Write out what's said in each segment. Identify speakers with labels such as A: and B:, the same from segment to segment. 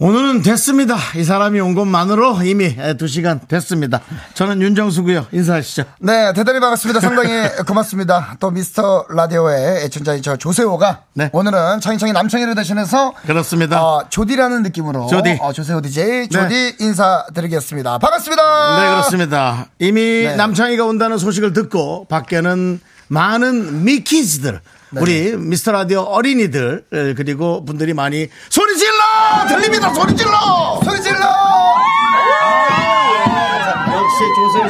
A: 오늘은 됐습니다. 이 사람이 온 것만으로 이미 에, 두 시간 됐습니다. 저는 윤정수고요. 인사하시죠.
B: 네, 대단히 반갑습니다. 상당히 고맙습니다. 또 미스터 라디오의 애청자인 저 조세호가
A: 네.
B: 오늘은 창희창희 남창희를 대신해서
A: 그렇습니다.
B: 어, 조디라는 느낌으로
A: 조디.
B: 어, 조세호 DJ 조디 인사드리겠습니다. 반갑습니다.
A: 네, 그렇습니다. 네. 이미 남창희가 온다는 소식을 듣고 밖에는 많은 미키즈들, 우리 미스터 라디오 어린이들 에, 그리고 분들이 많이 소리 질러 들립니다. 소리 질러.
B: 소리 질러!
A: 역시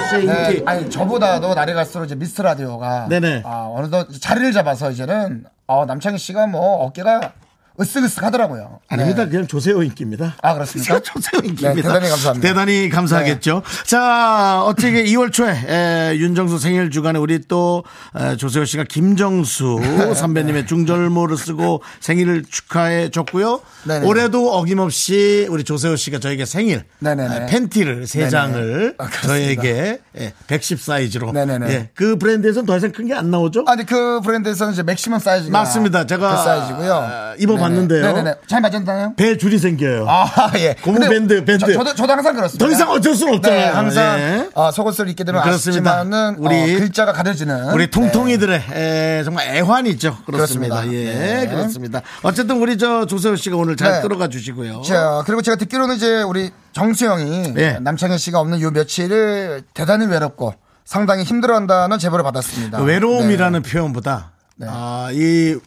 A: 조세호 씨의
B: 네,
A: 인기.
B: 아니 저보다도 날이 갈수록 이제 미스터 라디오가
A: 네네.
B: 아, 어느덧 자리를 잡아서 이제는 어, 남창희 씨가 뭐 어깨가 으쓱으쓱 하더라고요.
A: 아닙니다.
B: 네.
A: 그냥 조세호 인기입니다.
B: 아, 그렇습니까?
A: 조세호 인기입니다.
B: 네, 대단히 감사합니다.
A: 대단히 감사하겠죠. 자, 어떻게 2월 초에 에, 윤정수 생일 주간에 우리 또 에, 조세호 씨가
B: 네.
A: 김정수 선배님의 중절모를 쓰고 생일을 축하해 줬고요.
B: 네네.
A: 올해도 어김없이 우리 조세호 씨가 저에게 생일
B: 네네네.
A: 에, 팬티를 세
B: 네네.
A: 장을
B: 아, 그렇습니다.
A: 저에게 예, 110 사이즈로
B: 네네네.
A: 예, 그 브랜드에서는 더 이상 큰 게 안 나오죠?
B: 아니 그 브랜드에서는 이제 맥시멈 사이즈가
A: 맞습니다. 제가
B: 그 사이즈고요.
A: 아, 입어봤는데요.
B: 네네. 네네네. 잘 맞았나요?
A: 배 줄이 생겨요.
B: 아, 예.
A: 고무
B: 근데
A: 밴드, 밴드.
B: 저, 도 저도 항상 그렇습니다.
A: 더 이상 어쩔 수는 없잖아요.
B: 네, 항상
A: 예.
B: 어, 속옷을 입게 되면
A: 그렇습니다.
B: 아쉽지만은 우리
A: 우리-
B: 글자가 가려지는 네.
A: 우리 통통이들의 에, 정말 애환이죠. 그렇습니다.
B: 그렇습니다.
A: 예,
B: 네.
A: 그렇습니다. 어쨌든 우리 저 조세호 씨가 오늘 잘
B: 네.
A: 끌어가 주시고요.
B: 자, 그리고 제가 듣기로는 이제 우리 정수영이
A: 예.
B: 남창현 씨가 없는 요 며칠을 대단히 외롭고 상당히 힘들어한다는 제보를 받았습니다.
A: 그
B: 네.
A: 외로움이라는 표현보다 아, 이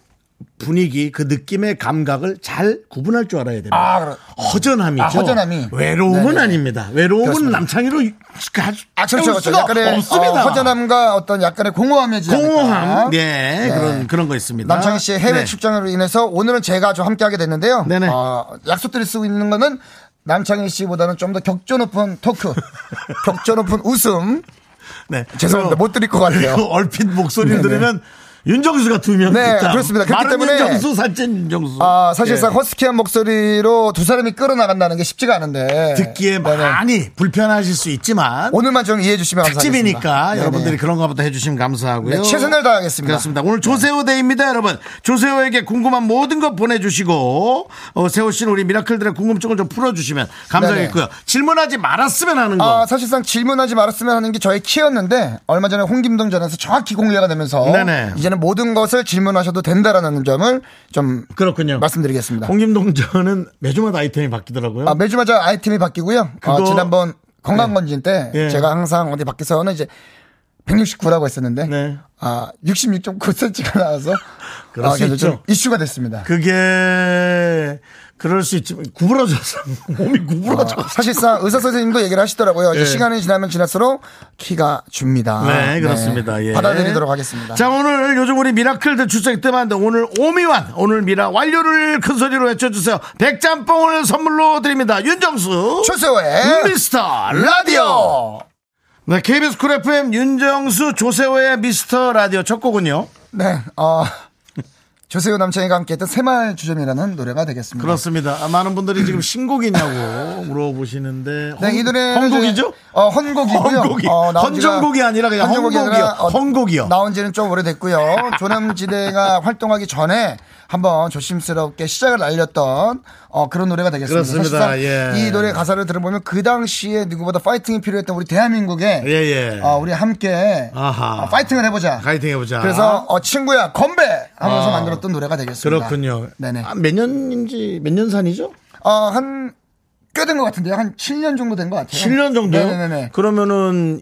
A: 분위기 그 느낌의 감각을 잘 구분할 줄 알아야 됩니다.
B: 아, 그렇-
A: 허전함이죠.
B: 아, 허전함이.
A: 외로움은
B: 네네.
A: 아닙니다. 외로움은
B: 그렇습니다.
A: 남창희로 갈 수-
B: 아, 그렇죠,
A: 채울
B: 그렇죠.
A: 수가
B: 약간의
A: 없습니다.
B: 어, 허전함과 어떤 약간의 공허함이지. 않을까.
A: 공허함, 네, 그런 그런 거 있습니다.
B: 남창희 씨의 해외
A: 네.
B: 출장으로 인해서 오늘은 제가 좀 함께하게 됐는데요.
A: 네네.
B: 어, 약속드릴 수 있는 거는 남창희 씨보다는 좀 더 격조 높은 토크, 격조 높은 웃음.
A: 네.
B: 죄송합니다. 못 드릴 것 같아요.
A: 그 얼핏 목소리를
B: 네네.
A: 들으면 윤정수가 두 명.
B: 네,
A: 있다.
B: 그렇습니다. 그렇기
A: 마른
B: 때문에-
A: 윤정수, 살찐 윤정수.
B: 아, 사실상
A: 예.
B: 허스키한 목소리로 두 사람이 끌어나간다는 게 쉽지가 않은데.
A: 듣기에
B: 네네.
A: 많이 불편하실 수 있지만
B: 오늘만 좀 이해해 주시면 감사하겠습니다.
A: 특집이니까
B: 네네.
A: 여러분들이 그런 것부터 해주시면 감사하고요.
B: 네, 최선을 다하겠습니다. 네.
A: 그렇습니다. 오늘 조세호 데이입니다, 여러분. 조세호에게 궁금한 모든 것 보내주시고 어, 세호 씨는 우리 미라클들의 궁금증을 좀 풀어주시면 감사하겠고요. 질문하지 말았으면 하는 거.
B: 네, 아, 사실상 질문하지 말았으면 하는 게 저의 키였는데 얼마 전에 홍김동 전에서 정확히 공개가 되면서
A: 네네.
B: 이제는 모든 것을 질문하셔도 된다라는 점을 좀
A: 그렇군요.
B: 말씀드리겠습니다.
A: 홍김동전은 매주마다 아이템이 바뀌더라고요.
B: 아, 매주마다 아이템이 바뀌고요.
A: 그거-
B: 아, 지난번 건강검진 때
A: 예.
B: 제가 항상 어디 밖에서는 이제 169라고 했었는데
A: 네.
B: 아, 66.9cm가 나와서 아,
A: 그럴 수
B: 그래서 좀
A: 있죠. 아.
B: 이슈가 됐습니다.
A: 그게 그럴 수 있지만 구부러져서 몸이 구부러져.
B: 어, 사실상 의사 선생님도 얘기를 하시더라고요. 이제
A: 예.
B: 시간이 지나면 지날수록 키가 줍니다.
A: 네, 그렇습니다. 예.
B: 아, 받아들이도록 하겠습니다.
A: 자, 오늘 요즘 우리 미라클들 출석 때만데 오늘 오미완, 오늘 미라 완료를 큰 소리로 외쳐주세요. 백짬뽕을 선물로 드립니다. 윤정수.
B: 최세호의
A: 미스터 라디오.
B: 라디오.
A: 네, KBS 쿨 FM 윤정수 조세호의 미스터 라디오 첫 곡은요.
B: 네, 어, 조세호 남창이가 함께했던 새마을 주점이라는 노래가 되겠습니다.
A: 그렇습니다. 아, 많은 분들이 지금 신곡이냐고 물어보시는데.
B: 네, 이 노래는
A: 헌곡이죠?
B: 이제, 어, 헌곡이고요.
A: 헌곡이.
B: 어, 나온 지가-
A: 헌정곡이 아니라 그냥
B: 헌정곡이 아니라, 어,
A: 헌곡이요. 헌곡이요.
B: 나온 지는 좀 오래됐고요. 조남지대가 활동하기 전에 한번 조심스럽게 시작을 알렸던 어, 그런 노래가 되겠습니다.
A: 그렇습니다.
B: 사실상
A: 예.
B: 이 노래 가사를 들어보면 그 당시에 누구보다 파이팅이 필요했던 우리 대한민국에
A: 예, 예.
B: 어, 우리 함께
A: 아하.
B: 어, 파이팅을 해보자.
A: 파이팅 해보자.
B: 그래서 어, 친구야 건배 하면서
A: 아.
B: 만들었던 노래가 되겠습니다.
A: 그렇군요.
B: 네네.
A: 아, 몇 년인지 몇 년 산이죠?
B: 어, 한, 꽤 된 것 같은데요. 한 7년 정도 된 것 같아요.
A: 7년 정도요?
B: 네. 네네네.
A: 그러면은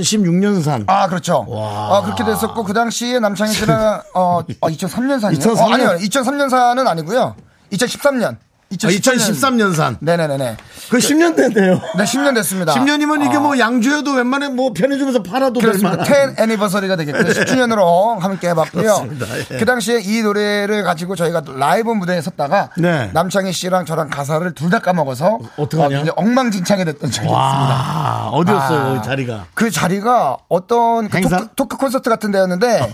A: 2016년산.
B: 아, 그렇죠.
A: 와. 네.
B: 아, 그렇게 됐었고, 그 당시에 남창희 씨랑, 어, 2003년산이요?
A: 2003년?
B: 아니요, 2003년산은 아니고요. 2013년.
A: 2013 년산.
B: 네네네네.
A: 그 10년 된대요.
B: 네, 10년 됐습니다.
A: 10년이면 이게
B: 아,
A: 뭐 양주에도 웬만해 뭐 편의점에서 팔아도 될
B: 그렇습니다.
A: 만한. 네.
B: 10 애니버서리가 되겠고요. 10주년으로 함께 해봤고요.
A: 그렇습니다. 예.
B: 그 당시에 이 노래를 가지고 저희가 라이브 무대에 섰다가
A: 네.
B: 남창희 씨랑 저랑 가사를 둘 다 까먹어서
A: 어, 어떡하냐?
B: 어, 굉장히 엉망진창이 됐던 적이 있습니다.
A: 와, 어디였어요,
B: 아,
A: 자리가?
B: 그 자리가 어떤 그
A: 행사?
B: 토크, 토크 콘서트 같은 데였는데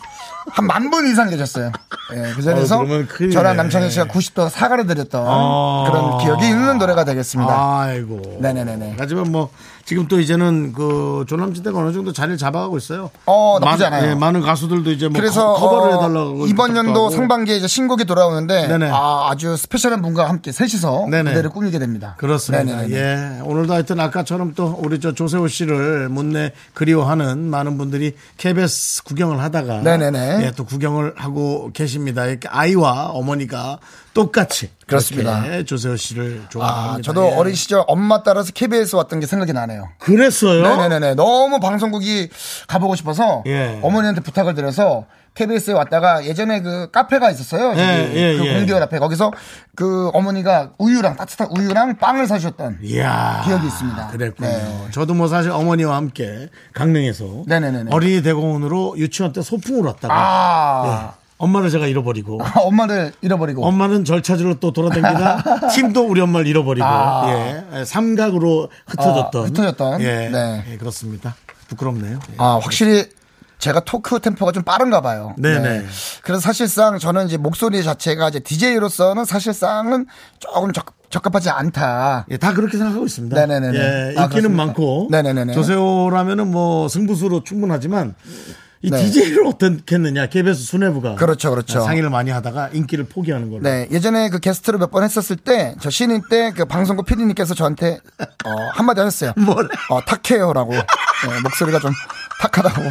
B: 한 만 분 이상 계셨어요. 예, 그
A: 어,
B: 자리에서
A: 그러면 큰일이네.
B: 저랑 남창희 씨가 90도 사과를 드렸던
A: 아.
B: 그런 기억이 있는 노래가 되겠습니다.
A: 아이고.
B: 네네네네.
A: 하지만 뭐 지금 또 이제는 그 조남지대가 어느 정도 자리를 잡아가고 있어요.
B: 어, 나쁘지 않아요.
A: 예, 많은 가수들도 이제 뭐
B: 그래서
A: 커- 커버를
B: 어,
A: 해달라고
B: 이번
A: 부탁도
B: 연도
A: 하고.
B: 상반기에 이제 신곡이 돌아오는데
A: 네네.
B: 아, 주 스페셜한 분과 함께 셋이서
A: 네네.
B: 무대를 어, 꾸미게 됩니다.
A: 그렇습니다.
B: 네네네.
A: 예. 오늘도 하여튼 아까처럼 또 우리 저 조세호 씨를 못내 그리워하는 많은 분들이 KBS 구경을 하다가
B: 네네네.
A: 예, 또 구경을 하고 계십니다. 이렇게 아이와 어머니가 똑같이
B: 그렇습니다.
A: 그렇게 조세호 씨를 좋아합니다.
B: 아, 저도
A: 예.
B: 어린 시절 엄마 따라서 KBS 왔던 게 생각이 나네요.
A: 그랬어요.
B: 네네네. 너무 방송국이 가보고 싶어서
A: 예.
B: 어머니한테 부탁을 드려서 KBS에 왔다가 예전에 그 카페가 있었어요. 저기
A: 예, 예,
B: 그
A: 예.
B: 공기월 앞에 거기서 그 어머니가 우유랑 따뜻한 우유랑 빵을 사주셨던
A: 이야.
B: 기억이 있습니다.
A: 그랬군요.
B: 네.
A: 저도 뭐 사실 어머니와 함께 강릉에서
B: 네네네네.
A: 어린이 대공원으로 유치원 때 소풍을 왔다가
B: 아,
A: 엄마를 제가 잃어버리고
B: 엄마를 잃어버리고
A: 예. 엄마는 절차질로 또 돌아다니다 팀도 우리 엄마를 잃어버리고 예. 삼각으로 흩어졌던
B: 아, 흩어졌던.
A: 예.
B: 네.
A: 예, 그렇습니다. 부끄럽네요. 예.
B: 아, 확실히 제가 토크 템포가 좀 빠른가 봐요.
A: 네네.
B: 그래서 사실상 저는 이제 목소리 자체가 이제 DJ로서는 사실상은 조금 적, 적합하지 않다.
A: 예, 다 그렇게 생각하고 있습니다.
B: 네네네네.
A: 예,
B: 아,
A: 인기는
B: 그렇습니까?
A: 많고
B: 네네네네.
A: 조세호라면은 뭐 승부수로 충분하지만 이
B: 네.
A: DJ를 어떻겠느냐 KBS 수뇌부가
B: 그렇죠, 그렇죠.
A: 상의를 많이 하다가 인기를 포기하는 걸로.
B: 네, 예전에 그 게스트로 몇 번 했었을 때, 저 신인 때 그 방송국 PD님께서 저한테, 어, 한마디 하셨어요.
A: 뭐래?
B: 어, 탁해요라고. 네, 목소리가 좀 탁하다고.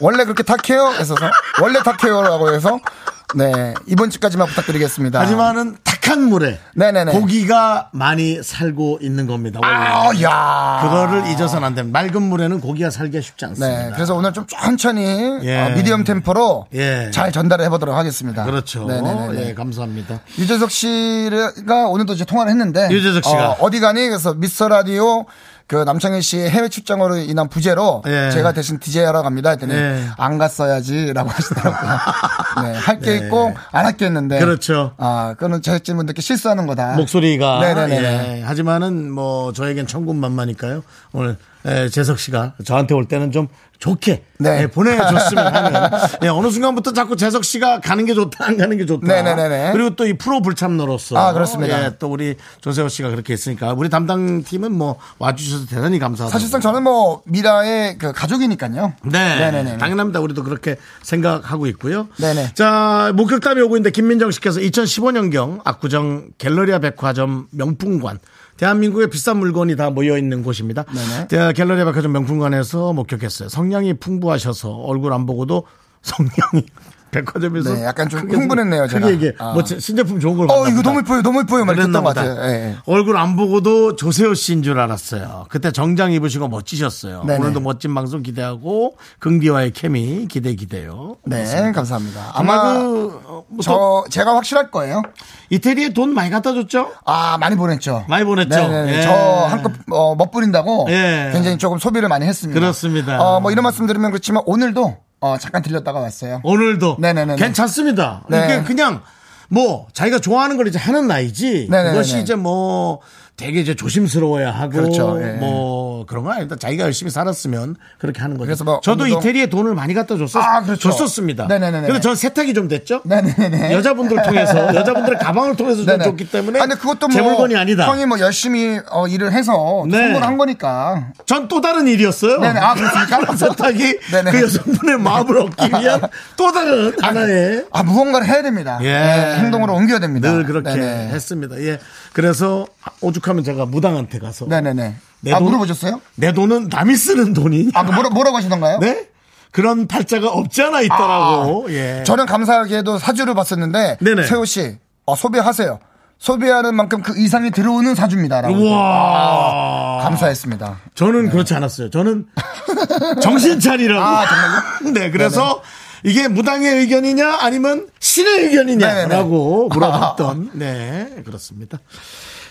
B: 원래 그렇게 탁해요? 해서, 원래 탁해요라고 해서, 네, 이번 주까지만 부탁드리겠습니다.
A: 하지만은 탁한 물에
B: 네네네.
A: 고기가 많이 살고 있는 겁니다. 원래.
B: 아, 야
A: 그거를 잊어서는 안 됩니다. 맑은 물에는 고기가 살기가 쉽지 않습니다.
B: 네, 그래서 오늘 좀 천천히
A: 예.
B: 어, 미디엄 템포로
A: 예.
B: 잘 전달을 해보도록 하겠습니다.
A: 그렇죠.
B: 아, 네네네.
A: 예, 감사합니다.
B: 유재석 씨가 오늘도 이제 통화를 했는데
A: 유재석 씨가.
B: 어, 디 가니 그래서 미스터 라디오 그 남창희 씨의 해외 출장으로 인한 부재로
A: 예.
B: 제가 대신 DJ 하러 갑니다 했더니
A: 예.
B: 안 갔어야지라고 하시더라고요. 네, 할 게 있고 안 할 게 있는데
A: 그렇죠.
B: 아, 그거는 제작진분들께 실수하는 거다.
A: 목소리가
B: 네네네.
A: 예, 하지만은 뭐 저에겐 천군만마니까요. 오늘 에, 재석 씨가 저한테 올 때는 좀 좋게
B: 네.
A: 예, 보내줬으면 하는. 예, 어느 순간부터 자꾸 재석 씨가 가는 게 좋다, 안 가는 게 좋다.
B: 네네네네.
A: 그리고 또 이 프로 불참러로서
B: 아, 그렇습니다.
A: 예, 또 우리 조세호 씨가 그렇게 했으니까 우리 담당 팀은 뭐 와주셔서 대단히 감사하고.
B: 사실상 저는 뭐 미라의 그 가족이니까요.
A: 네.
B: 네네네.
A: 당연합니다. 우리도 그렇게 생각하고 있고요.
B: 네네.
A: 자, 목격담이 오고 있는데 김민정 씨께서 2015년경 압구정 갤러리아 백화점 명품관 대한민국의 비싼 물건이 다 모여 있는 곳입니다.
B: 네네.
A: 자, 갤러리아 백화점 명품관에서 목격했어요. 성량이 풍부하셔서 얼굴 안 보고도 성량이 백화점에서
B: 네, 약간 좀
A: 크게
B: 흥분했네요,
A: 크게
B: 제가.
A: 얘기해.
B: 아.
A: 뭐 제- 신제품 좋은 걸
B: 어,
A: 봤나
B: 이거
A: 보다.
B: 너무 예뻐요, 너무 예뻐요. 막 이랬던
A: 그랬나
B: 것
A: 보다.
B: 같아요. 예, 예.
A: 얼굴 안 보고도 조세호 씨인 줄 알았어요. 그때 정장 입으시고 멋지셨어요.
B: 네네.
A: 오늘도 멋진 방송 기대하고 긍디와의 케미 기대 기대요.
B: 네, 감사합니다.
A: 아마
B: 아마
A: 그 어, 뭐 또,
B: 저 제가 확실할 거예요.
A: 이태리에 돈 많이 갖다 줬죠?
B: 아 많이 보냈죠.
A: 많이 보냈죠.
B: 네네네.
A: 예.
B: 저 한껏 어, 멋부린다고
A: 예.
B: 굉장히 조금 소비를 많이 했습니다.
A: 그렇습니다.
B: 어, 뭐 이런 말씀드리면 그렇지만 오늘도 어, 잠깐 들렸다가 왔어요.
A: 오늘도
B: 네네네네.
A: 괜찮습니다.
B: 네.
A: 이게 그냥 뭐 자기가 좋아하는 걸 이제 하는 나이지
B: 네네네네.
A: 그것이 이제 뭐 되게 이제 조심스러워야 하고
B: 그렇죠. 예.
A: 뭐 그런 건 아니다. 자기가 열심히 살았으면 그렇게 하는 거죠.
B: 그래서 뭐
A: 저도
B: 오늘도-
A: 이태리에 돈을 많이 갖다 줬었,
B: 아, 그렇죠.
A: 줬었습니다.
B: 네네네네.
A: 근데 전 세탁이 좀 됐죠.
B: 네네네.
A: 여자분들을 통해서 여자분들의 가방을 통해서 좀
B: 네네.
A: 줬기 때문에
B: 아니 그것도
A: 제
B: 뭐
A: 물건이 아니다.
B: 형이 뭐 열심히 어, 일을 해서
A: 네.
B: 성공을 한 거니까.
A: 전 또 다른 일이었어요.
B: 네네. 아, 그렇습니까?
A: 세탁이
B: 네네.
A: 그 여성분의 마음을 얻기 위한 또 다른 하나의
B: 아 무언가를 해야 됩니다.
A: 예.
B: 네, 행동으로 옮겨야 됩니다.
A: 늘 그렇게
B: 네네.
A: 했습니다. 예. 그래서 오죽하면 제가 무당한테 가서
B: 네네네.
A: 내
B: 아
A: 돈-
B: 물어보셨어요?
A: 내 돈은 남이 쓰는 돈이
B: 아, 그 뭐라, 뭐라고 하시던가요?
A: 네? 그런 팔자가 없지 않아 있더라고. 예.
B: 저는 감사하게도 사주를 봤었는데
A: 네네.
B: 세호 씨 어, 소비하세요. 소비하는 만큼 그 이상이 들어오는 사주입니다라고.
A: 우와.
B: 아, 감사했습니다.
A: 저는 그렇지 않았어요. 저는 정신 차리라고.
B: 아, 정말요?
A: 네, 그래서 이게 무당의 의견이냐 아니면 신의 의견이냐라고
B: 네네네. 아.
A: 물어봤던 네 그렇습니다.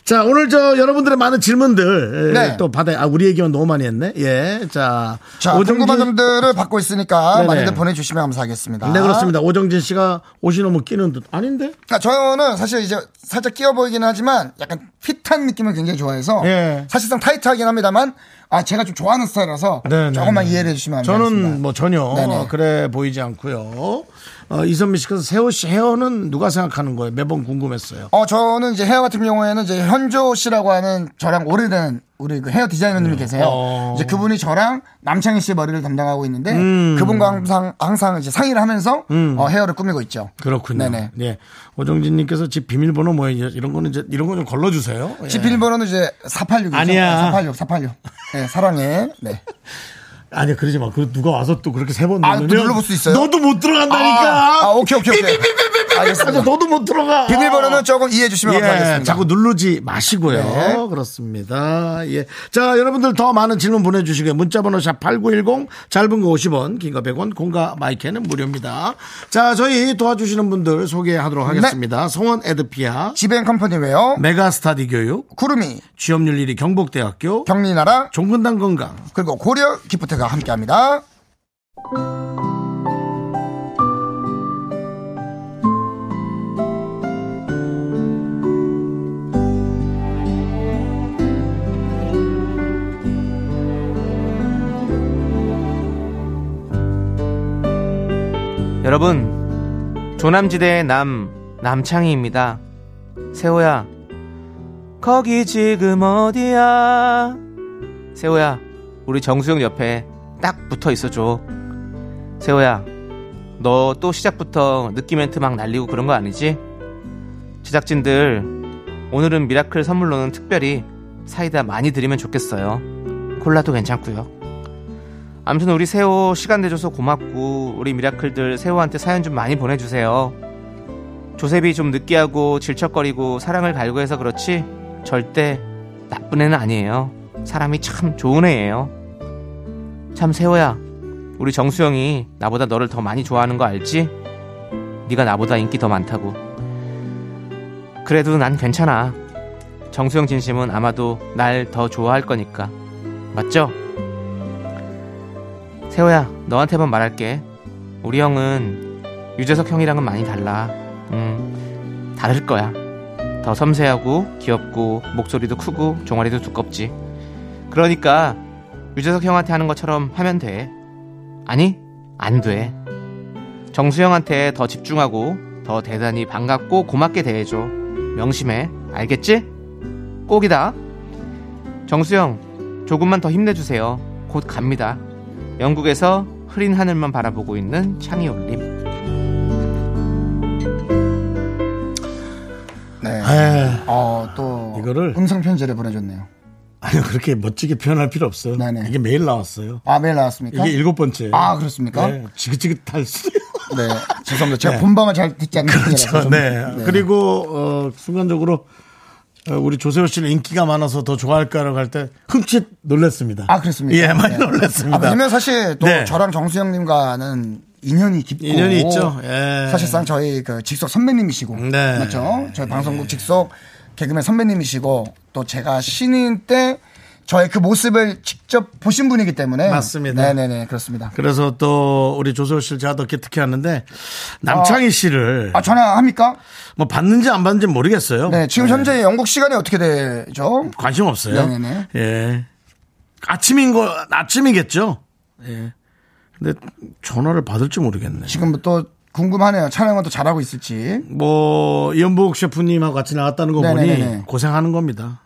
A: 자 오늘 저 여러분들의 많은 질문들 에,
B: 네.
A: 또 받아 아 우리 얘기만 너무 많이 했네. 예, 자,
B: 자,
A: 오정진-
B: 궁금한 점들을 받고 있으니까
A: 네네.
B: 많이들 보내주시면 감사하겠습니다.
A: 네 그렇습니다. 오정진 씨가 옷이 너무 끼는 듯 아닌데?
B: 그러니까 저는 사실 이제 살짝 끼어 보이긴 하지만 약간 핏한 느낌을 굉장히 좋아해서
A: 예.
B: 사실상 타이트하긴 합니다만 아 제가 좀 좋아하는 스타일이라서
A: 네, 네,
B: 조금만
A: 네.
B: 이해를 해주시면
A: 저는
B: 감사하겠습니다.
A: 뭐 전혀
B: 네네.
A: 그래 보이지 않고요. 어, 이선미 씨께서 세호 씨 헤어는 누가 생각하는 거예요? 매번 궁금했어요.
B: 어 저는 이제 헤어 같은 경우에는 이제 현조 씨라고 하는 저랑 오래된 우리 그 헤어 디자이너님이 계세요.
A: 어.
B: 이제 그분이 저랑 남창희 씨 머리를 담당하고 있는데
A: 음.
B: 그분과 항상 항상 이제 상의를 하면서 어, 헤어를 꾸미고 있죠.
A: 그렇군요.
B: 네네.
A: 예. 오정진님께서 집 비밀번호 뭐예요? 이런 거는 이제 이런 거 좀 걸러주세요. 예.
B: 집 비밀번호는 이제 486이죠.
A: 아니야.
B: 486, 486. 네, 사랑해. 네.
A: 아니 그러지 마. 그 누가 와서 또 그렇게 세 번
B: 아,
A: 누르면
B: 또 눌러볼 수 있어요?
A: 너도 못
B: 아,
A: 들어간다니까.
B: 아, 오케이, 오케이, 오케이.
A: 삐삐삐삐삐삐.
B: 알겠습니다.
A: 너도 못 들어가.
B: 비밀번호는 조금 이해해 주시면
A: 예,
B: 감사하겠습니다.
A: 자꾸 누르지 마시고요.
B: 네.
A: 그렇습니다. 예. 자, 여러분들 더 많은 질문 보내주시고요. 문자번호 샵8910, 짧은 거 50원, 긴 거 100원, 공과 마이크는 무료입니다. 자, 저희 도와주시는 분들 소개하도록
B: 네.
A: 하겠습니다. 성원 에드피아,
B: 지벤 컴퍼니웨어,
A: 네. 메가스타디 교육,
B: 구름이,
A: 취업률 1위 경북대학교,
B: 경리나라,
A: 종근당 건강,
B: 그리고 고려 기프트가 함께합니다.
C: 여러분 조남지대의 남 남창희입니다 세호야 거기 지금 어디야 세호야 우리 정수영 옆에 딱 붙어 있어줘 세호야 너 또 시작부터 느끼 멘트 막 날리고 그런 거 아니지 제작진들 오늘은 미라클 선물로는 특별히 사이다 많이 드리면 좋겠어요 콜라도 괜찮고요 아무튼 우리 세호 시간 내줘서 고맙고 우리 미라클들 세호한테 사연 좀 많이 보내주세요. 조셉이 좀 느끼하고 질척거리고 사랑을 갈구해서 그렇지 절대 나쁜 애는 아니에요. 사람이 참 좋은 애예요. 참 세호야, 우리 정수영이 나보다 너를 더 많이 좋아하는 거 알지? 네가 나보다 인기 더 많다고. 그래도 난 괜찮아. 정수영 진심은 아마도 날 더 좋아할 거니까. 맞죠? 세호야 너한테만 말할게 우리 형은 유재석 형이랑은 많이 달라 음 다를 거야 더 섬세하고 귀엽고 목소리도 크고 종아리도 두껍지 그러니까 유재석 형한테 하는 것처럼 하면 돼 아니 안 돼 정수영한테 더 집중하고 더 대단히 반갑고 고맙게 대해줘 명심해 알겠지 꼭이다 정수영 조금만 더 힘내주세요 곧 갑니다 영국에서 흐린 하늘만 바라보고 있는 창이 올림.
B: 네.
A: 에
B: 어, 또
A: 이거를-
B: 음성 편지를 보내줬네요.
A: 아니요, 그렇게 멋지게 표현할 필요 없어요.
B: 네네.
A: 이게 매일 나왔어요.
B: 아, 메일 나왔습니까?
A: 이게 일곱 번째.
B: 아, 그렇습니까?
A: 네, 지긋지긋할 수.
B: 네. 죄송합니다. 제가 본방을 잘 듣지 않는 편이라서
A: 그렇죠.
B: 좀-
A: 네. 그리고 어, 순간적으로 어, 우리 조세호 씨는 인기가 많아서 더 좋아할까라고 할 때 흠칫 놀랐습니다.
B: 아, 그렇습니까?
A: 예, 많이
B: 네.
A: 놀랐습니다.
B: 아, 왜냐면 사실 또
A: 네.
B: 저랑 정수영님과는 인연이 깊고
A: 인연이 있죠. 예.
B: 사실상 저희 그 직속 선배님이시고
A: 네.
B: 맞죠? 저희 방송국 직속 개그맨 선배님이시고 또 제가 신인 때 저의 그 모습을 직접 보신 분이기 때문에
A: 맞습니다.
B: 네네네 그렇습니다.
A: 그래서 또 우리 조세호 씨를 제가 더 기특해 하는데 남창희 씨를
B: 아 전화합니까?
A: 뭐 봤는지 안 봤는지 모르겠어요.
B: 네 지금 현재 영국 시간이 어떻게 되죠?
A: 관심 없어요.
B: 네네네.
A: 예. 아침인 거 아침이겠죠. 예. 근데 전화를 받을지 모르겠네.
B: 지금 또 궁금하네요. 촬영은 또 잘하고 있을지.
A: 뭐 이연복 셰프님하고 같이 나갔다는 거
B: 네네네네.
A: 보니 고생하는 겁니다.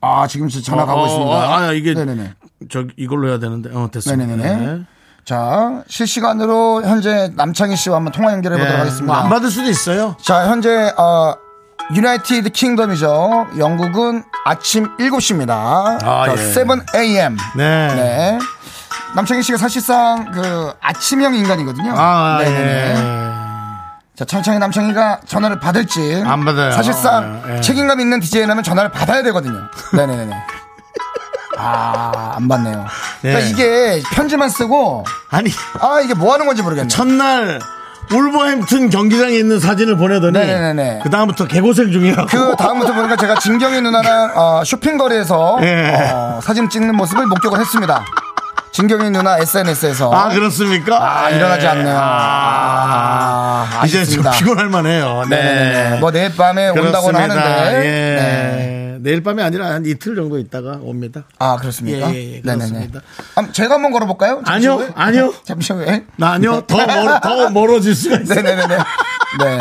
B: 아 지금 진짜 전화 가고
A: 어, 어,
B: 있습니다.
A: 아, 이게
B: 네네네.
A: 저 이걸로 해야 되는데 어 됐습니다.
B: 네네네.
A: 네.
B: 자 실시간으로 현재 남창희 씨와 한번 통화 연결해 보도록
A: 예,
B: 하겠습니다.
A: 뭐안 받을 수도 있어요.
B: 자, 현재 어 유나이티드 킹덤이죠. 영국은 아침 7시입니다.
A: 아, 예.
B: 7am.
A: 네.
B: 남창희 씨가 사실상 그 아침형 인간이거든요.
A: 아
B: 네네네. 자, 창창이 남창희가 전화를 받을지.
A: 안 받아요.
B: 사실상
A: 예, 예.
B: 책임감 있는 DJ라면 전화를 받아야 되거든요. 네네네. 아, 안 봤네요.
A: 네.
B: 그러니까 이게 편지만 쓰고,
A: 아니
B: 아, 이게 뭐 하는 건지 모르겠네.
A: 첫날 울버햄튼 경기장에 있는 사진을 보내더니
B: 네네네.
A: 그 다음부터 개고생 중이라고.
B: 그 다음부터 보니까 제가 진경이 누나랑 어, 쇼핑거리에서
A: 예.
B: 어, 사진 찍는 모습을 목격을 했습니다. 진경이 누나 SNS에서.
A: 아 그렇습니까?
B: 아,
A: 예. 아.
B: 일어나지 않네요. 아,
A: 이제 좀
B: 아쉽습니다.
A: 피곤할 만해요. 네.
B: 뭐 내일 밤에 온다고는
A: 그렇습니다.
B: 하는데. 네.
A: 예. 내일 밤이 아니라 한 이틀 정도 있다가 옵니다.
B: 아 그렇습니까?
A: 예, 예, 예, 그렇습니다.
B: 네네네. 아, 제가 한번 걸어볼까요? 잠시
A: 아니요,
B: 후에?
A: 아니요.
B: 잠시 후에.
A: 나 아니요 더, 멀, 더 멀어질 수가 있어요.
B: 네네네네. 네.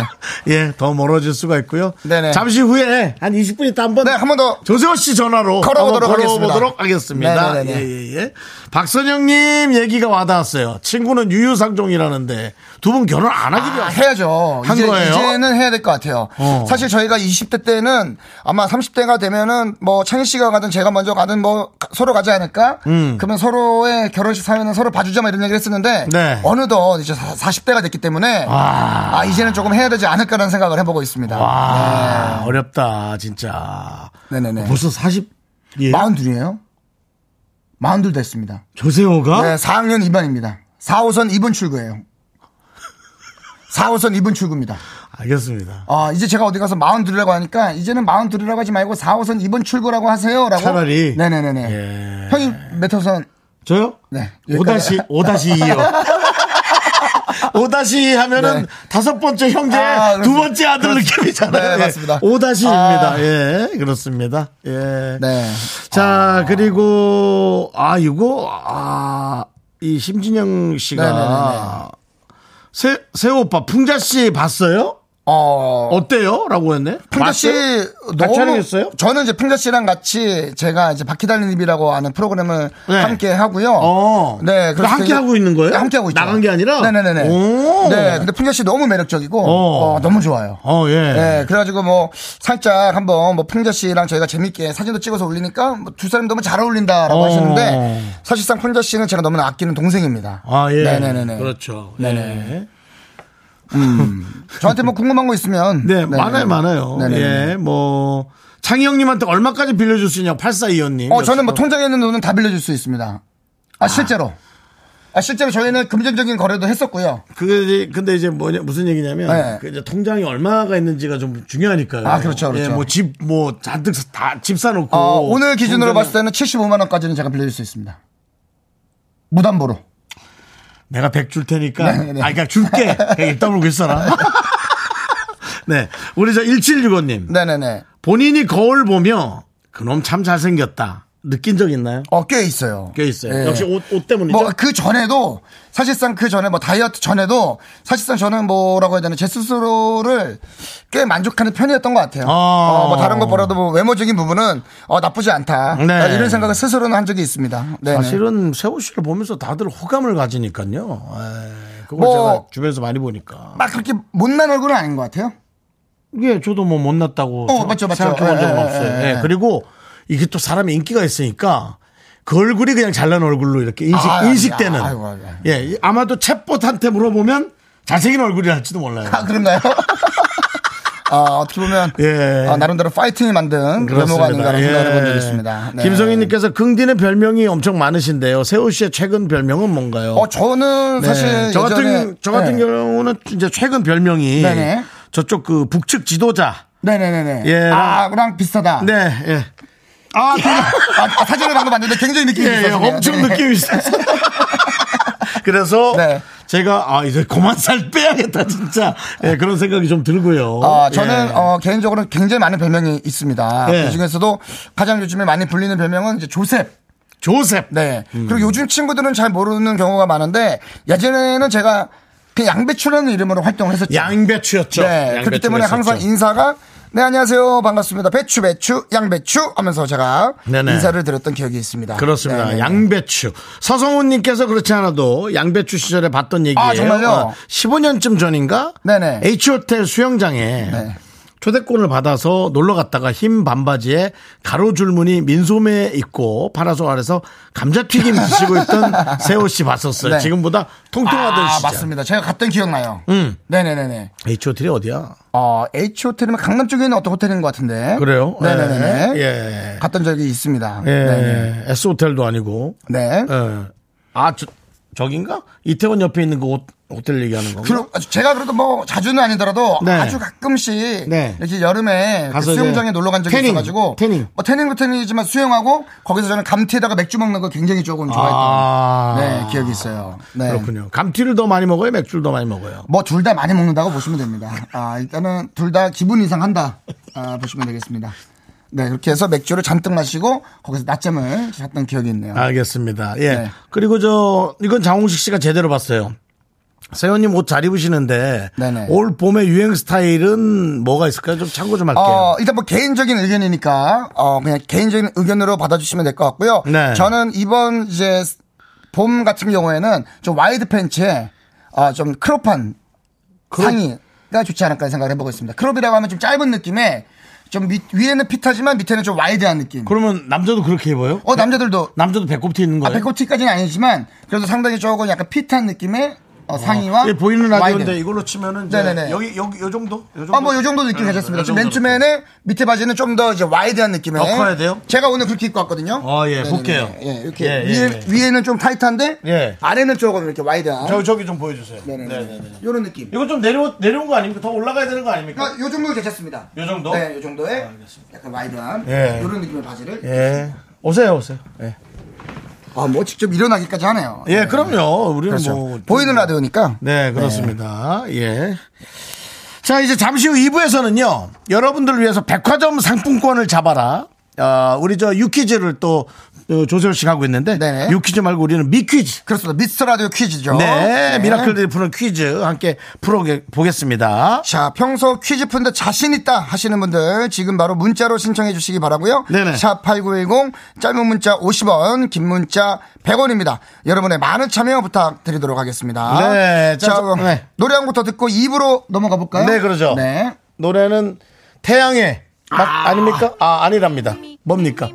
A: 예, 더 멀어질 수가 있고요.
B: 네네.
A: 잠시 후에 한 20분 있다 한번
B: 네, 한 번 더.
A: 조세호 씨 전화로
B: 걸어보도록
A: 한번
B: 하겠습니다.
A: 걸어보도록 하겠습니다.
B: 네네네네.
A: 예, 예, 예. 박선영님 얘기가 와닿았어요. 친구는 유유상종이라는데 두 분 결혼 안 하기로
B: 아,
A: 아,
B: 해야죠.
A: 한
B: 이제,
A: 거예요?
B: 이제는 해야 될 것 같아요.
A: 어.
B: 사실 저희가 20대 때는 아마 30대가 되면은 뭐 창희 씨가 가든 제가 먼저 가든 뭐 가- 서로 가지 않을까?
A: 음.
B: 그러면 서로의 결혼식 사연은 서로 봐주자 뭐 이런 얘기를 했었는데
A: 네.
B: 어느덧 이제 사- 40대가 됐기 때문에 아 이제는 조금 해야 되지 않을까라는 생각을 해보고 있습니다.
A: 아, 와, 어렵다, 진짜.
B: 네. 네네네.
A: 벌써 40, 예.
B: 마흔둘이에요? 마흔둘 됐습니다.
A: 조세호가?
B: 네, 4학년 2반입니다. 4호선 2분 출구예요. 4호선 2분 출구입니다.
A: 알겠습니다.
B: 아, 이제 제가 어디 가서 42라고 하니까 이제는 42라고 하지 말고 4호선 2분 출구라고 하세요라고.
A: 차라리.
B: 네네네네.
A: 예.
B: 형이 몇 호선?
A: 저요?
B: 네, 여기까지.
A: 5-2요. 5-2 하면은
B: 네.
A: 다섯 번째 형제,
B: 아,
A: 두
B: 그렇습니다.
A: 번째 아들 느낌이잖아요. 예.
B: 네, 맞습니다.
A: 5-2입니다.
B: 아.
A: 예, 그렇습니다. 예.
B: 네.
A: 자, 그리고, 아, 이거, 아, 이 심진영 씨가 새, 새 오빠, 풍자씨 봤어요?
B: 어.
A: 어때요? 라고 했네?
B: 풍자 씨
A: 봤어요? 같이 촬영했어요?
B: 저는 이제 풍자 씨랑 같이 제가 이제 바퀴달린 입이라고 하는 프로그램을
A: 네.
B: 함께 하고요.
A: 어.
B: 네, 그래서
A: 함께
B: 굉장히-
A: 하고 있는 거예요?
B: 네, 함께 하고 있죠.
A: 나간 게 아니라?
B: 네네네네.
A: 오.
B: 네, 근데 풍자 씨 너무 매력적이고
A: 어.
B: 어, 너무 좋아요.
A: 어, 예.
B: 네, 그래가지고 뭐 살짝 한번 뭐 풍자 씨랑 저희가 재밌게 사진도 찍어서 올리니까 뭐두 사람 너무 잘 어울린다라고
A: 어.
B: 하시는데 사실상 풍자 씨는 제가 너무나 아끼는 동생입니다.
A: 아, 예.
B: 네네네네.
A: 그렇죠.
B: 네네.
A: 예.
B: 저한테 뭐 궁금한 거 있으면
A: 네, 많아요, 많아요.
B: 네네.
A: 예, 뭐. 창희 형님한테 얼마까지 빌려줄 수 있냐, 8425님.
B: 어, 저는 뭐 통장에 있는 돈은 다 빌려줄 수 있습니다. 아, 실제로. 아, 실제로 저희는 금전적인 거래도 했었고요.
A: 그게, 이제- 근데 이제 뭐냐, 무슨 얘기냐면,
B: 네.
A: 그 이제 통장이 얼마가 있는지가 좀 중요하니까요.
B: 아, 그렇죠, 그렇죠.
A: 예, 뭐 집, 뭐 잔뜩 다, 집 사놓고.
B: 어, 오늘 기준으로
A: 통장에-
B: 봤을 때는 75만원까지는 제가 빌려줄 수 있습니다. 무담보로.
A: 내가 100 줄 테니까.
B: 네, 네.
A: 아, 그러니까 줄게. 그냥 입 다물고 있어라. 네. 우리 저 1765님.
B: 네네네.
A: 본인이 거울 보며, 그놈 참 잘생겼다. 느낀 적 있나요?
B: 어, 꽤 있어요.
A: 꽤 있어요.
B: 예.
A: 역시 옷, 옷 때문이죠.
B: 뭐, 그 전에도, 사실상 그 전에, 뭐, 다이어트 전에도, 사실상 저는 뭐라고 해야 되나, 제 스스로를 꽤 만족하는 편이었던 것 같아요.
A: 어.
B: 어, 뭐, 다른 것보다도 뭐 외모적인 부분은, 어, 나쁘지 않다.
A: 네.
B: 이런 생각을 스스로는 한 적이 있습니다. 네네.
A: 사실은 세호 씨를 보면서 다들 호감을 가지니까요. 에, 그걸
B: 뭐-
A: 제가 주변에서 많이 보니까.
B: 막 그렇게 못난 얼굴은 아닌 것 같아요.
A: 예, 저도 뭐 못났다고
B: 어, 맞죠, 맞죠.
A: 생각해 본
B: 예,
A: 적은
B: 예,
A: 없어요.
B: 예,
A: 예,
B: 예.
A: 그리고 이게 또 사람의 인기가 있으니까 그 얼굴이 그냥 잘난 얼굴로 이렇게 인식,
B: 아,
A: 인식되는.
B: 아, 아이고, 아이고, 아이고.
A: 예, 이- 아마도 챗봇한테 물어보면 잘생긴 얼굴이랄지도 몰라요.
B: 아, 그런가요? 아, 어떻게 보면
A: 예.
B: 아, 나름대로 파이팅이 만든 외모가 아닌가라는 생각을 해본 적이 있습니다. 네.
A: 김성희님께서 긍디는 별명이 엄청 많으신데요. 세호 씨의 최근 별명은 뭔가요?
B: 어, 저는
A: 네,
B: 사실
A: 저 같은
B: 예전에,
A: 저 같은
B: 네.
A: 경우는 이제 최근 별명이
B: 네네.
A: 저쪽 그 북측 지도자
B: 네네네네.
A: 예.
B: 아, 그랑 비슷하다.
A: 네 예. 아,
B: 아, 아, 사진을 방금 봤는데 굉장히 느낌이 네.
A: 예, 예,
B: 있었어요.
A: 엄청 느낌이 있어서. 그래서
B: 네.
A: 제가 아 이제 그만 살 빼야겠다 진짜 예, 그런 생각이 좀 들고요.
B: 아, 저는
A: 예.
B: 어, 개인적으로 굉장히 많은 별명이 있습니다.
A: 예.
B: 그 중에서도 가장 요즘에 많이 불리는 별명은 이제 조셉.
A: 조셉
B: 네.
A: 음.
B: 그리고 요즘 친구들은 잘 모르는 경우가 많은데 예전에는 제가 그 양배추라는 이름으로 활동을 했었죠.
A: 양배추였죠.
B: 네.
A: 양배추
B: 그렇기 때문에 항상
A: 했었죠.
B: 인사가 네 안녕하세요 반갑습니다 배추 배추 양배추 하면서 제가
A: 네네.
B: 인사를 드렸던 기억이 있습니다.
A: 아, 그렇습니다.
B: 네네.
A: 양배추. 서성훈님께서 그렇지 않아도 양배추 시절에
B: 아,
A: 봤던 얘기예요. 어,
B: 정말요?
A: 15년쯤 전인가?
B: 네, 네네.
A: H호텔 수영장에 초대권을 받아서 놀러 갔다가 흰 반바지에 가로줄무늬 민소매 입고 파라솔 아래서 감자튀김 드시고 있던 세호 씨 봤었어요.
B: 네. 지금보다
A: 지금보다 통통하던
B: 아,
A: 시절.
B: 맞습니다. 제가 갔던 기억나요.
A: 음.
B: 네네네네.
A: H.O.T.이 어디야?
B: 어, H 호텔이면 강남 쪽에 있는 어떤 호텔인 것 같은데.
A: 그래요?
B: 네네네.
A: 예. 예.
B: 갔던 적이 있습니다.
A: 예.
B: 네네.
A: S 호텔도 아니고.
B: 네.
A: 예. 아, 저, 저긴가? 이태원 옆에 있는 그 호, 호텔 얘기하는 건가?
B: 그리고 제가 그래도 뭐 자주는 아니더라도
A: 네.
B: 아주 가끔씩
A: 네.
B: 이렇게 여름에 그
A: 가서
B: 수영장에
A: 이제
B: 놀러 간 적이
A: 태닝,
B: 있어가지고
A: 태닝.
B: 뭐 태닝도 태닝이지만 수영하고 거기서 저는 감튀에다가 맥주 먹는 거 굉장히 조금 좋아했던
A: 아.
B: 네, 기억이 있어요. 네.
A: 그렇군요. 감튀를 더 많이 먹어요? 맥주를 더 많이 먹어요?
B: 뭐 둘 다 많이 먹는다고 보시면 됩니다. 아, 일단은 둘 다 기분 이상 한다. 아, 보시면 되겠습니다. 네, 그렇게 해서 맥주를 잔뜩 마시고 거기서 낮잠을 잤던 기억이 있네요.
A: 아, 알겠습니다. 예.
B: 네.
A: 그리고 저, 이건 장홍식 씨가 제대로 봤어요. 세현님 옷 잘 입으시는데
B: 네네.
A: 올 봄의 유행 스타일은 뭐가 있을까요? 좀 참고 좀 할게요.
B: 어, 일단 뭐 개인적인 의견이니까 어, 그냥 개인적인 의견으로 받아주시면 될 것 같고요.
A: 네.
B: 저는 이번 이제 봄 같은 경우에는 좀 와이드 팬츠에 어, 좀 크롭한 상의가 좋지 않을까 생각을 해보고 있습니다. 크롭이라고 하면 좀 짧은 느낌에 좀 밑- 위에는 핏하지만 밑에는 좀 와이드한 느낌.
A: 그러면 남자도 그렇게 입어요?
B: 어 남자들도
A: 남자도 배꼽티 있는
B: 아,
A: 거예요?
B: 백호티까지는 아니지만 그래도 상당히 조금 약간 핏한 느낌의 어, 상의와
A: 예, 보이는 라디오인데
B: 와이드.
A: 이걸로 치면은 이제
B: 네네네.
A: 여기 여기 요 정도? 요 정도?
B: 아, 뭐, 요 정도
A: 네,
B: 느낌 괜찮습니다. 지금 맨투맨의 밑에 바지는 좀 더 이제 와이드한 느낌의.
A: 더 아, 커야 돼요?
B: 제가 오늘 그렇게 입고 왔거든요.
A: 아, 예,
B: 네네네.
A: 볼게요.
B: 예, 이렇게.
A: 예, 예,
B: 위에,
A: 예.
B: 위에는 좀 타이트한데,
A: 예.
B: 아래는 조금 이렇게 와이드한.
A: 저 저기 좀 보여주세요.
B: 네네네.
A: 네네네.
B: 요런 느낌.
A: 이거 좀 내려 내려온 거 아닙니까? 더 올라가야 되는 거 아닙니까? 예.
B: 그러니까 요 정도 괜찮습니다.
A: 요 정도? 아,
B: 네, 요 정도의 약간 와이드한.
A: 예.
B: 요런 느낌의 바지를.
A: 예. 오세요, 오세요. 예.
B: 아, 뭐, 직접 일어나기까지 하네요.
A: 예, 그럼요. 우리는
B: 그렇죠.
A: 뭐
B: 보이는 라디오니까.
A: 네, 그렇습니다. 예. 자, 이제 잠시 후 2부에서는요, 여러분들을 위해서 백화점 상품권을 잡아라. 아, 우리 저 유퀴즈를 또 어, 조세호 씨가 하고 있는데,
B: 네네.
A: 유퀴즈 말고 우리는 미퀴즈.
B: 그렇습니다. 미스터 라디오 퀴즈죠.
A: 네, 미라클들이 푸는 퀴즈 함께 풀어보겠습니다.
B: 자, 평소 퀴즈 푼데 자신 있다 하시는 분들 지금 바로 문자로 신청해 주시기 바라고요.
A: 네네.
B: 샵 8910 짧은 문자 50원, 긴 문자 100원입니다. 여러분의 많은 참여 부탁드리도록 하겠습니다.
A: 네,
B: 자,
A: 자,
B: 그럼
A: 네.
B: 노래 한 곡 더 듣고 2부로 넘어가 볼까요?
A: 네, 그러죠.
B: 네.
A: 노래는 태양의 맛 아~ 닙니까 아, 아니랍니다. 뭡니까?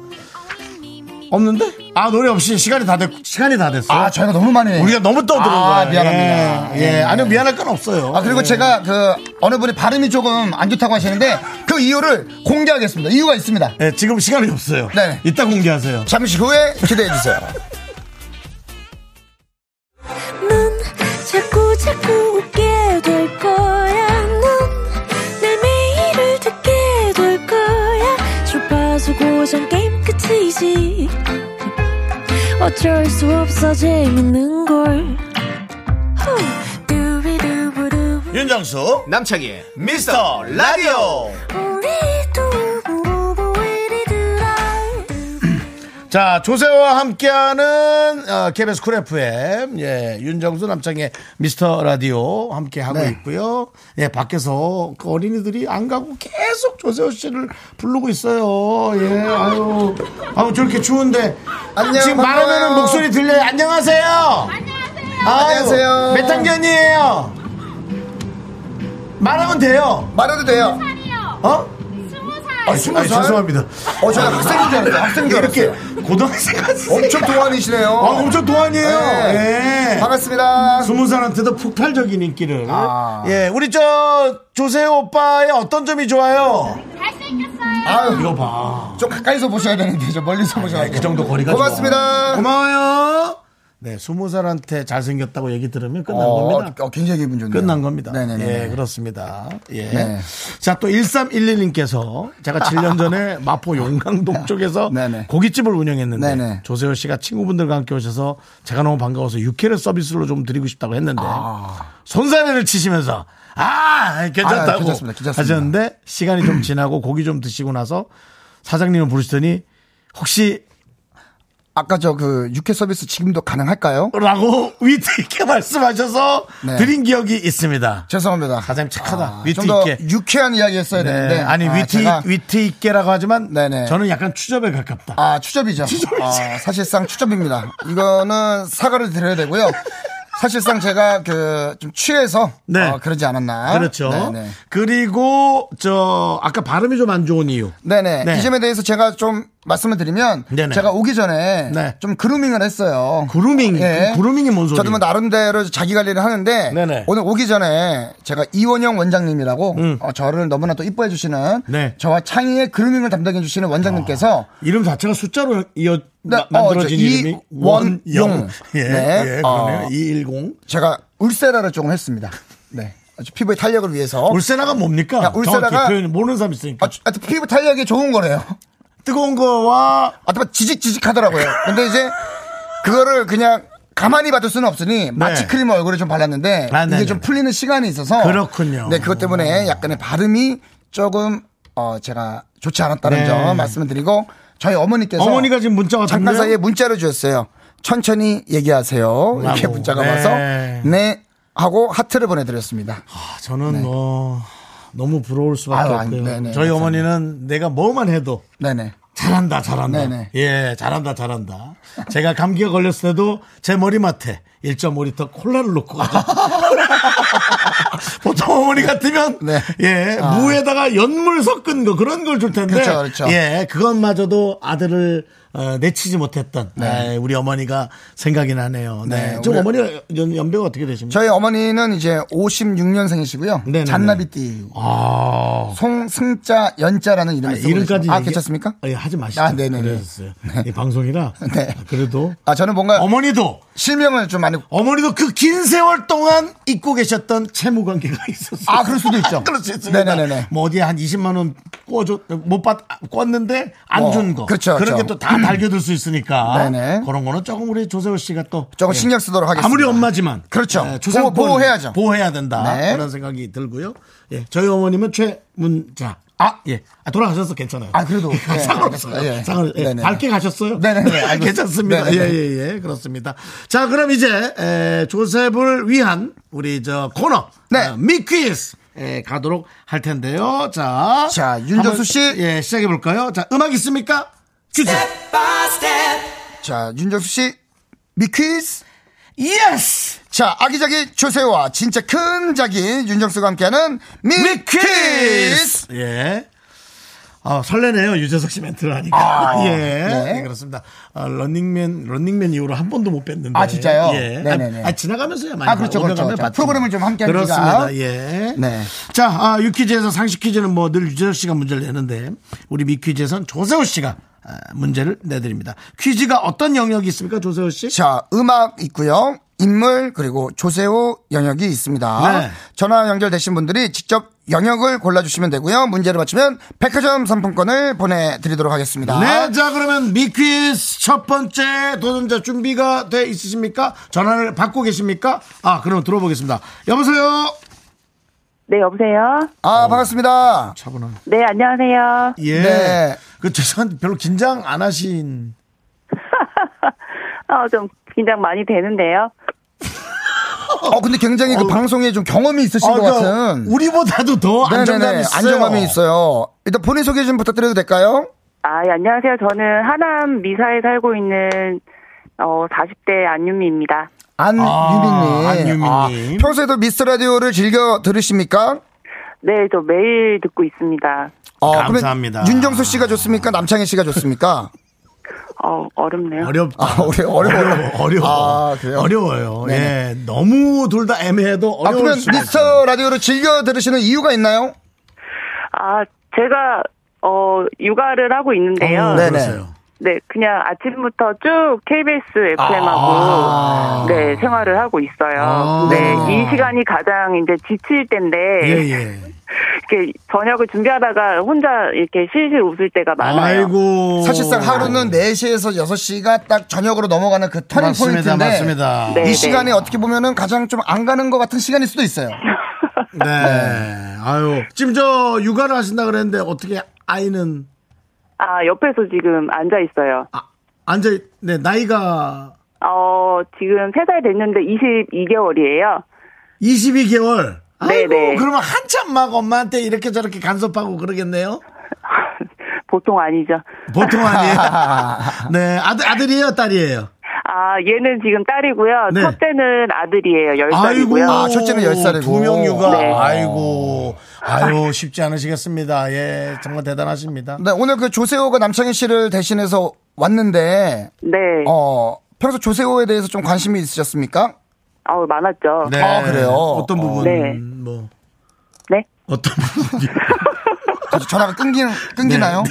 A: 없는데? 아, 노래 없이 시간이 다 됐, 시간이 다 됐어요.
B: 아, 저희가 너무 많이
A: 우리가 너무 떠드는
B: 아,
A: 거예요.
B: 미안합니다.
A: 예, 예. 아니 미안할 건 없어요.
B: 아, 그리고
A: 예.
B: 제가 그 어느 분이 발음이 조금 안 좋다고 하시는데 그 이유를 공개하겠습니다. 이유가 있습니다.
A: 예, 지금 시간이 없어요.
B: 네.
A: 이따 공개하세요.
B: 잠시 후에 기대해 주세요.
D: 넌 자꾸 자꾸 웃게 될 거야. 넌내 매일을 듣게 될 거야. 주파수 고정 게임 끝이지. 어쩔 수 없어 재밌는 걸. 후. 두비두부두.
A: 윤정수 남창희 미스터 라디오.
D: 우리 두부부부 우리 두라.
A: 자 조세호와 함께하는 어, KBS 쿨 FM 예 윤정수 남창의 미스터 라디오 함께 하고 있고요. 예 밖에서 그 어린이들이 안 가고 계속 조세호 씨를 부르고 있어요. 예 아유 아유 저렇게 추운데
B: 안녕,
A: 지금 말하면
B: 반가워요.
A: 목소리 들려요. 안녕하세요. 안녕하세요.
B: 안녕하세요.
A: 몇 학년이에요? 말하면 돼요.
B: 말해도 돼요.
A: 어? 아, 스무 살.
B: 살?
A: 죄송합니다.
B: 어, 제가 학생인 줄 알았어요. 학생인 줄
A: 이렇게
B: 알았어요.
A: 고등학생 같은
B: 엄청 동안이시네요.
A: 아, 엄청 동안이에요.
B: 어, 네.
A: 예.
B: 반갑습니다.
A: 스무 살한테도 폭발적인 인기를.
B: 아.
A: 예, 우리 저 조세호 오빠의 어떤 점이 좋아요? 음.
B: 아유,
A: 이거 봐.
B: 좀 가까이서 보셔야 되는데 저 멀리서 보셔야
A: 그 정도 거리가
B: 고맙습니다.
A: 좋아. 고마워요. 네, 스무 살한테 잘생겼다고 얘기 들으면 끝난 겁니다.
B: 어, 굉장히 기분 좋네요.
A: 끝난 겁니다.
B: 네네네.
A: 예, 그렇습니다. 예.
B: 네.
A: 자, 또 1311님께서 제가 7년 전에 마포 용강동 쪽에서
B: 네네.
A: 고깃집을 운영했는데
B: 네네.
A: 조세호 씨가 친구분들과 함께 오셔서 제가 너무 반가워서 육회를 서비스로 좀 드리고 싶다고 했는데 손사래를 치시면서 아, 괜찮다고
B: 아, 괜찮습니다. 괜찮습니다.
A: 하셨는데 시간이 좀 지나고 고기 좀 드시고 나서 사장님을 부르시더니 혹시
B: 아까 저 그 육회 서비스 지금도 가능할까요?
A: 라고 위트 있게 말씀하셔서
B: 네.
A: 드린 기억이 있습니다.
B: 죄송합니다.
A: 사장님 착하다.
B: 아,
A: 위트
B: 좀더
A: 있게.
B: 유쾌한 이야기 했어야
A: 네,
B: 되는데.
A: 아니
B: 아,
A: 위트
B: 제가-
A: 위트 있게라고 하지만
B: 네네.
A: 저는 약간 추접에 가깝다.
B: 아, 추접이죠. 아, 사실상 추접입니다. 이거는 사과를 드려야 되고요. 사실상 제가 그 좀 취해서
A: 네.
B: 어, 그러지 않았나.
A: 그렇죠.
B: 네네.
A: 그리고 저 아까 발음이 좀 안 좋은 이유.
B: 네네.
A: 네.
B: 이 점에 대해서 제가 좀 말씀을 드리면
A: 네네.
B: 제가 오기 전에
A: 네.
B: 좀 그루밍을 했어요.
A: 그루밍?
B: 예.
A: 그 그루밍이 뭔 소리예요?
B: 저도 뭐 나름대로 자기 관리를 하는데
A: 네네.
B: 오늘 오기 전에 제가 이원영 원장님이라고
A: 음.
B: 어, 저를 너무나 또 이뻐해 주시는
A: 네. 아.
B: 저와 창의의 그루밍을 담당해 주시는 원장님께서
A: 이름 자체가 숫자로 이어
B: 네,
A: 마- 만들어진
B: 어, 저
A: 이름이
B: 이원용.
A: 예,
B: 네.
A: 예,
B: 어.
A: 그러네요. 210.
B: 제가 울세라를 조금 했습니다. 네. 아주 피부의 탄력을 위해서.
A: 울세라가 뭡니까?
B: 어. 야, 울세라가-
A: 정확히 표현 모르는 사람 있으니까
B: 아, 주- 하여튼 피부 탄력이 좋은 거래요.
A: 뜨거운 거와
B: 아무 지직지직 하더라고요. 근데 이제 그거를 그냥 가만히 봐둘 수는 없으니 마취 크림 얼굴에 좀 발랐는데
A: 네. 아,
B: 이게
A: 네네.
B: 좀 풀리는 시간이 있어서
A: 그렇군요.
B: 네, 그것 때문에 약간의 발음이 조금 어 제가 좋지 않았다는
A: 네.
B: 점 말씀을 드리고 저희 어머니께서
A: 어머니가 지금 문자가
B: 잠깐
A: 왔네요?
B: 사이에 문자를 주셨어요. 천천히 얘기하세요. 이렇게
A: 라고.
B: 문자가
A: 네.
B: 와서 네 하고 하트를 보내드렸습니다.
A: 아, 저는 뭐 너무 부러울 수밖에
B: 네. 아유, 아니,
A: 없고요.
B: 네네,
A: 저희
B: 감사합니다.
A: 어머니는 내가 뭐만 해도
B: 네네.
A: 잘한다, 잘한다.
B: 네네.
A: 예, 잘한다, 잘한다. 제가 감기에 걸렸을 때도 제 머리맡에 1.5리터 콜라를 놓고 가요. 보통 어머니 같으면
B: 네.
A: 예 무에다가 연물 섞은 거 그런 걸 줄 텐데
B: 그렇죠, 그렇죠.
A: 예 그것마저도 아들을 어, 내치지 못했던 예, 우리 어머니가 생각이 나네요. 네,
B: 네,
A: 저
B: 우리-
A: 어머니 연, 연배가 어떻게 되십니까?
B: 저희 어머니는 이제 56년생이시고요.
A: 네네네. 아.
B: 잔나비띠. 송승자 연자라는 이름을 쓰고
A: 이름까지
B: 계십니다. 아,
A: 얘기-
B: 괜찮습니까?
A: 예, 하지 마시죠.
B: 아, 네네네.
A: 그랬어요. 이 방송이라
B: 네.
A: 그래도
B: 아, 저는 뭔가
A: 어머니도
B: 실명을 좀 많이
A: 어머니도 그 긴 세월 동안 잊고 계셨던 채무 관계가 있었어요.
B: 아, 그럴 수도 있죠.
A: 그럴 수 있습니다.
B: 네네네네.
A: 뭐 어디에 한 20만 원 꿔줬 못받 꿨는데 안
B: 어,
A: 준 거.
B: 그렇죠,
A: 그런
B: 그렇죠. 음.
A: 게 또 다 달겨들 수 있으니까.
B: 네네.
A: 그런 거는 조금 우리 조세호 씨가 또
B: 조금
A: 예.
B: 신경 쓰도록 하겠습니다.
A: 아무리 엄마지만
B: 그렇죠.
A: 예,
B: 보호- 보호해야죠.
A: 보호해야 된다.
B: 네.
A: 그런 생각이 들고요. 예, 저희 어머님은 최문자.
B: 아.
A: 예. 아, 돌아가셔서 괜찮아요.
B: 아, 그래도. 네.
A: 상관없어요.
B: 예.
A: 상관- 예.
B: 네네.
A: 밝게 가셨어요.
B: 네네네. 알겠습니다.
A: 괜찮습니다.
B: 네네네.
A: 예, 예. 예, 예, 그렇습니다. 자, 그럼 이제 에, 조셉을 위한 우리 저 코너
B: 네.
A: 어, 미퀴즈 에, 가도록 할 텐데요. 자,
B: 자, 윤정수
A: 한번,
B: 씨.
A: 예, 시작해 볼까요? 자, 음악 있습니까? 퀴즈.
B: 자, 윤정수 씨, 미퀴즈.
A: 예스.
B: 자, 아기자기 조세호와 진짜 큰 자기 윤정수가 함께하는 미퀴즈.
A: 미퀴즈. 예. 아, 설레네요. 유재석 씨 멘트를 하니까.
B: 아,
A: 예.
B: 네.
A: 예, 그렇습니다. 아, 런닝맨, 런닝맨 이후로 한 번도 못 뵀는데.
B: 아, 진짜요?
A: 예.
B: 네네네.
A: 아, 아, 지나가면서야 많이
B: 아, 그렇죠,
A: 오며
B: 그렇죠.
A: 가며
B: 자,
A: 봤죠.
B: 프로그램을 좀 함께 하기가.
A: 그렇습니다. 예.
B: 네.
A: 자, 아, 유퀴즈에서 상식 퀴즈는 뭐 늘 유재석 씨가 문제를 내는데 우리 미퀴즈에선 조세호 씨가 아, 문제를 내드립니다. 퀴즈가 어떤 영역이 있습니까, 조세호 씨?
B: 자, 음악 있고요. 인물 그리고 조세호 영역이 있습니다.
A: 네.
B: 전화 연결되신 분들이 직접 영역을 골라주시면 되고요. 문제를 맞추면 백화점 상품권을 보내드리도록 하겠습니다.
A: 네, 자 그러면 미퀴즈 첫 번째 도전자 준비가 돼 있으십니까? 전화를 받고 계십니까? 아, 그럼 들어보겠습니다. 여보세요.
E: 네, 여보세요?
B: 아 반갑습니다.
A: 차분한.
E: 네, 안녕하세요.
A: 예.
B: 네.
A: 그 죄송한데 별로 긴장 안 하신.
E: 어, 좀 긴장 많이 되는데요.
B: 어 근데 굉장히 그 방송에 좀 경험이 있으신 것
A: 그
B: 같은.
A: 우리보다도 더 안정감이
B: 아, 그러니까 네네네.
A: 있어요.
B: 안정감이 있어요. 일단 본인 소개 좀 부탁드려도 될까요?
E: 아, 예, 안녕하세요. 저는 하남 미사에 살고 있는 어, 40대 안유미입니다.
B: 아, 안유민님.
A: 아, 안유민님.
B: 평소에도 미스 라디오를 즐겨 들으십니까?
E: 네, 저 매일 듣고 있습니다.
B: 어, 그러면
A: 감사합니다.
B: 윤정수 씨가 좋습니까? 남창희 씨가 좋습니까?
E: 어, 어렵네요.
A: 어렵다.
B: 아, 어려- 어려워요.
A: 어려워.
B: 아, 그래요?
A: 어려워요.
B: 네네.
A: 예. 너무 둘 다 애매해도
B: 아,
A: 어려울
B: 그러면
A: 수 있어요.
B: 미스터 라디오를 즐겨 들으시는 이유가 있나요?
E: 아, 제가 어, 육아를 하고 있는데요.
A: 어,
B: 네.
A: 그러세요.
E: 네, 그냥 아침부터 쭉 KBS FM하고 네, 생활을 하고 있어요.
A: 아.
E: 네, 이 시간이 가장 이제 지칠 때인데
A: 예, 예.
E: 이렇게 저녁을 준비하다가 혼자 이렇게 실실 웃을 때가 많아요.
A: 아이고.
B: 사실상 하루는 4시에서 6시가 딱 저녁으로 넘어가는 그 터닝
A: 맞습니다,
B: 포인트인데
A: 맞습니다.
E: 네,
B: 이
E: 네.
B: 시간이 어떻게 보면은 가장 좀 안 가는 것 같은 시간일 수도 있어요.
A: 네. 아유. 지금 저 육아를 하신다 그랬는데 어떻게 아이는
E: 아, 옆에서 지금 앉아 있어요.
A: 아, 앉아 네, 나이가
E: 어, 지금 3살 됐는데 22개월이에요.
A: 22개월. 아이고,
E: 네네.
A: 그러면 한참 막 엄마한테 이렇게 저렇게 간섭하고 그러겠네요.
E: 보통 아니죠.
A: 아. 보통 아니에요. 네, 아들 아들이에요, 딸이에요.
E: 아, 얘는 지금 딸이고요.
A: 네.
E: 첫째는 아들이에요. 열살이고요
B: 아, 첫째는 열 살이고.
A: 두명 육아.
E: 네.
A: 아이고. 아유, 쉽지 않으시겠습니다. 예, 정말 대단하십니다.
B: 네, 오늘 그 조세호가 남창희 씨를 대신해서 왔는데,
E: 네.
B: 어, 평소 조세호에 대해서 좀 관심이 있으셨습니까?
E: 아우, 많았죠. 네.
B: 아, 그래요?
A: 어떤 부분,
E: 네.
A: 뭐,
E: 네.
A: 어떤 부분이.
B: 갑자기 전화가 끊긴, 끊기나요? 네.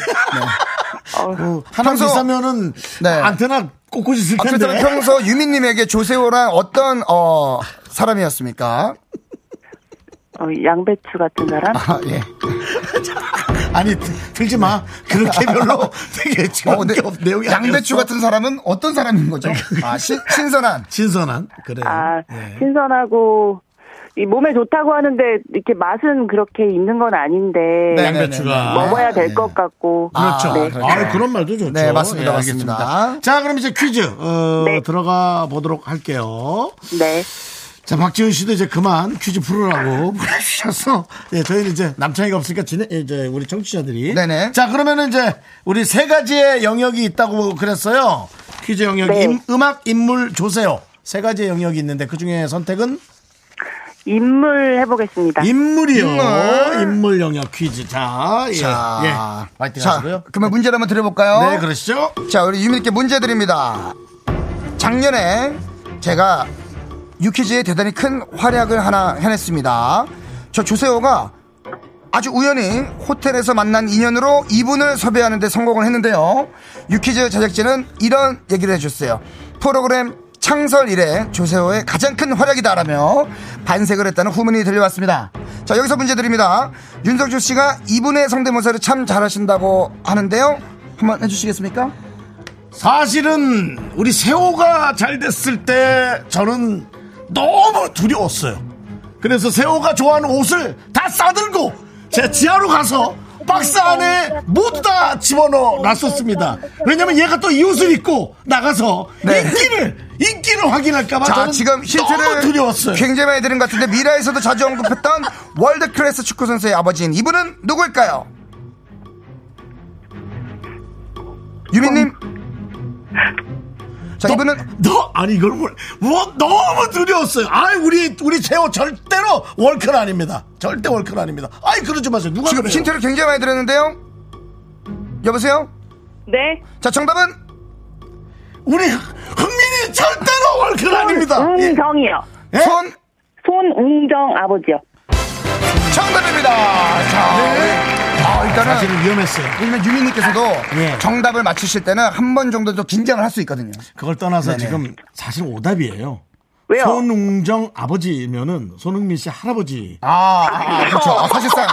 A: 하나
B: 평소-
A: 비싸면은
B: 네.
A: 안테나 꽂고 있을
B: 아,
A: 텐데.
B: 그렇다면 평소 유민님에게 조세호란 어떤, 어, 사람이었습니까?
E: 어, 양배추 같은 사람?
B: 아, 예.
A: 아니 들- 들지 마. 그렇게 별로 되게 지금
B: 어, 근데
A: 내용이 아니었어.
B: 양배추 같은 사람은 어떤 사람인 거죠? 아, 신, 신선한.
A: 신선한 그래요.
E: 아,
A: 네.
E: 신선하고, 이 몸에 좋다고 하는데, 이렇게 맛은 그렇게 있는 건 아닌데,
B: 네,
A: 양배추가.
E: 먹어야 될
B: 네.
E: 것 같고.
A: 그렇죠. 아,
E: 네.
A: 그런 말도 좋죠. 예,
B: 네, 맞습니다,
A: 알겠습니다.
B: 맞습니다.
A: 자, 그럼 이제 퀴즈 어,
E: 네.
A: 들어가 보도록 할게요.
E: 네.
A: 자, 박지훈 씨도 이제 그만 퀴즈 풀으라고 보내주셔서 예, 저희는 이제 남창이가 없으니까 진행, 예, 이제 우리 청취자들이
B: 네네.
A: 자, 그러면은 이제 우리 세 가지의 영역이 있다고 그랬어요. 퀴즈 영역
E: 네.
A: 임- 음악 인물 조세요. 세 가지의 영역이 있는데 그 중에 선택은
E: 인물 해보겠습니다.
A: 인물이요. 인물,
B: 인물.
A: 영역 퀴즈. 자, 예.
B: 자,
A: 예. 화이팅
B: 자,
A: 하시고요.
B: 그러면 문제를 한번 드려볼까요?
A: 네, 그러시죠.
B: 자, 우리 유민님께 문제 드립니다. 작년에 제가 유퀴즈에 대단히 큰 활약을 하나 해냈습니다. 저 조세호가 아주 우연히 호텔에서 만난 인연으로 이분을 섭외하는데 성공을 했는데요. 유퀴즈 제작진은 이런 얘기를 해줬어요. 프로그램 창설 이래 조세호의 가장 큰 활약이다라며 반색을 했다는 후문이 들려왔습니다. 자 여기서 문제 드립니다. 윤석주 씨가 이분의 성대모사를 참 잘하신다고 하는데요. 한번 해주시겠습니까?
A: 사실은 우리 세호가 잘 됐을 때 저는 너무 두려웠어요. 그래서 세호가 좋아하는 옷을 다 싸들고 제 지하로 가서 박스 안에 모두 다 집어넣어 놨었습니다. 왜냐면 얘가 또 이 옷을 입고 나가서
B: 네.
A: 인기를 인기를 확인할까봐
B: 자
A: 저는
B: 지금
A: 너무
B: 힌트를
A: 두려웠어요.
B: 굉장히 많이 드린 것 같은데 미라에서도 자주 언급했던 월드 클래스 축구 선수의 아버지인 이분은 누구일까요? 유민님. 자 이분은
A: 너 아니 이걸 뭘- 뭐 너무 두려웠어요. 아이 우리 우리 세호 절대로 월클 아닙니다. 절대 월클 아닙니다. 아이 그러지 마세요. 누가
B: 지금
A: 그래요?
B: 힌트를 굉장히 많이 드렸는데요. 여보세요.
E: 네.
B: 자 정답은
A: 우리 흥민이 절대로 월클 아닙니다. 예.
E: 손웅정이요.
A: 예?
B: 손
E: 손웅정 아버지요.
B: 정답입니다. 자 우리- 아, 일단은
E: 네.
A: 사실은 위험했어요.
B: 왜냐면 유민님께서도
A: 예.
B: 정답을 맞추실 때는 한 번 정도 더 긴장을 할 수 있거든요.
A: 그걸 떠나서
B: 네네.
A: 지금 사실 오답이에요.
E: 왜요?
A: 손웅정 아버지면은 손흥민 씨 할아버지.
B: 아, 아, 아, 그렇죠. 아, 사실상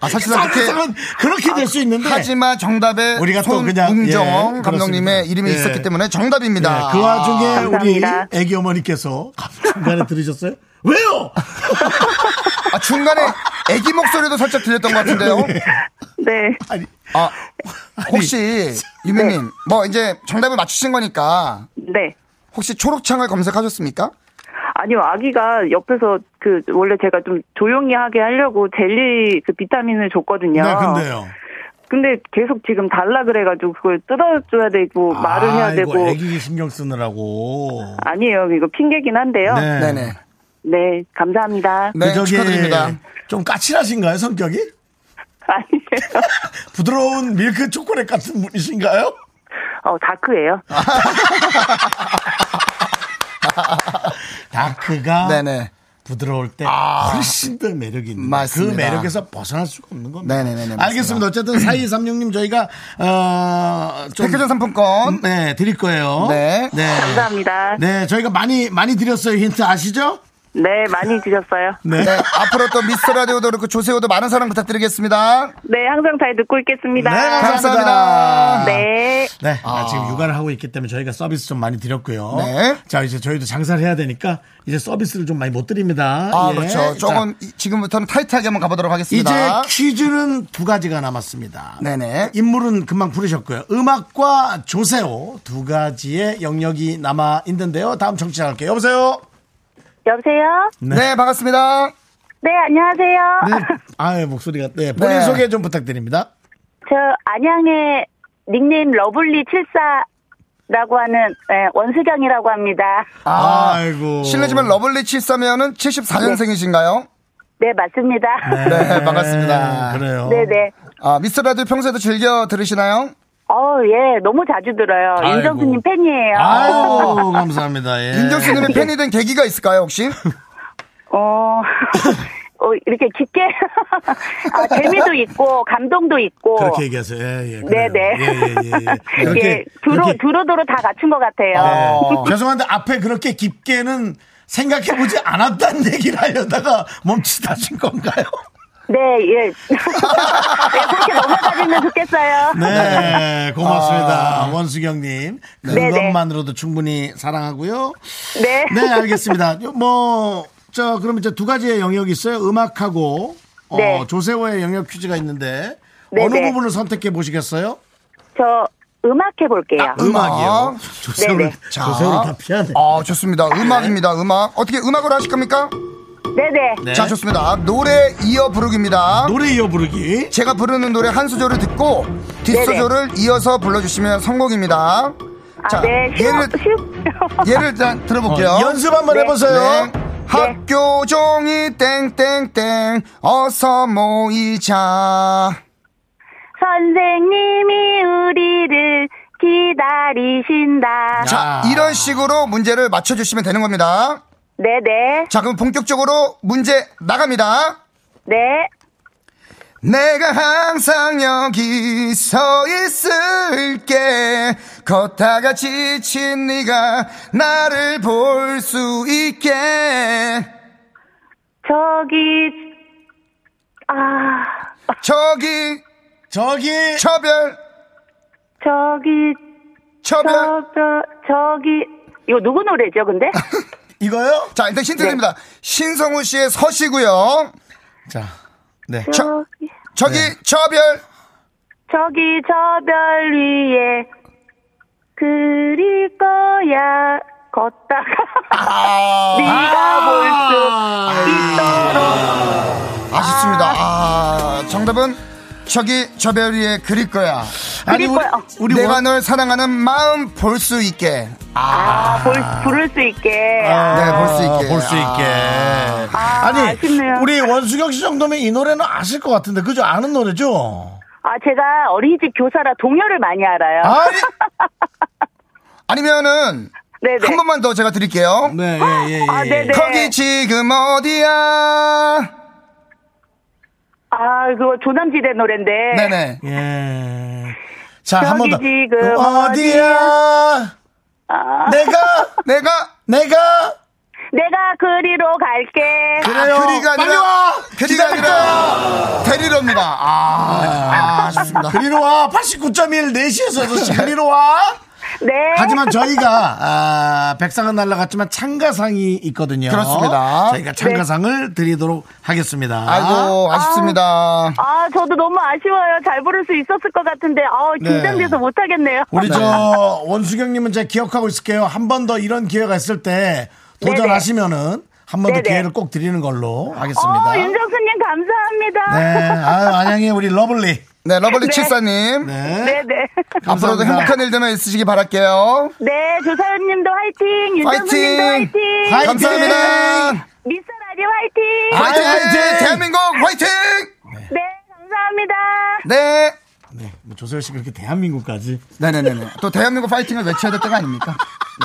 B: 아, 사실상 그렇게 아,
A: 사실상은 그렇게 될 수 있는데
B: 하지만 정답에
A: 네. 우리가 또 그냥,
B: 손웅정
A: 예, 그렇습니다.
B: 감독님의 이름이
A: 예.
B: 있었기 때문에
A: 예,
B: 정답입니다.
A: 그 와중에 우리
E: 아, 감사합니다.
A: 애기 어머니께서 중간에 들으셨어요? 왜요?
B: 아, 중간에 아기 목소리도 살짝 들렸던 것 같은데요.
E: 네.
A: 아니,
B: 아, 혹시 유민님 뭐 이제 정답을 맞추신 거니까
E: 네.
B: 혹시 초록창을 검색하셨습니까?
E: 아니요, 아기가 옆에서 그 원래 제가 좀 조용히 하게 하려고 젤리 그 비타민을 줬거든요.
A: 네, 근데요.
E: 근데 계속 지금 달라 그래가지고 그걸 뜯어줘야 되고 말을 해야
A: 아이고,
E: 되고
A: 애기 신경 쓰느라고.
E: 아니에요, 이거 핑계긴 한데요.
A: 네.
E: 네,
B: 네네.
E: 감사합니다.
B: 네,
A: 그 저기
B: 축하드립니다.
A: 좀 까칠하신가요, 성격이?
E: 아니에요,
A: 부드러운 밀크 초콜릿 같은 분이신가요?
E: 어 다크예요.
A: 아. 다크가
B: 네네. 아.
A: 부드러울 때 훨씬 더 매력이 있는
B: 맞습니다.
A: 그 매력에서 벗어날 수가 없는 겁니다.
B: 네네네네, 맞습니다.
A: 알겠습니다. 어쨌든 4236님 저희가 어, 좀
B: 백화점 상품권.
A: 네, 드릴 거예요.
B: 네.
A: 네.
E: 감사합니다. 네,
A: 네, 저희가 많이 많이 드렸어요. 힌트 아시죠?
E: 많이 주셨어요.
A: 네.
B: 네, 앞으로 또 미스터 라디오도 그렇고 조세호도 많은 사랑 부탁드리겠습니다.
E: 네, 항상 잘 듣고 있겠습니다.
A: 네, 감사합니다.
B: 감사합니다.
E: 네.
A: 네, 아, 지금 육아를 하고 있기 때문에 저희가 서비스 좀 많이 드렸고요.
B: 네.
A: 자, 이제 저희도 장사를 해야 되니까 이제 서비스를 좀 많이 못 드립니다.
B: 아,
A: 예.
B: 그렇죠. 조금 이- 지금부터는 타이트하게 한번 가보도록
A: 이제
B: 하겠습니다.
A: 퀴즈는 두 가지가 남았습니다.
B: 네네.
A: 인물은 금방 부르셨고요. 음악과 조세호 두 가지의 영역이 남아 있는데요. 다음 청취자 할게요. 여보세요.
E: 여보세요?
B: 네. 반갑습니다.
E: 네, 안녕하세요.
A: 네. 아유 목소리가 네 본인
B: 네.
A: 소개 좀 부탁드립니다.
E: 저 안양의 닉네임 러블리 74 라고 하는 예, 원수경이라고 합니다.
B: 아,
A: 아이고.
B: 실례지만 러블리 73면은 74년생이신가요?
E: 네, 맞습니다.
B: 네, 반갑습니다.
A: 그래요.
E: 네, 네.
B: 아, 미스터 라디오 평소에도 즐겨 들으시나요?
E: 어, 예, 너무 자주 들어요.
A: 아이고.
E: 윤정수님 팬이에요.
A: 아유, 감사합니다. 예. 네.
B: 윤정수님의 팬이 된 계기가 있을까요, 혹시?
E: 어, 어, 이렇게 깊게. 아, 재미도 있고, 감동도 있고.
A: 그렇게 얘기하세요. 예, 예.
E: 네,
A: 그래요.
E: 네.
A: 예, 예, 예. 예. 그렇게,
E: 예, 두루,
A: 그렇게-
E: 두루두루 다 갖춘 것 같아요.
B: 어.
A: 네. 죄송한데 앞에 그렇게 깊게는 생각해보지 않았다는 얘기를 하려다가 멈칫하신 건가요?
E: 네, 예. 예, 그렇게 넘어가주면 좋겠어요.
A: 네, 고맙습니다. 원수경님.
E: 네.
A: 그것만으로도 충분히 사랑하고요.
E: 네.
A: 네, 알겠습니다. 뭐, 저, 그럼 이제 두 가지의 영역이 있어요. 음악하고, 어,
E: 네.
A: 조세호의 영역 퀴즈가 있는데,
E: 네,
A: 어느
E: 네.
A: 부분을 선택해 보시겠어요?
E: 저 음악 해볼게요.
A: 아, 음악이요.
E: 네,
A: 조세호를, 어.
E: 네.
B: 자.
A: 조세호를 다 피하네.
B: 아, 좋습니다. 음악입니다, 음악. 어떻게 음악으로 하실 겁니까?
E: 네네.
A: 네.
B: 자, 좋습니다. 노래 이어 부르기입니다.
A: 노래 이어 부르기.
B: 제가 부르는 노래 한 소절을 듣고 뒷소절을 이어서 불러주시면 성공입니다.
E: 아, 네. 쉬
B: 예를,
E: 쉬
B: 예를 일단 들어볼게요.
A: 어, 연습 한번
E: 네.
A: 해보세요.
B: 네. 학교 종이 땡땡땡 어서 모이자.
E: 선생님이 우리를 기다리신다.
B: 자,
A: 야.
B: 이런 식으로 문제를 맞춰주시면 되는 겁니다.
E: 네네.
B: 자, 그럼 본격적으로 문제 나갑니다.
E: 네.
B: 내가 항상 여기 서 있을게 걷다가 지친 네가 나를 볼 수 있게
E: 저기 아
B: 저기
A: 저기,
B: 처별
E: 저기
B: 처별
E: 저저 저기 이거 누구 노래죠? 근데
A: 이거요?
B: 자 일단 힌트 드립니다 신성우 씨의 서시고요
A: 자, 네.
B: 저-
E: 저기
B: 저기 처별
E: 저기 저 별 위에 그릴 거야 걷다가
A: 아.
E: 네가 볼 수 있도록
B: 아쉽습니다 아 정답은 저기 처별 위에 그릴 거야
A: 아니, 우리,
E: 거예요.
A: 우리
B: 내가
A: 원-
B: 널 사랑하는 마음 볼 수 있게
E: 아, 볼, 부를 수 있게
B: 네, 볼 수 있게. 아,
A: 볼수 있게.
E: 아,
A: 아, 니
E: 아쉽네요.
A: 우리 원수경 씨 정도면 이 노래는 아실 것 같은데, 그죠? 아는 노래죠?
E: 아 제가 어린이집 교사라 동요를 많이 알아요
A: 아니,
B: 아니면은
E: 네네
B: 한 번만 더 제가 드릴게요.
A: 네, 예, 예, 예.
E: 아, 네, 네.
B: 거기 지금 어디야?
E: 아 그거 조남지대 노랜데
B: 네네.
A: 예. 자, 한 번 더. 그
E: 저기 그 지금 아.
A: 어디야? 내가,
B: 내가
A: 내가,
E: 내가 그리로 갈게
A: 그래요.
B: 그리가
A: 빨리
B: 아니라-
A: 와!
B: 그리가 아니라 데리러입니다. 아, 아, 쉽습니다
A: 그리로 와! 89.1, 4시에서 6시 그리로 와!
E: 네
A: 하지만 저희가 아, 백상은 날라갔지만 참가상이 있거든요.
B: 그렇습니다. 네.
A: 저희가 참가상을 드리도록 하겠습니다.
B: 아이고 아쉽습니다.
E: 아, 저도 너무 아쉬워요. 잘 부를 수 있었을 것 같은데, 아, 긴장돼서 못하겠네요.
A: 네. 우리 저 원수경님은 제가 기억하고 있을게요. 한 번 더 이런 기회가 있을 때 도전하시면은 한 번 더
E: 네네.
A: 기회를 꼭 드리는 걸로 하겠습니다.
E: 어, 윤정수님 감사합니다.
A: 네, 아유, 안양의 우리 러블리.
B: 네, 러블리
E: 네.
B: 칠사님.
A: 네.
E: 네, 네.
B: 앞으로도
A: 감사합니다.
B: 행복한 일들만 있으시기 바랄게요.
E: 네, 조사연님도 화이팅! 윤정수님도
B: 화이팅!
E: 화이팅!
A: 화이팅!
B: 감사합니다. 아.
E: 미스터 라디오 화이팅!
B: 화이팅!
A: 화이팅!
B: 대한민국 화이팅!
E: 네, 감사합니다.
B: 네.
A: 네, 뭐 조세호 씨 그렇게 대한민국까지.
B: 네네네네. 또 대한민국 파이팅을 외쳐야 될 때가 아닙니까?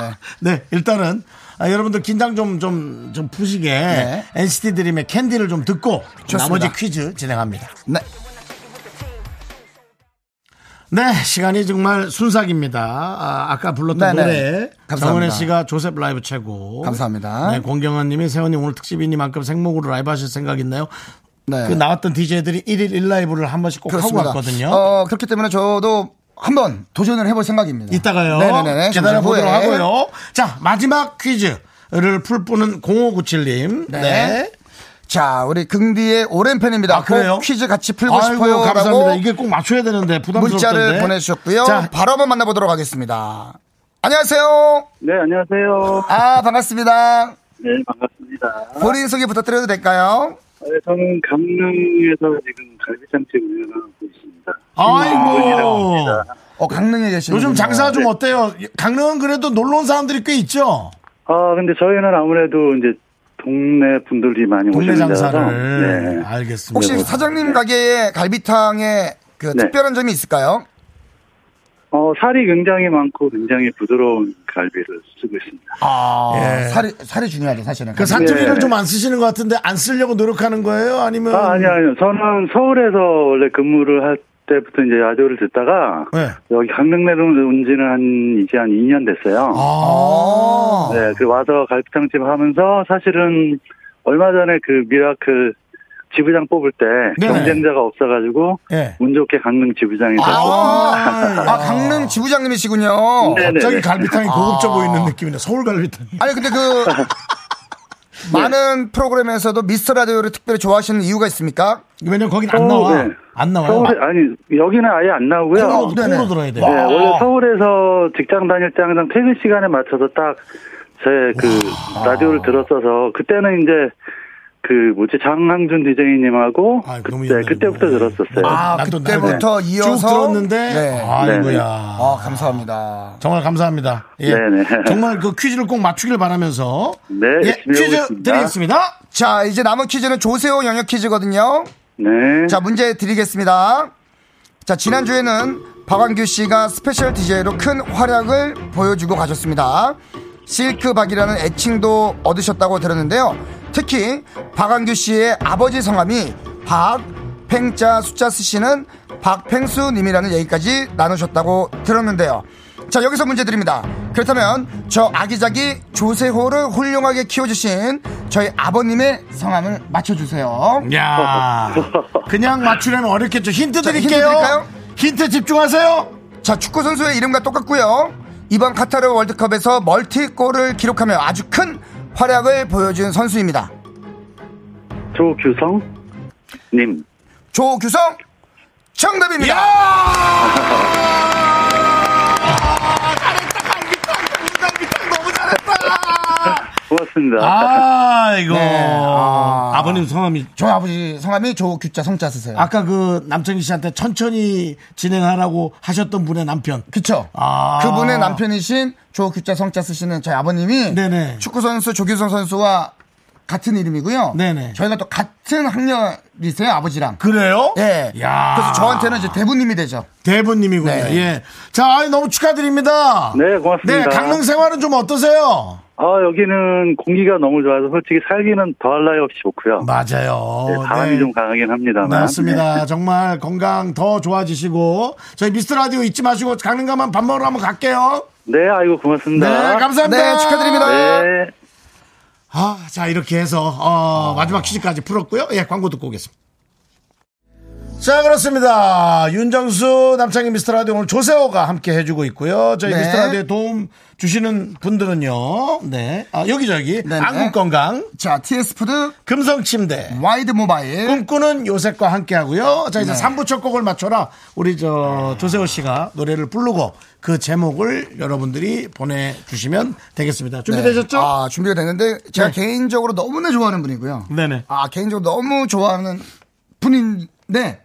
B: 네.
A: 네, 일단은 아, 여러분들 긴장 좀 좀 좀 푸시게
B: 네.
A: NCT 드림의 캔디를 좀 듣고
B: 좋습니다.
A: 나머지 퀴즈 진행합니다.
B: 네.
A: 네, 시간이 정말 순삭입니다. 아, 까 불렀던
B: 네네.
A: 노래.
B: 감사합니다.
A: 정은혜 씨가 조셉 라이브 최고.
B: 감사합니다.
A: 네, 공경환 님이 세원님 오늘 특집이니만큼 생목으로 라이브 하실 생각 있나요?
B: 네.
A: 그 나왔던 DJ들이 1일 1라이브를 한 번씩 꼭 하고 왔거든요.
B: 어, 그렇기 때문에 저도 한번 도전을 해볼 생각입니다.
A: 이따가요.
B: 네네네. 잠시
A: 기다려보도록
B: 후에.
A: 하고요. 자, 마지막 퀴즈를 풀 분은 0597님.
B: 네. 자, 우리 긍디의 오랜 팬입니다.
A: 아, 그래요?
B: 꼭 퀴즈 같이 풀고
A: 아이고,
B: 싶어요.
A: 감사합니다.
B: 라고
A: 이게 꼭 맞춰야 되는데 부담스럽던데.
B: 문자를 보내주셨고요.
A: 자,
B: 바로 한번 만나보도록 하겠습니다. 안녕하세요.
F: 네, 안녕하세요.
B: 아, 반갑습니다.
F: 네, 반갑습니다.
B: 본인 소개 부탁드려도 될까요?
F: 네, 저는 강릉에서 지금 갈비장치 운영하고 있습니다. 네.
A: 아이고.
B: 어, 강릉에 계시는.
A: 요즘
B: 분이요.
A: 장사 좀 어때요? 강릉은 그래도 놀러 온 사람들이 꽤 있죠?
F: 아, 근데 저희는 아무래도 이제 동네 분들이 많이
A: 동네
F: 오시는 데라서.
A: 장사를.
F: 네.
A: 알겠습니다.
B: 혹시 사장님 가게에 갈비탕에 그
F: 네.
B: 특별한 점이 있을까요?
F: 어, 살이 굉장히 많고 굉장히 부드러운 갈비를 쓰고 있습니다.
B: 아,
A: 예.
B: 살이, 살이 중요하죠, 사실은.
A: 그 사투리를
F: 예.
A: 좀 안 쓰시는 것 같은데 안 쓰려고 노력하는 거예요? 아니면
F: 아, 아니, 아니요. 저는 서울에서 원래 근무를 할 때부터 이제 라디오를 듣다가
A: 네.
F: 여기 강릉 내로 온 지는 한, 이제 한 2년 됐어요.
A: 아.
F: 네, 그 와서 갈비탕집 하면서 사실은 얼마 전에 그 미라클 지부장 뽑을 때
A: 네네.
F: 경쟁자가 없어가지고
A: 예.
F: 운 좋게 강릉 지부장이
B: 아,
F: 됐습니다.
B: 아, 강릉 지부장님이시군요.
F: 네. 네네.
A: 갑자기 갈비탕이 고급져
B: 아.
A: 보이는 느낌이네. 서울 갈비탕.
B: 아니, 근데 그, 많은 프로그램에서도 미스터 라디오를 특별히 좋아하시는 이유가 있습니까?
A: 왜냐면 거긴 안
F: 서울,
A: 나와.
F: 네.
A: 안 나와요.
F: 서울에 아니 여기는 아예 안 나오고요.
A: 콩으로,
B: 네네.
A: 콩으로 들어야 아. 돼.
F: 네, 원래 서울에서 직장 다닐 때 항상 퇴근 시간에 맞춰서 딱 제 그 라디오를 들었어서 그때는 이제 그 뭐지 장항준 디제이님하고
A: 아이, 너무
F: 그때
A: 옛날이네.
F: 그때부터 들었었어요.
B: 아,
A: 나도
B: 그때부터
A: 나도 네.
B: 이어서?
A: 쭉 들었는데
B: 네.
A: 아이고야.
B: 아, 감사합니다.
A: 정말 감사합니다. 예.
F: 네네.
A: 정말 그 퀴즈를 꼭 맞추길 바라면서
F: 네,
A: 예,
F: 열심히
A: 퀴즈
F: 해보겠습니다.
A: 드리겠습니다.
B: 자, 이제 남은 퀴즈는 조세호 영역 퀴즈거든요.
F: 네.
B: 자, 문제 드리겠습니다. 자, 지난주에는 박완규 씨가 스페셜 DJ로 큰 활약을 보여주고 가셨습니다. 실크박이라는 애칭도 얻으셨다고 들었는데요. 특히 박완규 씨의 아버지 성함이 박, 팽자, 숫자 쓰시는 박팽수님이라는 얘기까지 나누셨다고 들었는데요. 자, 여기서 문제 드립니다. 그렇다면 저 아기자기 조세호를 훌륭하게 키워주신 저희 아버님의 성함을 맞춰주세요.
A: 야 그냥 맞추려면 어렵겠죠. 힌트
B: 자, 힌트
A: 드릴게요.
B: 드릴까요?
A: 힌트 집중하세요.
B: 자, 축구 선수의 이름과 똑같고요. 이번 카타르 월드컵에서 멀티골을 기록하며 아주 큰 활약을 보여준 선수입니다.
F: 조규성 님.
B: 조규성 정답입니다.
F: 고맙습니다.
A: 아. 아이고.
B: 네, 아.
A: 아. 버님 성함이
B: 저희 아버지 성함이 조규자 성자 쓰세요.
A: 아까 그 남창희 씨한테 천천히 진행하라고 하셨던 분의 남편.
B: 그쵸?
A: 아.
B: 그분의 남편이신 조규자 성자 쓰시는 저희 아버님이
A: 네네.
B: 축구 선수 조규성 선수와 같은 이름이고요.
A: 네네.
B: 저희가 또 같은 학년이세요 아버지랑.
A: 그래요?
B: 예.
A: 야.
B: 그래서 저한테는 이제 대부님이 되죠.
A: 대부님이군요.
B: 네.
A: 예. 자, 아이, 너무 축하드립니다.
F: 네, 고맙습니다.
A: 네, 강릉 생활은 좀 어떠세요?
F: 아, 여기는 공기가 너무 좋아서 솔직히 살기는 더할 나위 없이 좋고요.
A: 맞아요.
F: 네, 바람이
A: 네.
F: 좀 강하긴 합니다만.
A: 맞습니다. 정말 건강 더 좋아지시고 저희 미스터 라디오 잊지 마시고 강릉 가면 밥 먹으러 한번 갈게요.
F: 네, 네, 아이고
A: 네,
F: 고맙습니다.
A: 감사합니다.
B: 네, 축하드립니다.
F: 네.
A: 아, 자 이렇게 해서 어, 마지막 퀴즈까지 풀었고요. 예, 광고 듣고 오겠습니다. 자 그렇습니다. 윤정수 남창희 미스터 라디오 오늘 조세호가 함께 해주고 있고요. 저희
B: 네.
A: 미스터 라디오에 도움 주시는 분들은요. 네, 아, 여기저기
B: 네네.
A: 안국 건강,
B: 자, TS 푸드
A: 금성 침대,
B: 와이드
A: 네.
B: 모바일
A: 꿈꾸는 요셉과 함께 하고요. 자, 이제 3부 첫 곡을 맞춰라. 우리 저 조세호 씨가 노래를 부르고 그 제목을 여러분들이 보내주시면 되겠습니다. 준비되셨죠?
B: 아, 준비가 됐는데 제가 개인적으로 너무나 좋아하는 분이고요.
A: 네네.
B: 아, 개인적으로 너무 좋아하는 분인데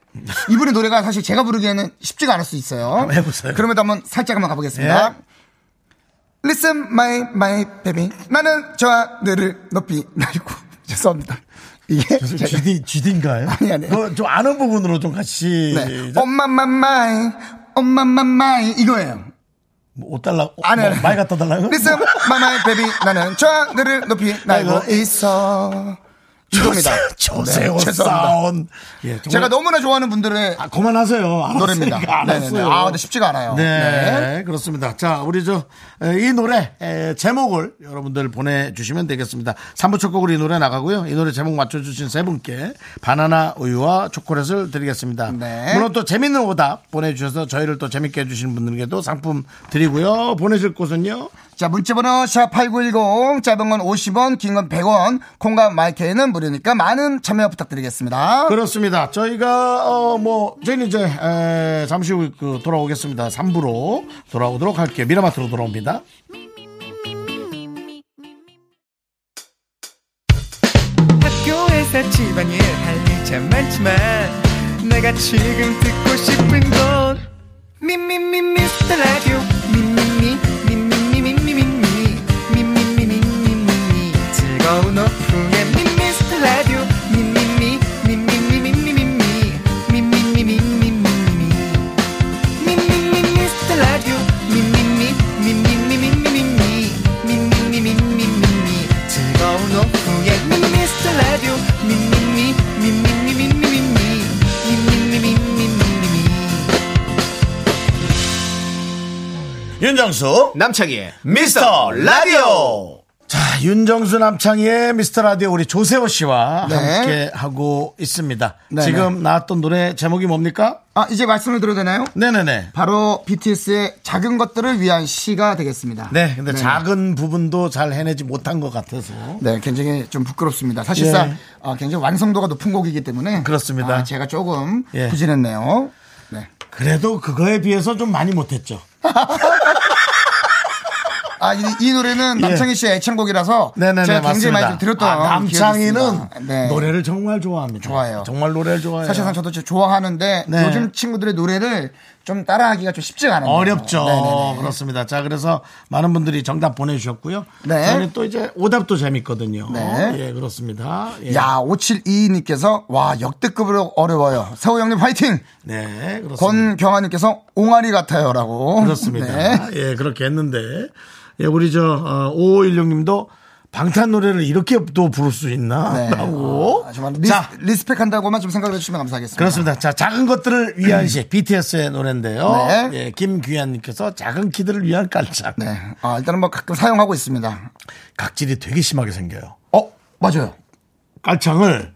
B: 이분의 노래가 사실 제가 부르기에는 쉽지가 않을 수 있어요.
A: 한번 해보세요.
B: 그럼에도 한번 살짝 한번 가보겠습니다. Listen, my, my baby. 나는 저 하늘을 높이 날고. 죄송합니다. 이게. 제가-
A: GD, GD인가요? 그,
B: 아니, 아니.
A: 좀 아는 부분으로 좀 같이.
B: 네. 엄마, 마, 마이. 엄마, 마, 마이. 이거예요.
A: 뭐, 옷 달라고.
B: 아니,
A: 뭐,
B: 아니.
A: 많이 갖다 뭐 달라고.
B: Listen, my, my baby. 나는 저 하늘을 높이 날고
A: 아이고.
B: 있어. 이겁니다.
A: 조세호
B: 네, 죄송합니다.
A: 사운. 예, 정말-
B: 제가 너무나 좋아하는 분들의
A: 아, 그만하세요. 알았으니까
B: 노래입니다.
A: 알았어요.
B: 네네네. 아, 근데 쉽지가 않아요.
A: 네, 그렇습니다. 자, 우리 저 이 노래 에, 제목을 여러분들 보내주시면 되겠습니다. 3부 첫 곡으로 이 노래 나가고요. 이 노래 제목 맞춰주신 세 분께 바나나 우유와 초콜릿을 드리겠습니다.
B: 네.
A: 물론 또 재밌는 오답 보내주셔서 저희를 또 재밌게 해주시는 분들에게도 상품 드리고요. 보내실 곳은요.
B: 자, 문자번호 샵8910, 짧은 건 50원, 긴 건 100원, 콩과 마이크에는 무료니까 많은 참여 부탁드리겠습니다.
A: 그렇습니다. 저희가 어 뭐 저희는 이제 에, 잠시 후에 그 돌아오겠습니다. 3부로 돌아오도록 할게요. 미라마트로 돌아옵니다.
G: 학교에서 집안일 할 일 참 많지만 내가 지금 듣고 싶은 건 미미미 미스터 라디오 미미미 미미미 미미미 미미미 미미미 즐거운 오후에 미스터 라디오 미미미 미미미 미미미 미미미 미미미
A: 윤정수
C: 남창희의
A: 미스터 라디오. 자, 윤정수 남창희의 미스터 라디오 우리 조세호 씨와
B: 네.
A: 함께 하고 있습니다.
B: 네,
A: 지금 나왔던 노래 제목이 뭡니까?
B: 아, 이제 말씀을 드려도 되나요?
A: 네네네.
B: 바로 BTS의 작은 것들을 위한 시가 되겠습니다.
A: 네, 근데 작은 부분도 잘 해내지 못한 것 같아서.
B: 네, 굉장히 좀 부끄럽습니다. 사실상
A: 예.
B: 아, 굉장히 완성도가 높은 곡이기 때문에
A: 그렇습니다.
B: 아, 제가 조금
A: 예.
B: 부진했네요. 네.
A: 그래도 그거에 비해서 좀 많이 못했죠.
B: 아, 이, 이 노래는 남창희 씨의 애창곡이라서
A: 예. 네네네.
B: 제가 굉장히
A: 맞습니다.
B: 많이 좀 들었던
A: 아, 남창희는
B: 기억이 있습니다. 네.
A: 노래를 정말 좋아합니다.
B: 좋아해요.
A: 정말 노래를 좋아해요.
B: 사실상 저도 진짜 좋아하는데
A: 네.
B: 요즘 친구들의 노래를 좀 따라하기가 좀 쉽지가 않아요.
A: 어렵죠.
B: 네네네.
A: 그렇습니다. 자, 그래서 많은 분들이 정답 보내주셨고요.
B: 네.
A: 저는 또 이제 오답도 재밌거든요.
B: 네.
A: 예, 그렇습니다. 예.
B: 야, 5722님께서 와 역대급으로 어려워요. 세호 형님 화이팅.
A: 네, 그렇습니다.
B: 권경아님께서 옹알이 같아요라고. 네.
A: 그렇습니다. 예, 그렇게 했는데. 예, 우리 저, 어, 5516님도 방탄 노래를 이렇게 또 부를 수 있나?
B: 네.
A: 라고.
B: 아, 정말 리스,
A: 자,
B: 리스펙한다고만 좀 생각해 주시면 감사하겠습니다.
A: 그렇습니다. 자, 작은 것들을 위한 시, BTS의 노래인데요.
B: 음. 네.
A: 예, 김귀한님께서 작은 키들을 위한 깔짝.
B: 네. 아, 일단은 뭐 가끔 사용하고 있습니다.
A: 각질이 되게 심하게 생겨요.
B: 어, 맞아요.
A: 깔창을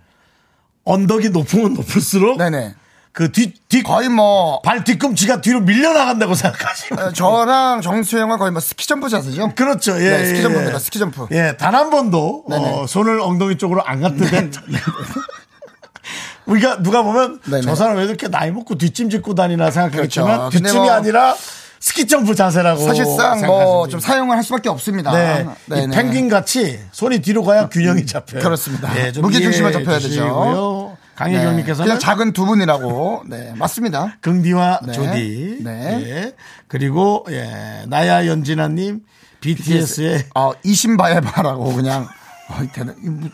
A: 언덕이 높으면 높을수록
B: 네네.
A: 그 뒤, 뒤,
B: 거의 뭐
A: 발 뒤꿈치가 뒤로 밀려나간다고
B: 어,
A: 생각하시면.
B: 저랑 정수 형은 거의 뭐 스키 점프 자세죠.
A: 그렇죠. 예.
B: 네, 스키
A: 예,
B: 점프입니다.
A: 예.
B: 스키 점프.
A: 예, 단 한 번도
B: 네네.
A: 어, 손을 엉덩이 쪽으로 안 갔는데. 우리가 누가 보면
B: 네네.
A: 저 사람 왜 이렇게 나이 먹고 뒷짐 짓고 다니나 생각했지만
B: 그렇죠. 근데
A: 뒷짐이
B: 뭐
A: 아니라 스키 점프 자세라고
B: 사실상 뭐
A: 생각하시면
B: 좀 사용을 할 수밖에 없습니다.
A: 네. 이
B: 네네.
A: 펭귄 같이 손이 뒤로 가야 균형이 잡혀요.
B: 그렇습니다.
A: 예, 좀
B: 무게 중심을
A: 이해해
B: 잡혀야 되죠. 네.
A: 주시고요. 강혜경님께서는
B: 그냥 작은 두 분이라고. 네, 맞습니다.
A: 긍디와
B: 네.
A: 조디.
B: 네.
A: 예. 그리고 예. 나야 연진아님 BTS의
B: 어, 이신바야바라고 그냥 어, 대단- 이 뭐-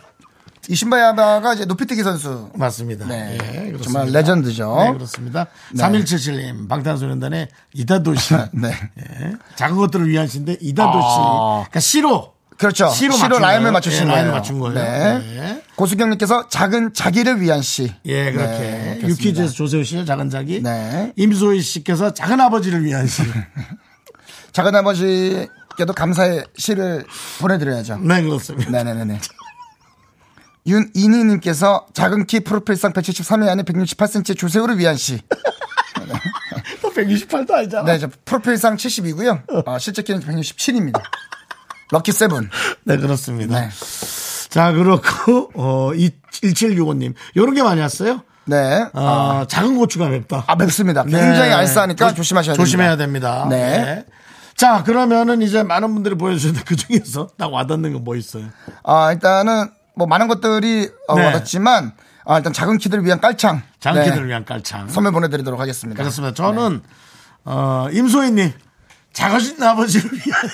B: 이신바야바가 이제 높이뛰기 선수.
A: 맞습니다.
B: 네.
A: 예, 그렇습니다.
B: 정말 레전드죠.
A: 네, 그렇습니다. 3177님, 방탄소년단의 이다도시.
B: 네.
A: 예. 작은 것들을 위한 시인데 이다도시.
B: 아.
A: 그러니까 시로.
B: 그렇죠.
A: 시로,
B: 시로
A: 맞춘
B: 라임을
A: 거예요.
B: 맞추신
A: 예,
B: 거예요.
A: 라임을 맞춘 거예요.
B: 네.
A: 네.
B: 고수경님께서 작은 자기를 위한 시.
A: 예, 그렇게.
B: 네,
A: 유퀴즈에서 조세호 씨의 작은 자기.
B: 네.
A: 임소희 씨께서 작은 아버지를 위한 시.
B: 작은 아버지께도 감사의 시를 보내드려야죠.
A: 네, 그렇습니다.
B: 네네네네. 윤이니님께서 작은 키 프로필상 173위 안에 168cm 조세호를 위한 시.
A: 또 168도 아니잖아.
B: 네, 저 프로필상 70이고요. 아, 실제 키는 167입니다. 럭키 세븐.
A: 네, 그렇습니다.
B: 네.
A: 자, 그렇고, 어, 1765님. 요런 게 많이 왔어요.
B: 네.
A: 아, 작은 고추가 맵다.
B: 아, 맵습니다. 굉장히
A: 네.
B: 알싸하니까
A: 조-
B: 조심하셔야 됩니다.
A: 조심해야 됩니다.
B: 네.
A: 자, 그러면은 이제 많은 분들이 보여주셨는데 그 중에서 딱 와닿는 건 뭐 있어요?
B: 아, 일단은 뭐 많은 것들이 어,
A: 네.
B: 얻었지만 아, 일단 작은 키들을 위한 깔창.
A: 장기들
B: 네.
A: 을 위한 깔창.
B: 선물 보내드리도록 하겠습니다.
A: 그렇습니다. 저는, 어, 임소희님. 작으신 아버지를 위한.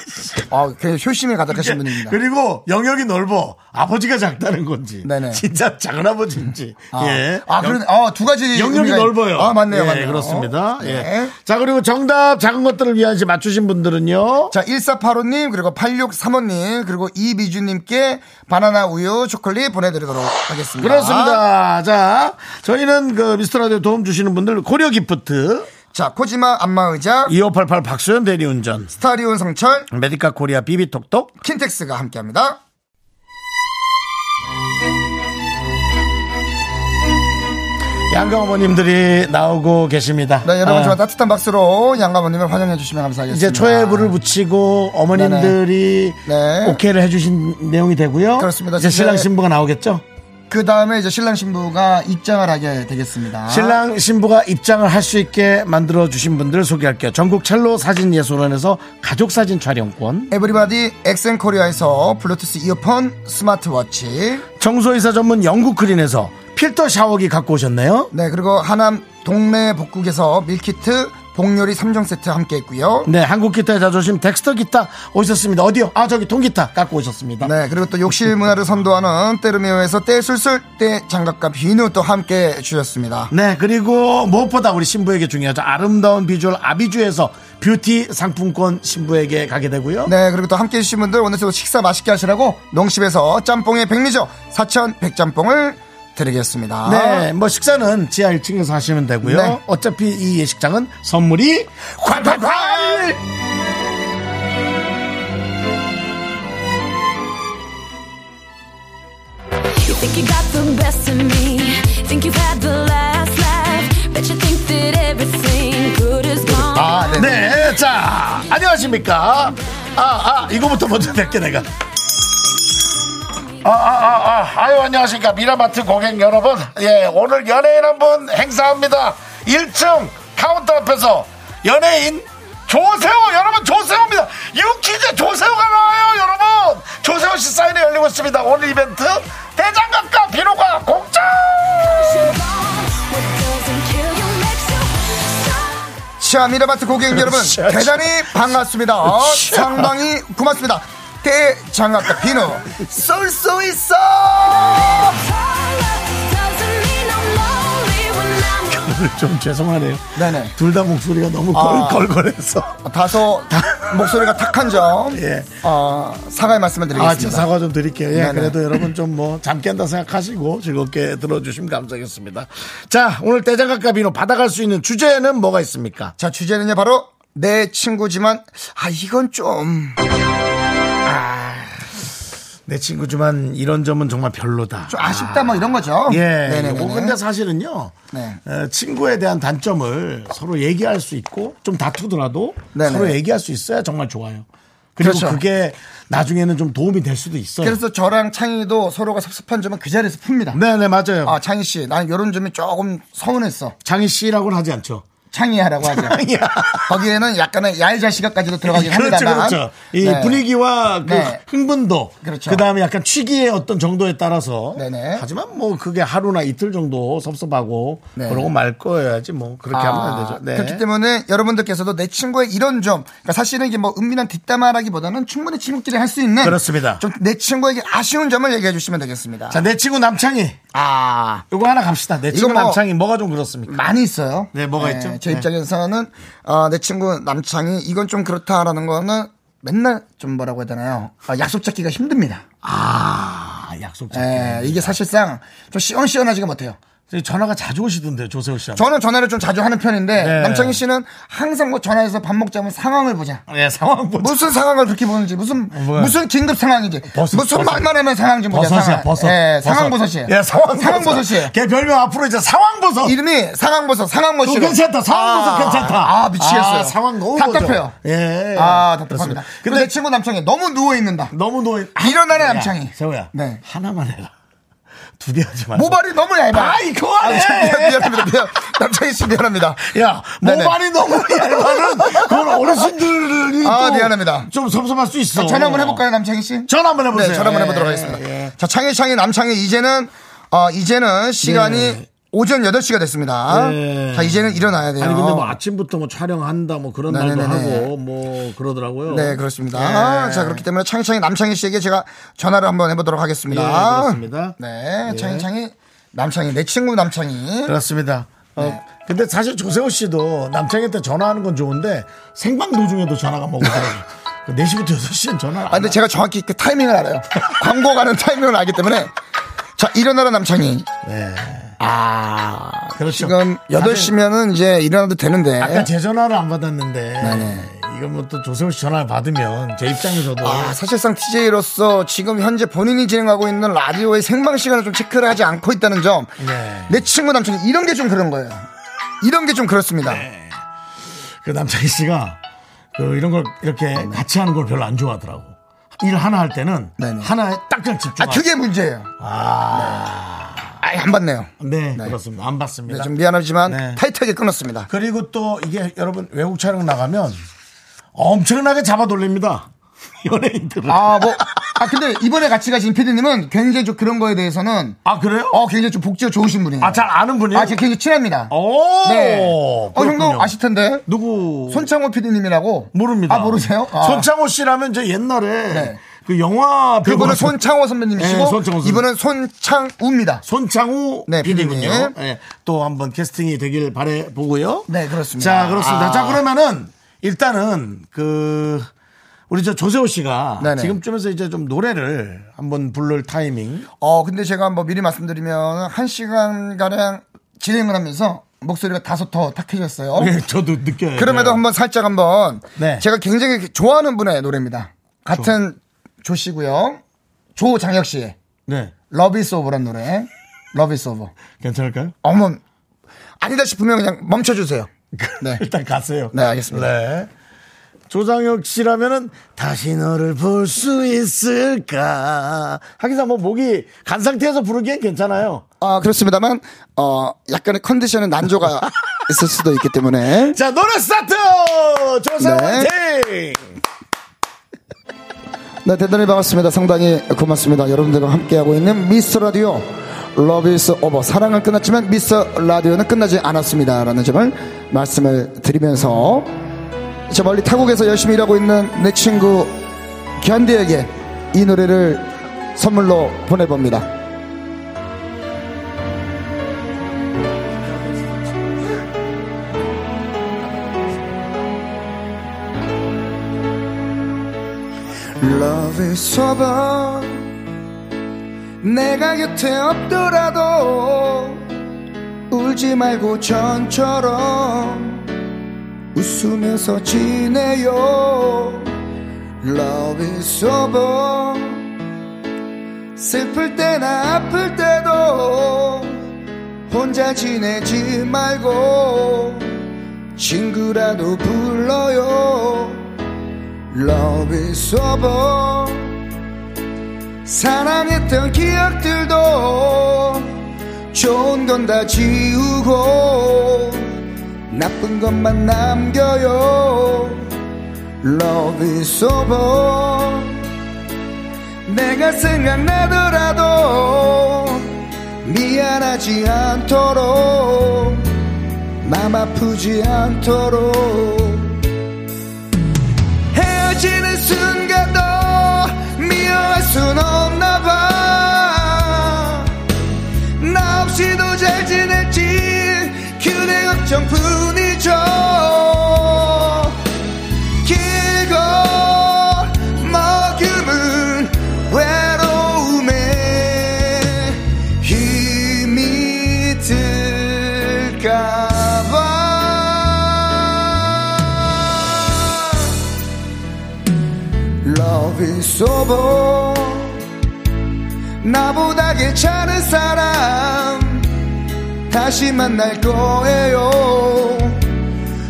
B: 아, 굉장히 효심이 가득하신
A: 예.
B: 분입니다.
A: 그리고 영역이 넓어. 아버지가 작다는 건지.
B: 네네.
A: 진짜 작은 아버지인지.
B: 아,
A: 예.
B: 아, 그런, 아, 두 가지.
A: 영역이
B: 의미가 있-
A: 넓어요.
B: 아, 맞네요,
A: 예,
B: 맞네요.
A: 그렇습니다.
B: 네.
A: 예. 자, 그리고 정답 작은 것들을 위한 시 맞추신 분들은요.
B: 자, 1485님, 그리고 8635님, 그리고 이미주님께 바나나 우유 초콜릿 보내드리도록 하겠습니다.
A: 그렇습니다. 자, 저희는 그 미스터 라디오 도움 주시는 분들 고려 기프트
B: 자, 코지마 안마의자,
A: 2588 박수현 대리운전
B: 스타리온 성철,
A: 메디카 코리아 비비톡톡
B: 킨텍스가 함께 합니다.
A: 양가 어머님들이 나오고 계십니다.
B: 네, 여러분
A: 아,
B: 정말 따뜻한 박수로 양가모님을 환영해 주시면 감사하겠습니다.
A: 이제 초회부를 붙이고 어머님들이
B: 네네. 네.
A: 오케이를 해주신 내용이 되고요.
B: 그렇습니다. 네.
A: 이제
B: 이제-
A: 신랑 신부가 나오겠죠.
B: 그 다음에 이제 신랑 신부가 입장을 하게 되겠습니다.
A: 신랑 신부가 입장을 할 수 있게 만들어 주신 분들 소개할게요. 전국 첼로 사진 예술원에서 가족 사진 촬영권,
B: 에브리바디 엑센코리아에서 블루투스 이어폰, 스마트워치,
A: 청소이사 전문 영국 크린에서 필터 샤워기 갖고 오셨네요.
B: 네 그리고 하남 동네 복국에서 밀키트, 복요리 3종 세트 함께 했고요.
A: 네, 한국 기타의 자존심 덱스터 기타 오셨습니다. 어디요? 아, 저기 통기타 갖고 오셨습니다.
B: 네, 그리고 또 욕실 문화를 선도하는 때르메오에서 떼술술 떼장갑과 비누 또 함께 주셨습니다.
A: 네, 그리고 무엇보다 우리 신부에게 중요하죠. 아름다운 비주얼 아비주에서 뷰티 상품권 신부에게 가게 되고요.
B: 네, 그리고 또 함께 해주신 분들 오늘도 식사 맛있게 하시라고 농심에서 짬뽕의 백미죠. 사천 백짬뽕을 드리겠습니다.
A: 네, 뭐 식사는 지하 1층에서 하시면 되고요.
B: 네.
A: 어차피 이 예식장은 선물이 콸콸콸!
D: You think you got the best of me. Think you've had the last laugh. Bet you think that everything good is gone.
A: 아, 네. 자, 안녕하십니까? 아, 아, 이거부터 먼저 낼게 내가. 아, 아, 아, 아, 아유, 안녕하십니까. 미라마트 고객 여러분. 예, 오늘 연예인 한 분 행사합니다. 1층 카운터 앞에서 연예인 조세호, 여러분, 조세호입니다. 유키즈 조세호가 나와요, 여러분. 조세호 씨 사인회 열리고 있습니다. 오늘 이벤트 대장갑과 비누가 공짜!
D: What doesn't kill you makes you strong.
B: 자, 미라마트 고객 여러분,
A: 자,
B: 대단히 반갑습니다. 상당히 고맙습니다. 대장갑과 비누 쏠 수 있어!
D: Taller doesn't mean I'm lonely when I'm alone.
A: 좀 죄송하네요.
B: 네네.
A: 둘 다 목소리가 너무
B: 아.
A: 걸걸걸해서.
B: 다소 목소리가 탁한 점,
A: 예.
B: 어, 사과의 말씀을
A: 아, 제
B: 드리겠습니다.
A: 사과 좀 드릴게요. 예,
B: 네네.
A: 그래도 여러분 좀 뭐 잠 깬다 생각하시고 즐겁게 들어주시면 감사하겠습니다. 자, 오늘 대장갑과 비누 받아갈 수 있는 주제는 뭐가 있습니까?
B: 자, 주제는요, 바로 내 친구지만, 아, 이건 좀,
A: 내 친구지만 이런 점은 정말 별로다.
B: 좀 아쉽다, 뭐 이런 거죠.
A: 예,
B: 네네네네.
A: 요거 근데 사실은요.
B: 네.
A: 어, 친구에 대한 단점을 서로 얘기할 수 있고 좀 다투더라도
B: 네네.
A: 서로 얘기할 수 있어야 정말 좋아요. 그리고
B: 그렇죠.
A: 그게 나중에는 좀 도움이 될 수도 있어요.
B: 그래서 저랑 창희도 서로가 섭섭한 점은 그 자리에서 풉니다.
A: 네네 맞아요.
B: 아, 창희 씨, 난 이런 점이 조금 서운했어.
A: 장희 씨라고는 하지 않죠.
B: 창희야라고 하죠. 거기에는 약간의 야일자식까지도 들어가긴
A: 그렇죠,
B: 합니다만.
A: 그렇죠. 이
B: 네.
A: 분위기와 그
B: 네.
A: 흥분도,
B: 그렇죠.
A: 다음에 약간 취기의 어떤 정도에 따라서.
B: 네네.
A: 하지만 뭐 그게 하루나 이틀 정도 섭섭하고
B: 네. 아,
A: 그러고 말 거야지 뭐 그렇게 하면 안 되죠. 네.
B: 그렇기 때문에 여러분들께서도 내 친구의 이런 점, 그러니까 사실은 이게 뭐 은밀한 뒷담화라기보다는 충분히 친구끼리 할 수 있는
A: 그렇습니다.
B: 좀 내 친구에게 아쉬운 점을 얘기해 주시면 되겠습니다.
A: 자, 내 친구 남창희.
B: 아,
A: 요거 하나 갑시다. 내 친구
B: 뭐-
A: 남창희 뭐가 좀 그렇습니까?
B: 많이 있어요.
A: 네, 뭐가 있죠?
B: 제
A: 네.
B: 입장에서는 아, 내 친구 남창이 이건 좀 그렇다라는 거는 맨날 좀 뭐라고 해야 되나요? 아, 약속 잡기가 힘듭니다.
A: 아, 약속 잡기.
B: 예, 이게 사실상 좀 시원시원하지가 못해요.
A: 저기 전화가 자주 오시던데요, 조세호 씨한테.
B: 저는 전화를 좀 자주 하는 편인데
A: 네.
B: 남창희 씨는 항상 뭐 전화해서 밥 먹자면 상황을 보자.
A: 네, 상황 보자.
B: 무슨 상황을 그렇게 보는지 무슨
A: 뭐야.
B: 무슨 긴급 상황인지
A: 버섯,
B: 무슨
A: 버섯.
B: 말만 하면 상황인지 보자.
A: 버섯이야,
B: 상황.
A: 버섯.
B: 예,
A: 버섯.
B: 상황 버섯이에요.
A: 예, 상황
B: 버섯이에요.
A: 걔 별명 앞으로 이제 상황 버섯.
B: 이름이 상황 버섯, 상황 버섯.
A: 어, 괜찮다. 상황 버섯
B: 아,
A: 괜찮다.
B: 아 미치겠어요.
A: 아, 상황 너무
B: 답답해요.
A: 버섯. 예.
B: 아
A: 그렇습니다.
B: 답답합니다.
A: 근데
B: 근데 내 친구 남창이 너무 누워 있는다.
A: 너무 노
B: 일어나라
A: 야,
B: 남창이.
A: 세호야.
B: 네.
A: 하나만 해라. 두 개 하지 말고.
B: 모발이 너무 얇아.
A: 아이, 그만해.
B: 미안, 미안합니다. 미안. 남창희 씨 미안합니다.
A: 야,
B: 네네.
A: 모발이 너무 얇아는 그건 어르신들이
B: 아,
A: 또
B: 미안합니다. 아,
A: 좀 섭섭할 수 있어.
B: 전화 한번 해볼까요, 남창희 씨?
A: 전화 한번 해보세요.
B: 네, 전화 한번
A: 예,
B: 해보도록 하겠습니다. 네.
A: 예.
B: 자, 창희, 창희, 남창희, 이제는, 어, 이제는 시간이
A: 예.
B: 오전 8시가 됐습니다.
A: 예.
B: 자, 이제는 일어나야 돼요.
A: 아니 근데 뭐 아침부터 뭐 촬영한다 뭐 그런
B: 네네네네.
A: 말도 하고 뭐 그러더라고요.
B: 네, 그렇습니다.
A: 예.
B: 자, 그렇기 때문에 창희, 창희, 남창희 씨에게 제가 전화를 한번 해보도록 하겠습니다.
A: 예, 그렇습니다.
B: 네,
A: 예.
B: 창희, 창희, 남창희, 내 친구 남창희.
A: 그렇습니다. 어,
B: 네.
A: 근데 사실 조세호 씨도 남창한테 전화하는 건 좋은데 생방 도중에도 전화가 먹고 그 4시부터 6시엔 전화.
B: 아, 근데 제가 정확히 그 타이밍을 알아요. 광고 가는 타이밍을 알기 때문에. 자, 일어나라, 남창희.
A: 그렇죠.
B: 지금
A: 다들
B: 8시면은 이제 일어나도 되는데.
A: 아까 제 전화를 안 받았는데
B: 네네.
A: 이건 뭐 또 조세호 씨 전화를 받으면 제 입장에서도
B: 아, 사실상 TJ로서 지금 현재 본인이 진행하고 있는 라디오의 생방 시간을 좀 체크를 하지 않고 있다는 점.
A: 네.
B: 내 친구 남친이 이런 게 좀 그런 거예요. 이런 게 좀 그렇습니다.
A: 네,
B: 아,
A: 그 남창희 씨가 그 이런 걸 이렇게
B: 네,
A: 같이 하는 걸 별로 안 좋아하더라고. 일 하나 할 때는
B: 네네.
A: 하나에 딱딱
B: 아,
A: 집중하고.
B: 그게 문제예요.
A: 아.
B: 아예 안 봤네요.
A: 네, 그렇습니다. 안
B: 네,
A: 봤습니다.
B: 좀 미안하지만
A: 네.
B: 타이트하게 끊었습니다.
A: 그리고 또 이게 여러분 외국 촬영 나가면 엄청나게 잡아 돌립니다. 연예인들을.
B: 아, 뭐, 아 근데 이번에 같이 가신 피디님은 굉장히 좀 그런 거에 대해서는
A: 아, 그래요?
B: 어 굉장히 좀 복지가 좋으신 분이에요.
A: 아, 잘 아는 분이요?
B: 아, 제가 굉장히 친합니다.
A: 오!
B: 네. 어, 형도
A: 그렇군요.
B: 아실 텐데.
A: 누구?
B: 손창호 피디님이라고.
A: 모릅니다.
B: 아, 모르세요? 아.
A: 손창호 씨라면 저 옛날에
B: 네.
A: 그 영화
B: 그분은
A: 배우-
B: 손창호 선배님이시고
A: 네, 손창호 선배님.
B: 이분은 손창우입니다.
A: 손창우
B: 네,
A: PD군요. 예,
B: PD님.
A: 또 한번 캐스팅이 되길 바래 보고요.
B: 네, 그렇습니다.
A: 자, 그렇습니다.
B: 아.
A: 자, 그러면은 일단은 그 우리 저 조세호 씨가
B: 네네.
A: 지금쯤에서 이제 좀 노래를 한번 부를 타이밍.
B: 어, 근데 제가 뭐 미리 말씀드리면 한 시간 가량 진행을 하면서 목소리가 다소 더 탁해졌어요.
A: 예, 저도 느껴요.
B: 그럼에도
A: 네.
B: 한번 살짝 한번
A: 네.
B: 제가 굉장히 좋아하는 분의 노래입니다. 같은 조, 씨고요. 조장혁 씨의
A: 네.
B: Love Is Over란 노래. Love Is Over.
A: 괜찮을까요?
B: 어머 아니다 싶으면 그냥 멈춰주세요. 네.
A: 일단 가세요.
B: 네, 알겠습니다.
A: 네. 조장혁 씨라면은 다시 너를 볼 수 있을까? 하기사 뭐 목이 간 상태에서 부르기엔 괜찮아요.
B: 아 그렇습니다만 어 약간의 컨디션의 난조가 있을 수도 있기 때문에
A: 자, 노래 스타트! 조상원 팀!
B: 네, 대단히 반갑습니다. 상당히 고맙습니다. 여러분들과 함께하고 있는 미스터 라디오. 러브 이스 오버. 사랑은 끝났지만 미스터 라디오는 끝나지 않았습니다. 라는 점을 말씀을 드리면서 저 멀리 타국에서 열심히 일하고 있는 내 친구 견디에게 이 노래를 선물로 보내봅니다. Love is over 내가 곁에 없더라도 울지 말고 전처럼 웃으면서 지내요 Love is over 슬플 때나 아플 때도 혼자 지내지 말고 친구라도 불러요 Love is over 사랑했던 기억들도 좋은 건 다 지우고 나쁜 것만 남겨요 Love is over 내가 생각나더라도 미안하지 않도록 마음 아프지 않도록 헤어지는 순간도 미워할 순 없나 봐. 나 없이도 잘 지냈지. 그대 걱정 뿐이죠. 길고 머금은 외로움에 힘이 들까봐. Love is over 나보다 괜찮은 사람 다시 만날 거예요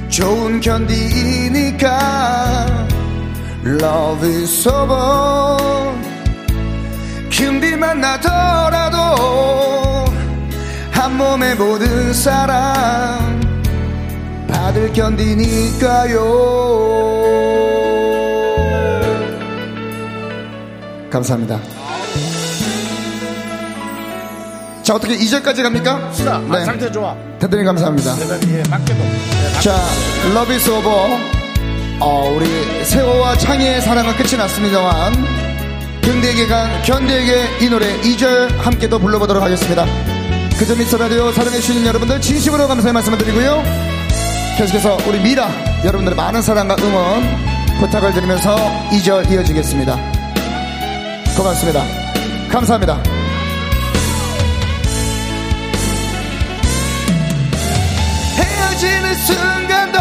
B: 좋은 견디니까 Love is over 금비 만나더라도 한 몸의 모든 사람 다들 견디니까요. 감사합니다. 자, 어떻게 2절까지 갑니까?
A: 아,
B: 네.
A: 상태 좋아.
B: 대단히 감사합니다.
A: 대단히, 예, 맞게도.
B: 자, 러브 이스 오버. 어, 우리 세호와 창희의 사랑은 끝이 났습니다만, 견디에게 간 견디에게 이 노래 2절 함께 또 불러보도록 하겠습니다. 그저 미스터 라디오 사랑해주시는 여러분들 진심으로 감사의 말씀을 드리고요. 계속해서 우리 미라 여러분들의 많은 사랑과 응원 부탁을 드리면서 2절 이어지겠습니다. 고맙습니다. 감사합니다. 헤어지는 순간도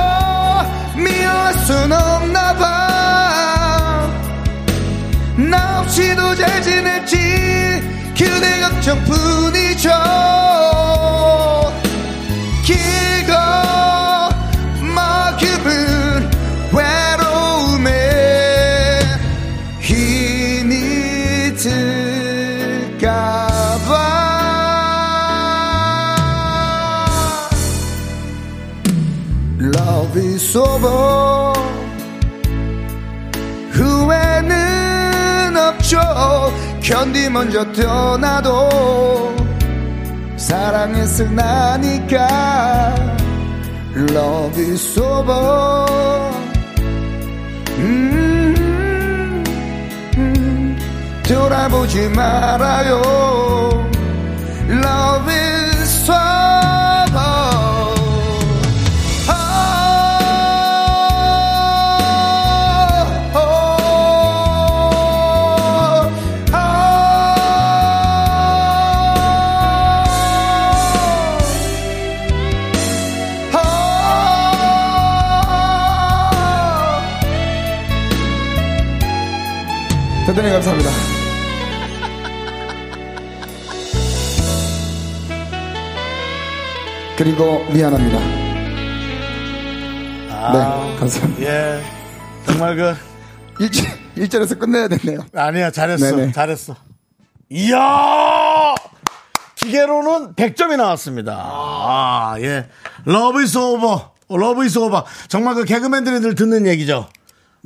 B: 미워할 순 없나 봐. 나 없이도 잘 지냈지. 그대 걱정뿐이죠. 길고 머금은 외로움에 힘이 들까봐. Love is over 후회는 없죠
G: 견디 먼저 떠나도 사랑했을 나니까 Love is over 음, 음, 돌아보지 말아요 Love is over
B: 아, 아. 대단히 감사합니다. 그리고 미안합니다. 네, 감사합니다.
A: 예. 정말 그
B: 일절, 일절에서 끝내야 됐네요.
A: 아니야 잘했어
B: 네네.
A: 잘했어 이야 기계로는 100점이 나왔습니다 아예 러브 이즈 오버 러브 이즈 오버 정말 그 개그맨들이 늘 듣는 얘기죠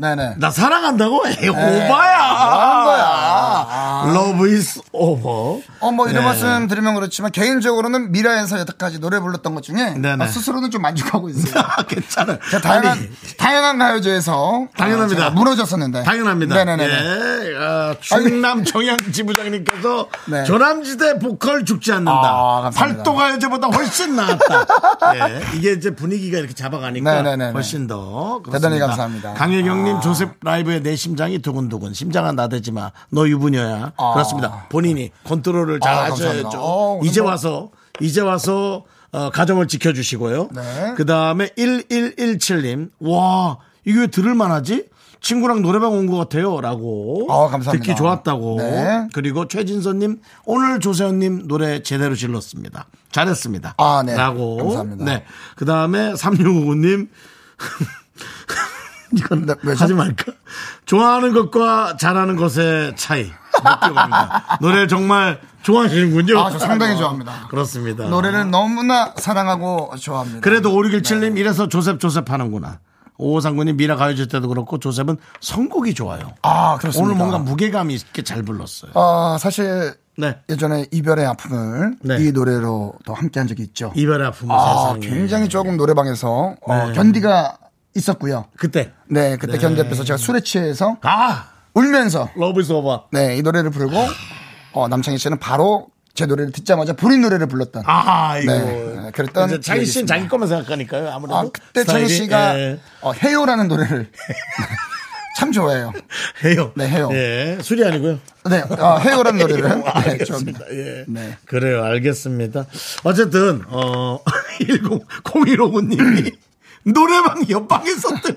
B: 네네.
A: 나 사랑한다고?
B: 네.
A: 에이
B: 그런
A: 오바야
B: 거야.
A: 러브 이즈 오버
B: 어, 뭐, 이런
A: 네.
B: 말씀 드리면 그렇지만, 개인적으로는 미라에서 여태까지 노래 불렀던 것 중에,
A: 네네.
B: 아, 스스로는 좀 만족하고 있어요.
A: 괜찮아
B: 제가 다양한, 다양한 가요제에서.
A: 당연합니다.
B: 아, 제가 무너졌었는데.
A: 당연합니다.
B: 네네네.
A: 예, 아, 충남 정양 지부장님께서
B: 네.
A: 조남지대 보컬 죽지
B: 아,
A: 않는다.
B: 감사합니다.
A: 팔도가 요제보다 훨씬 나았다. 예, 이게 이제 분위기가 이렇게 잡아가니까
B: 네네네네.
A: 훨씬 더 그렇습니다.
B: 대단히 감사합니다. 아.
A: 강혜경님 조셉 라이브의 내 심장이 두근두근 심장아 나대지 마. 너 유부녀야.
B: 아.
A: 그렇습니다. 본인이 컨트롤을 잘
B: 아,
A: 하셔야죠.
B: 감사합니다. 어,
A: 이제
B: 뭐-
A: 와서 이제 와서 어, 가정을 지켜주시고요.
B: 네.
A: 그 다음에 1117님. 와, 이게 왜 들을만하지? 친구랑 노래방 온 것 같아요. 라고.
B: 어, 감사합니다.
A: 듣기 좋았다고.
B: 네.
A: 그리고 최진선님, 오늘 조세현님 노래 제대로 질렀습니다. 잘했습니다.
B: 아, 네.
A: 라고.
B: 감사합니다.
A: 네. 그 다음에 3659님. 이건
B: 네, 왜죠?
A: 하지 말까? 좋아하는 것과 잘하는 것의 차이. 느껴봅니다. 노래 정말 좋아하시는군요.
B: 아, 저 상당히 좋아합니다.
A: 그렇습니다.
B: 노래를 너무나 사랑하고 좋아합니다.
A: 그래도 5617님
B: 네.
A: 이래서 조셉 조셉 하는구나. 5539님 미라 가요제 때도 그렇고 조셉은 선곡이 좋아요.
B: 아, 그렇습니다.
A: 오늘 뭔가 무게감이 있게 잘 불렀어요.
B: 아, 사실
A: 네.
B: 예전에 이별의 아픔을
A: 네.
B: 이 노래로 또 함께 한 적이 있죠.
A: 이별 아픔
B: 아,
A: 세상에. 네.
B: 굉장히 조금 노래방에서 어, 견디가 있었고요.
A: 그때
B: 네, 그때 견디 앞에서 제가 술에 취해서
A: 아
B: 울면서
A: 러브 이즈 오버.
B: 네, 이 노래를 부르고 어, 남창희 씨는 바로 제 노래를 듣자마자 본인 노래를 불렀던
A: 아 이거
B: 네, 그랬던
A: 이제 자기 씨는
B: 기억이 있습니다.
A: 자기 것만 생각하니까요. 아무래도
B: 아, 그때
A: 스타일이,
B: 창희 씨가
A: 예.
B: 어, 해요라는 노래를 참 좋아해요.
A: 해요.
B: 네, 해요.
A: 예, 술이 아니고요.
B: 네, 어, 해요라는 노래를
A: 아,
B: 네,
A: 알겠습니다.
B: 좋아합니다.
A: 예.
B: 네.
A: 그래요. 알겠습니다. 어쨌든 어 10, 0159님이 노래방 옆방에서 들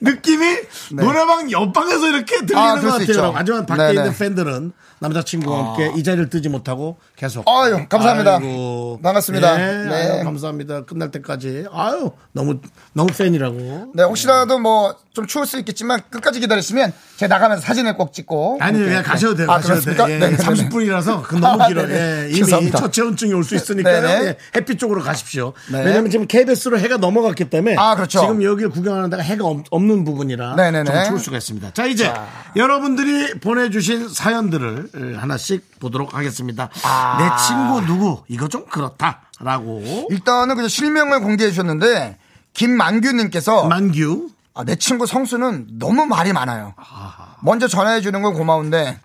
A: 느낌이 노래방 옆방에서 이렇게 들리는
B: 네. 아,
A: 것
B: 그럴 수 있죠.
A: 같아요. 하지만 밖에
B: 네네. 아.
A: 있는 팬들은 남자친구와 함께 이 자리를 뜨지 못하고 계속.
B: 아유, 감사합니다. 반갑습니다.
A: 네,
B: 네.
A: 아유, 감사합니다. 끝날 때까지. 아유 너무 너무 팬이라고.
B: 네, 혹시라도 뭐 좀 추울 수 있겠지만 끝까지 기다리시면 제가 나가면서 사진을 꼭 찍고.
A: 아니요,
B: 이렇게-
A: 그냥 가셔도 돼요.
B: 아,
A: 가셔도
B: 그렇습니까?
A: 돼요. 예,
B: 네네네.
A: 30분이라서 그 너무
B: 아,
A: 길어요.
B: 네네.
A: 예, 이미
B: 죄송합니다.
A: 처체온증이 올 수 있으니까요.
B: 네네.
A: 예, 햇빛 쪽으로 가십시오.
B: 네.
A: 왜냐면 지금 KBS로 해가 넘어갔기 때문에
B: 아, 그렇죠.
A: 지금 여기를 구경하는 데가 해가 없- 없는 부분이라
B: 네네네.
A: 좀 추울 수가 있습니다. 자, 이제 여러분들이 보내주신 사연들을 예, 하나씩 보도록 하겠습니다. 내 친구 누구 이거 좀 그렇다라고
B: 아. 일단은 그냥 실명을 공개해 주셨는데 김만규님께서
A: 만규
B: 아, 내 친구 성수는 너무 말이 많아요. 먼저 전화해 주는 건 고마운데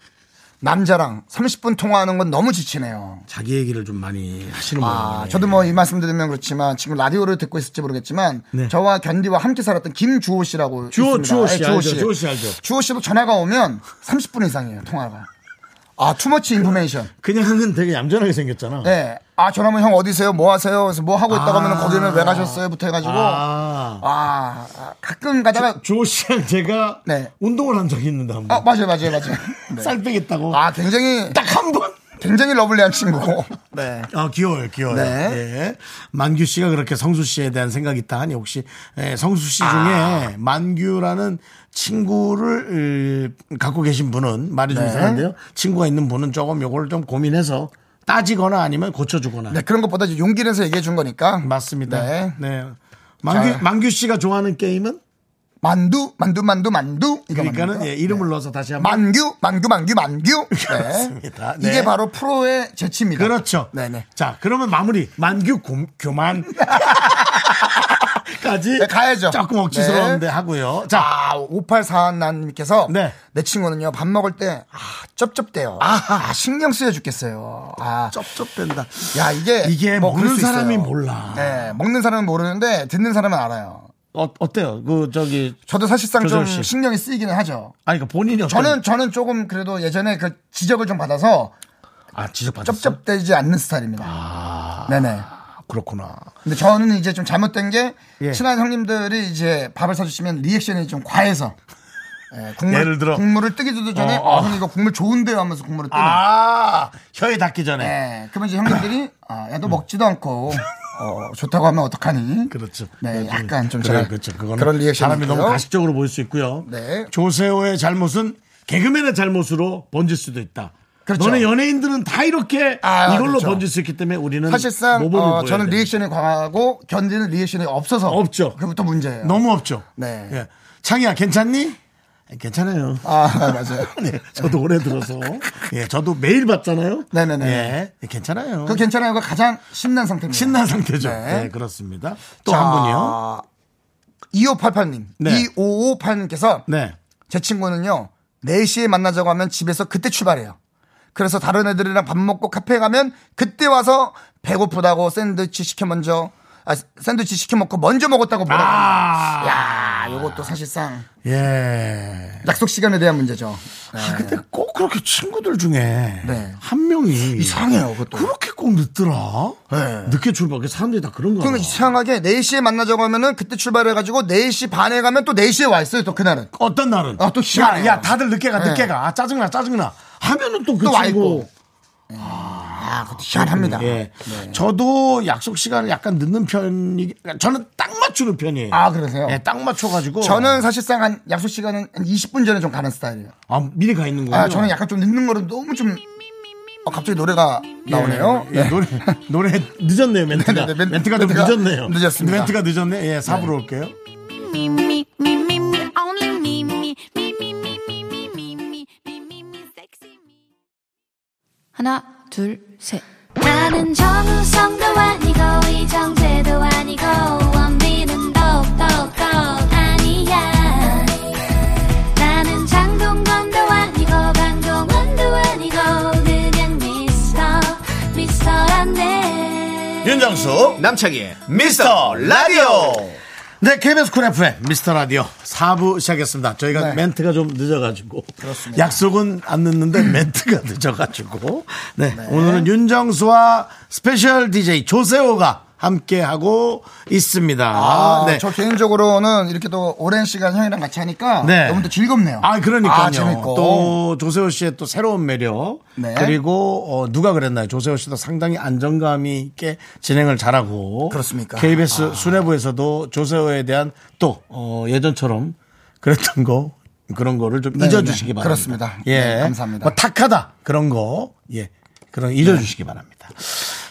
B: 남자랑 30분 통화하는 건 너무 지치네요.
A: 자기 얘기를 좀 많이 하시는 모양이네요.
B: 아, 저도 뭐 이 말씀 드리면 그렇지만 지금 라디오를 듣고 있을지 모르겠지만
A: 네.
B: 저와 견디와 함께 살았던 김주호 씨라고
A: 주호,
B: 있습니다.
A: 주호 씨
B: 예,
A: 알죠, 주호 씨 알죠.
B: 주호 씨도 전화가 오면 30분 이상이에요 통화가. 아 투머치 인포메이션.
A: 그냥 은 되게 얌전하게 생겼잖아.
B: 네. 아 전화면 형 어디세요? 뭐 하세요? 그래서 뭐 하고 있다고
A: 아.
B: 하면 거기는 왜 가셨어요?부터 해가지고 아,
A: 아.
B: 아, 가끔 가다가
A: 조호 씨랑 제가
B: 네.
A: 운동을 한 적이 있는데 한 번.
B: 아 맞아요 맞아요 맞아요. 네.
A: 쌀 빼겠다고.
B: 아 굉장히
A: 딱 한 번.
B: 굉장히 러블리한 친구. 네.
A: 아 귀여워요, 귀여워요.
B: 네.
A: 예. 만규 씨가 그렇게 성수 씨에 대한 생각이 있다 하니 혹시 예, 성수 씨 중에
B: 아.
A: 만규라는 친구를 음, 갖고 계신 분은 말이 좀
B: 네.
A: 이상한데요. 친구가 있는 분은 조금 요걸 좀 고민해서 따지거나 아니면 고쳐주거나.
B: 네 그런 것보다 이제 용기를 내서 얘기해 준 거니까.
A: 맞습니다.
B: 네.
A: 네. 만규
B: 자.
A: 만규 씨가 좋아하는 게임은
B: 만두, 만두, 만두, 만두. 이거
A: 그러니까는
B: 만두고요. 네.
A: 예, 이름을 넣어서 다시 한번
B: 만규, 만규, 만규, 만규. 네.
A: 그렇습니다. 네.
B: 이게 바로 프로의 재치입니다.
A: 그렇죠.
B: 네네.
A: 자, 그러면 마무리. 만규 곰, 교만. 까지
B: 네, 가야죠. 네.
A: 조금 억지스러운데 하고요. 자,
B: 자, 5841님께서
A: 네.
B: 내 친구는요 밥 먹을 때 아, 쩝쩝대요. 아, 신경 쓰여 죽겠어요. 아,
A: 쩝쩝댄다.
B: 야 이게
A: 이게
B: 뭐 그럴
A: 먹는
B: 수 있어요.
A: 사람이 몰라.
B: 네, 먹는 사람은 모르는데 듣는 사람은 알아요.
A: 어, 어때요? 그 저기
B: 저도 사실상
A: 조정
B: 좀
A: 씨.
B: 신경이 쓰이기는 하죠.
A: 아니 그 본인이 어떤-
B: 저는 저는 조금 그래도 예전에 그 지적을 좀 받아서
A: 아 지적받았어.
B: 쩝쩝대지 않는 스타일입니다.
A: 아.
B: 네네.
A: 그렇구나.
B: 근데 저는 이제 좀 잘못된 게
A: 예.
B: 친한 형님들이 이제 밥을 사주시면 리액션이 좀 과해서 예, 국물,
A: 예를 들어.
B: 국물을 뜨기도 전에
A: 어, 어.
B: 어, 형 이거 국물 좋은데요 하면서 국물을 뜨는
A: 아 혀에 닿기 전에.
B: 예, 그러면 이제 형님들이 아, 야너 먹지도 않고 어, 좋다고 하면 어떡하니
A: 그렇죠.
B: 네, 약간 좀
A: 그래,
B: 제가
A: 그렇죠. 그거는
B: 그런 리액션이
A: 사람이 너무
B: 있고요.
A: 가식적으로 보일 수 있고요.
B: 네.
A: 조세호의 잘못은 개그맨의 잘못으로 번질 수도 있다.
B: 그렇죠.
A: 너네 연예인들은 다 이렇게
B: 아,
A: 이걸로
B: 그렇죠.
A: 번질 수 있기 때문에 우리는
B: 사실상
A: 모범을
B: 어,
A: 보여야
B: 저는
A: 됩니다.
B: 리액션이 과하고 견디는 리액션이 없어서
A: 없죠.
B: 그부터 문제예요.
A: 너무 없죠.
B: 네.
A: 예. 창희야 괜찮니? 괜찮아요.
B: 아 맞아요.
A: 네, 저도 오래 들어서 예, 저도 매일 봤잖아요.
B: 네네네.
A: 예, 괜찮아요.
B: 그 괜찮아요. 그 가장 신난 상태입니다.
A: 신난 상태죠.
B: 네.
A: 네, 그렇습니다. 또 한
B: 아,
A: 분이요.
B: 2588님,
A: 네.
B: 2558님께서
A: 네.
B: 제 친구는요 4시에 만나자고 하면 집에서 그때 출발해요. 그래서 다른 애들이랑 밥 먹고 카페 가면 그때 와서 배고프다고 샌드위치 시켜 먼저 아, 샌드위치 시켜 먹고 먼저 먹었다고 뭐라고.
A: 아,
B: 야, 요것도 사실상
A: 예.
B: 약속 시간에 대한 문제죠.
A: 아, 근데 꼭 그렇게 친구들 중에
B: 네.
A: 한 명이
B: 이상해요, 그것도.
A: 그렇게 꼭 늦더라.
B: 네.
A: 늦게 출발해. 사람들이 다 그런 거야.
B: 그러면 그러니까 이상하게 4시에 만나자고 하면은 그때 출발해가지고 4시 반에 가면 또 4시에 와 있어요, 또 그날은.
A: 어떤 날은
B: 아, 또
A: 야,
B: 희한해요.
A: 야, 다들 늦게 가, 늦게
B: 네.
A: 가. 아, 짜증나, 짜증나. 하면은 또 그
B: 또와
A: 친구
B: 있고. 아, 그것도 희한합니다. 네.
A: 예. 저도 약속 시간을 약간 늦는 편이 저는 딱 맞추는 편이에요.
B: 아, 그러세요?
A: 예, 딱 맞춰 가지고
B: 저는 사실상 한 약속 시간은 한 20분 전에 좀 가는 스타일이에요.
A: 아, 미리 가 있는 거예요.
B: 아, 저는 약간 좀 늦는 거를 너무 좀 어, 갑자기 노래가 나오네요.
A: 예, 노래 노래 늦었네요 멘트가
B: 네, 네, 멘-
A: 멘트가 좀
B: 멘트가
A: 늦었네요
B: 늦었습니다.
A: 멘트가 늦었네 예 4부로 올게요
D: Me, me, me, me, me, only me, me, me, me, me, me, me, me, me, me, me, me, sexy me.
H: 하나, 둘, 셋.
D: 나는 정우성도 아니고 이정재도 아니고 원빈은 더욱더 아니야 나는 장동건도 아니고 강동원도 아니고 그냥 미스터 미스터란데
A: 윤정수 남창희의 미스터 라디오 네 KBS 쿨 FM 미스터 라디오 4부 시작했습니다 저희가
B: 네.
A: 멘트가 좀 늦어가지고 약속은 안 늦는데 멘트가 늦어가지고 네, 오늘은 윤정수와 스페셜 DJ 조세호가 함께하고 있습니다
B: 아,
A: 네.
B: 저 개인적으로는 이렇게 또 오랜 시간 형이랑 같이 하니까
A: 네.
B: 너무 또 즐겁네요.
A: 아, 그러니까요.
B: 아, 재밌고.
A: 또 조세호 씨의 또 새로운 매력.
B: 네.
A: 그리고 어, 누가 그랬나요? 조세호 씨도 상당히 안정감이 있게 진행을 잘하고.
B: 그렇습니까? 아.
A: KBS 수뇌부에서도 조세호에 대한 또 어, 예전처럼 그랬던 거 그런 거를 좀
B: 네,
A: 잊어주시기
B: 네.
A: 바랍니다.
B: 그렇습니다.
A: 예,
B: 네, 감사합니다.
A: 뭐 탁하다 그런 거 예, 그런 거 잊어주시기 바랍니다.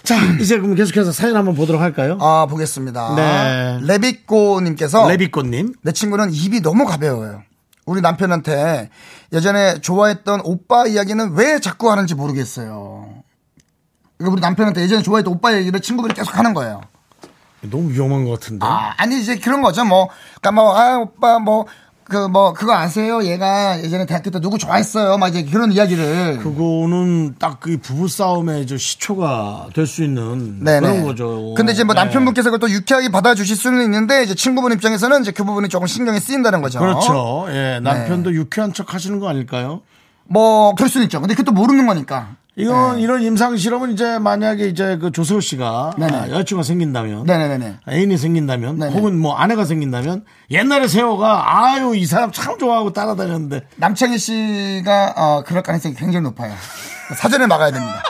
A: 자, 이제 그럼 계속해서 사연 한번 보도록 할까요?
B: 아, 보겠습니다.
A: 네.
B: 레비꼬님께서
A: 레비꽃님.
B: 내 친구는 입이 너무 가벼워요. 우리 남편한테 예전에 좋아했던 오빠 이야기는 왜 자꾸 하는지 모르겠어요. 이거 우리 남편한테 예전에 좋아했던 오빠 얘기를 친구들이 계속 하는 거예요.
A: 너무 위험한 것 같은데.
B: 아, 아니 이제 그런 거죠. 뭐, 그러니까 뭐, 아 오빠 뭐. 그 뭐 그거 아세요? 얘가 예전에 대학교 때 누구 좋아했어요? 막 이제 그런 이야기를
A: 그거는 딱 그 부부 싸움의 저 시초가 될 수 있는
B: 네네.
A: 그런 거죠.
B: 근데 이제 뭐
A: 네.
B: 남편분께서 그걸 또 유쾌하게 받아주실 수는 있는데 이제 친구분 입장에서는 이제 그 부분이 조금 신경이 쓰인다는 거죠.
A: 그렇죠. 예,
B: 네.
A: 남편도 유쾌한 척 하시는 거 아닐까요?
B: 뭐 그럴 수는 있죠. 근데 그것도 모르는 거니까.
A: 이건
B: 네.
A: 이런 임상 실험은 이제 만약에 이제 그 조세호 씨가
B: 네네.
A: 아, 여자친구가 생긴다면 아,
B: 네네네네.
A: 애인이 생긴다면
B: 네네.
A: 혹은 뭐 아내가 생긴다면 옛날에 세호가 아유 이 사람 참 좋아하고 따라다녔는데
B: 남창희 씨가 어, 그럴 가능성이 굉장히 높아요. 사전에 막아야 됩니다.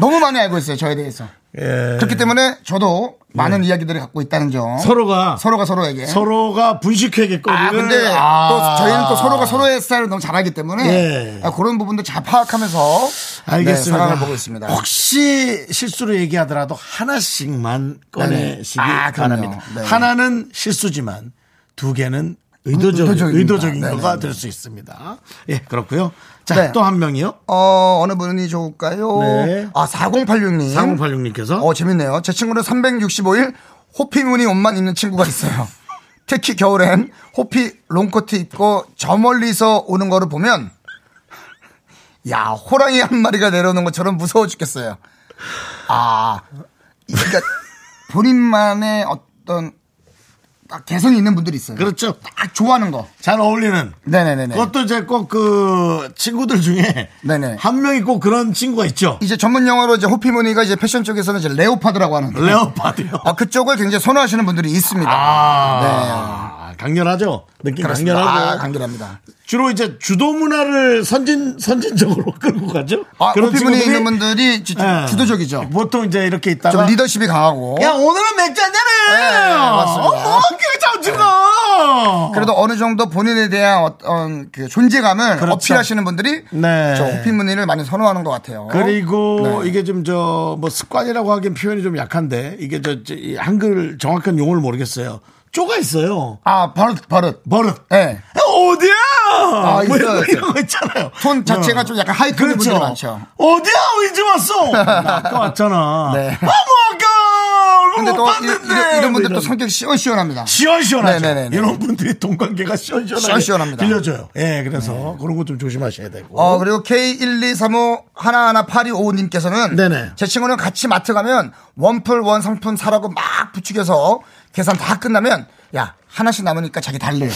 B: 너무 많이 알고 있어요 저에 대해서.
A: 예.
B: 그렇기 때문에 저도 많은 이야기들을 갖고 있다는 점.
A: 네. 서로가
B: 서로가 서로에게.
A: 서로가 분식회계거리를 아,
B: 아, 근데 또 저희는 또 서로가 서로의 스타일을 너무 잘 알기 때문에
A: 예.
B: 아, 그런 부분도 잘 파악하면서 네,
A: 알겠습니다.
B: 상황을 보고 있습니다.
A: 혹시 실수로 얘기하더라도 하나씩만 꺼내시기
B: 아, 그럼요.
A: 바랍니다.
B: 네.
A: 하나는 실수지만 두 개는 의도적,
B: 의도적입니다.
A: 의도적인 거가
B: 네네. 네.
A: 될 수 있습니다. 예, 그렇고요. 자, 또 한 명이요.
B: 어, 어느 분이 좋을까요?
A: 네.
B: 아, 4086님.
A: 4086님께서.
B: 어, 재밌네요. 제 친구는 365일 호피 무늬 옷만 입는 친구가 있어요. 특히 겨울엔 호피 롱코트 입고 저 멀리서 오는 거를 보면 야, 호랑이 한 마리가 내려오는 것처럼 무서워 죽겠어요. 아, 그러니까 본인만의 어떤 딱 개성이 있는 분들이 있어요.
A: 그렇죠.
B: 딱 좋아하는 거.
A: 잘 어울리는.
B: 네네네네.
A: 그것도 이제 꼭 그 친구들 중에
B: 네네.
A: 한 명이 꼭 그런 친구가 있죠.
B: 이제 전문 용어로 이제 호피무늬가 이제 패션 쪽에서는 이제 레오파드라고 하는데
A: 레오파드요.
B: 아, 그쪽을 굉장히 선호하시는 분들이 있습니다.
A: 아, 강렬하죠. 느낌
B: 그렇습니다.
A: 강렬하고.
B: 아, 강렬합니다.
A: 주로 이제 주도 문화를 선진 선진적으로 끌고 가죠.
B: 아,
A: 그런
B: 호피무늬
A: 친구들이?
B: 있는 분들이 주,
A: 어, 예.
B: 도적이죠
A: 보통 이제 이렇게 있다가
B: 좀 리더십이 강하고.
A: 야 오늘은 맥주 한잔
B: 네,
A: 해.
B: 맞습니다.
A: 어머, 그게 참 죽어.
B: 그래도 어느 정도 본인에 대한 어떤 그 존재감을
A: 그렇죠.
B: 어필하시는 분들이
A: 네.
B: 저 호피무늬를 많이 선호하는 것 같아요.
A: 그리고
B: 네.
A: 이게 좀 저 뭐 습관이라고 하기엔 표현이 좀 약한데 이게 저이 한글 정확한 용어를 모르겠어요. 쪼가 있어요.
B: 아, 버릇, 버릇.
A: 버릇.
B: 네.
A: 야, 어디야? 뭐
B: 아, 있어요,
A: 이런, 거,
B: 있어요.
A: 이런 거 있잖아요.
B: 톤 자체가
A: 어.
B: 좀 약간 하이톤인 분들이 많죠.
A: 어디야? 이제 왔어. 나 아까 왔잖아.
B: 네.
A: 아, 뭐 아까 얼굴
B: 근데
A: 못
B: 또 이-
A: 봤는데.
B: 이런,
A: 뭐
B: 이런 분들 또
A: 이런.
B: 성격 시원시원합니다.
A: 시원시원하죠.
B: 네네네네.
A: 이런 분들이 돈 관계가 시원시원하게
B: 시원시원합니다. 네.
A: 빌려줘요. 예, 그래서 그런 거 좀 조심하셔야 되고.
B: 어, 그리고 K1235 하나하나 8255님께서는
A: 네네.
B: 제 친구는 같이 마트 가면 원플 원 상품 사라고 막 부추겨서 계산 다 끝나면 야, 하나씩 남으니까 자기 달래요.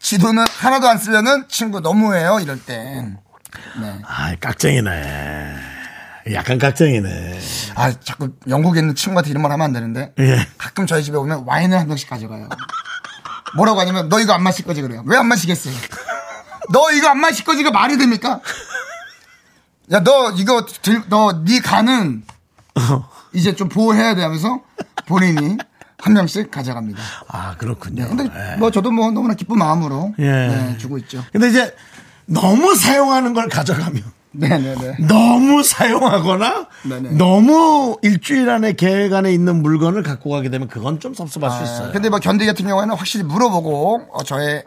B: 지도는 하나도 안 쓰려는 친구 너무해요. 이럴 땐.
A: 아, 깍쟁이네. 약간 깍쟁이네.
B: 아, 자꾸 영국에 있는 친구한테 이런 말 하면 안 되는데.
A: 예.
B: 가끔 저희 집에 오면 와인을 한 병씩 가져가요. 뭐라고 하냐면 너 이거 안 마실 거지 그래요. 왜 안 마시겠어요? 너 이거 안 마실 거지가 말이 됩니까? 야, 너 이거 들, 너, 네 간은 이제 좀 보호해야 돼 하면서 본인이 한 명씩 가져갑니다.
A: 아, 그렇군요.
B: 근데
A: 예.
B: 뭐 저도 뭐 너무나 기쁜 마음으로
A: 예.
B: 네, 주고 있죠.
A: 근데 이제 너무 사용하는 걸 가져가면
B: 네네네.
A: 너무 사용하거나
B: 네네.
A: 너무 일주일 안에 계획 안에 있는 물건을 갖고 가게 되면 그건 좀 섭섭할 수 있어요.
B: 근데 뭐 견디 같은 경우에는 확실히 물어보고 어, 저의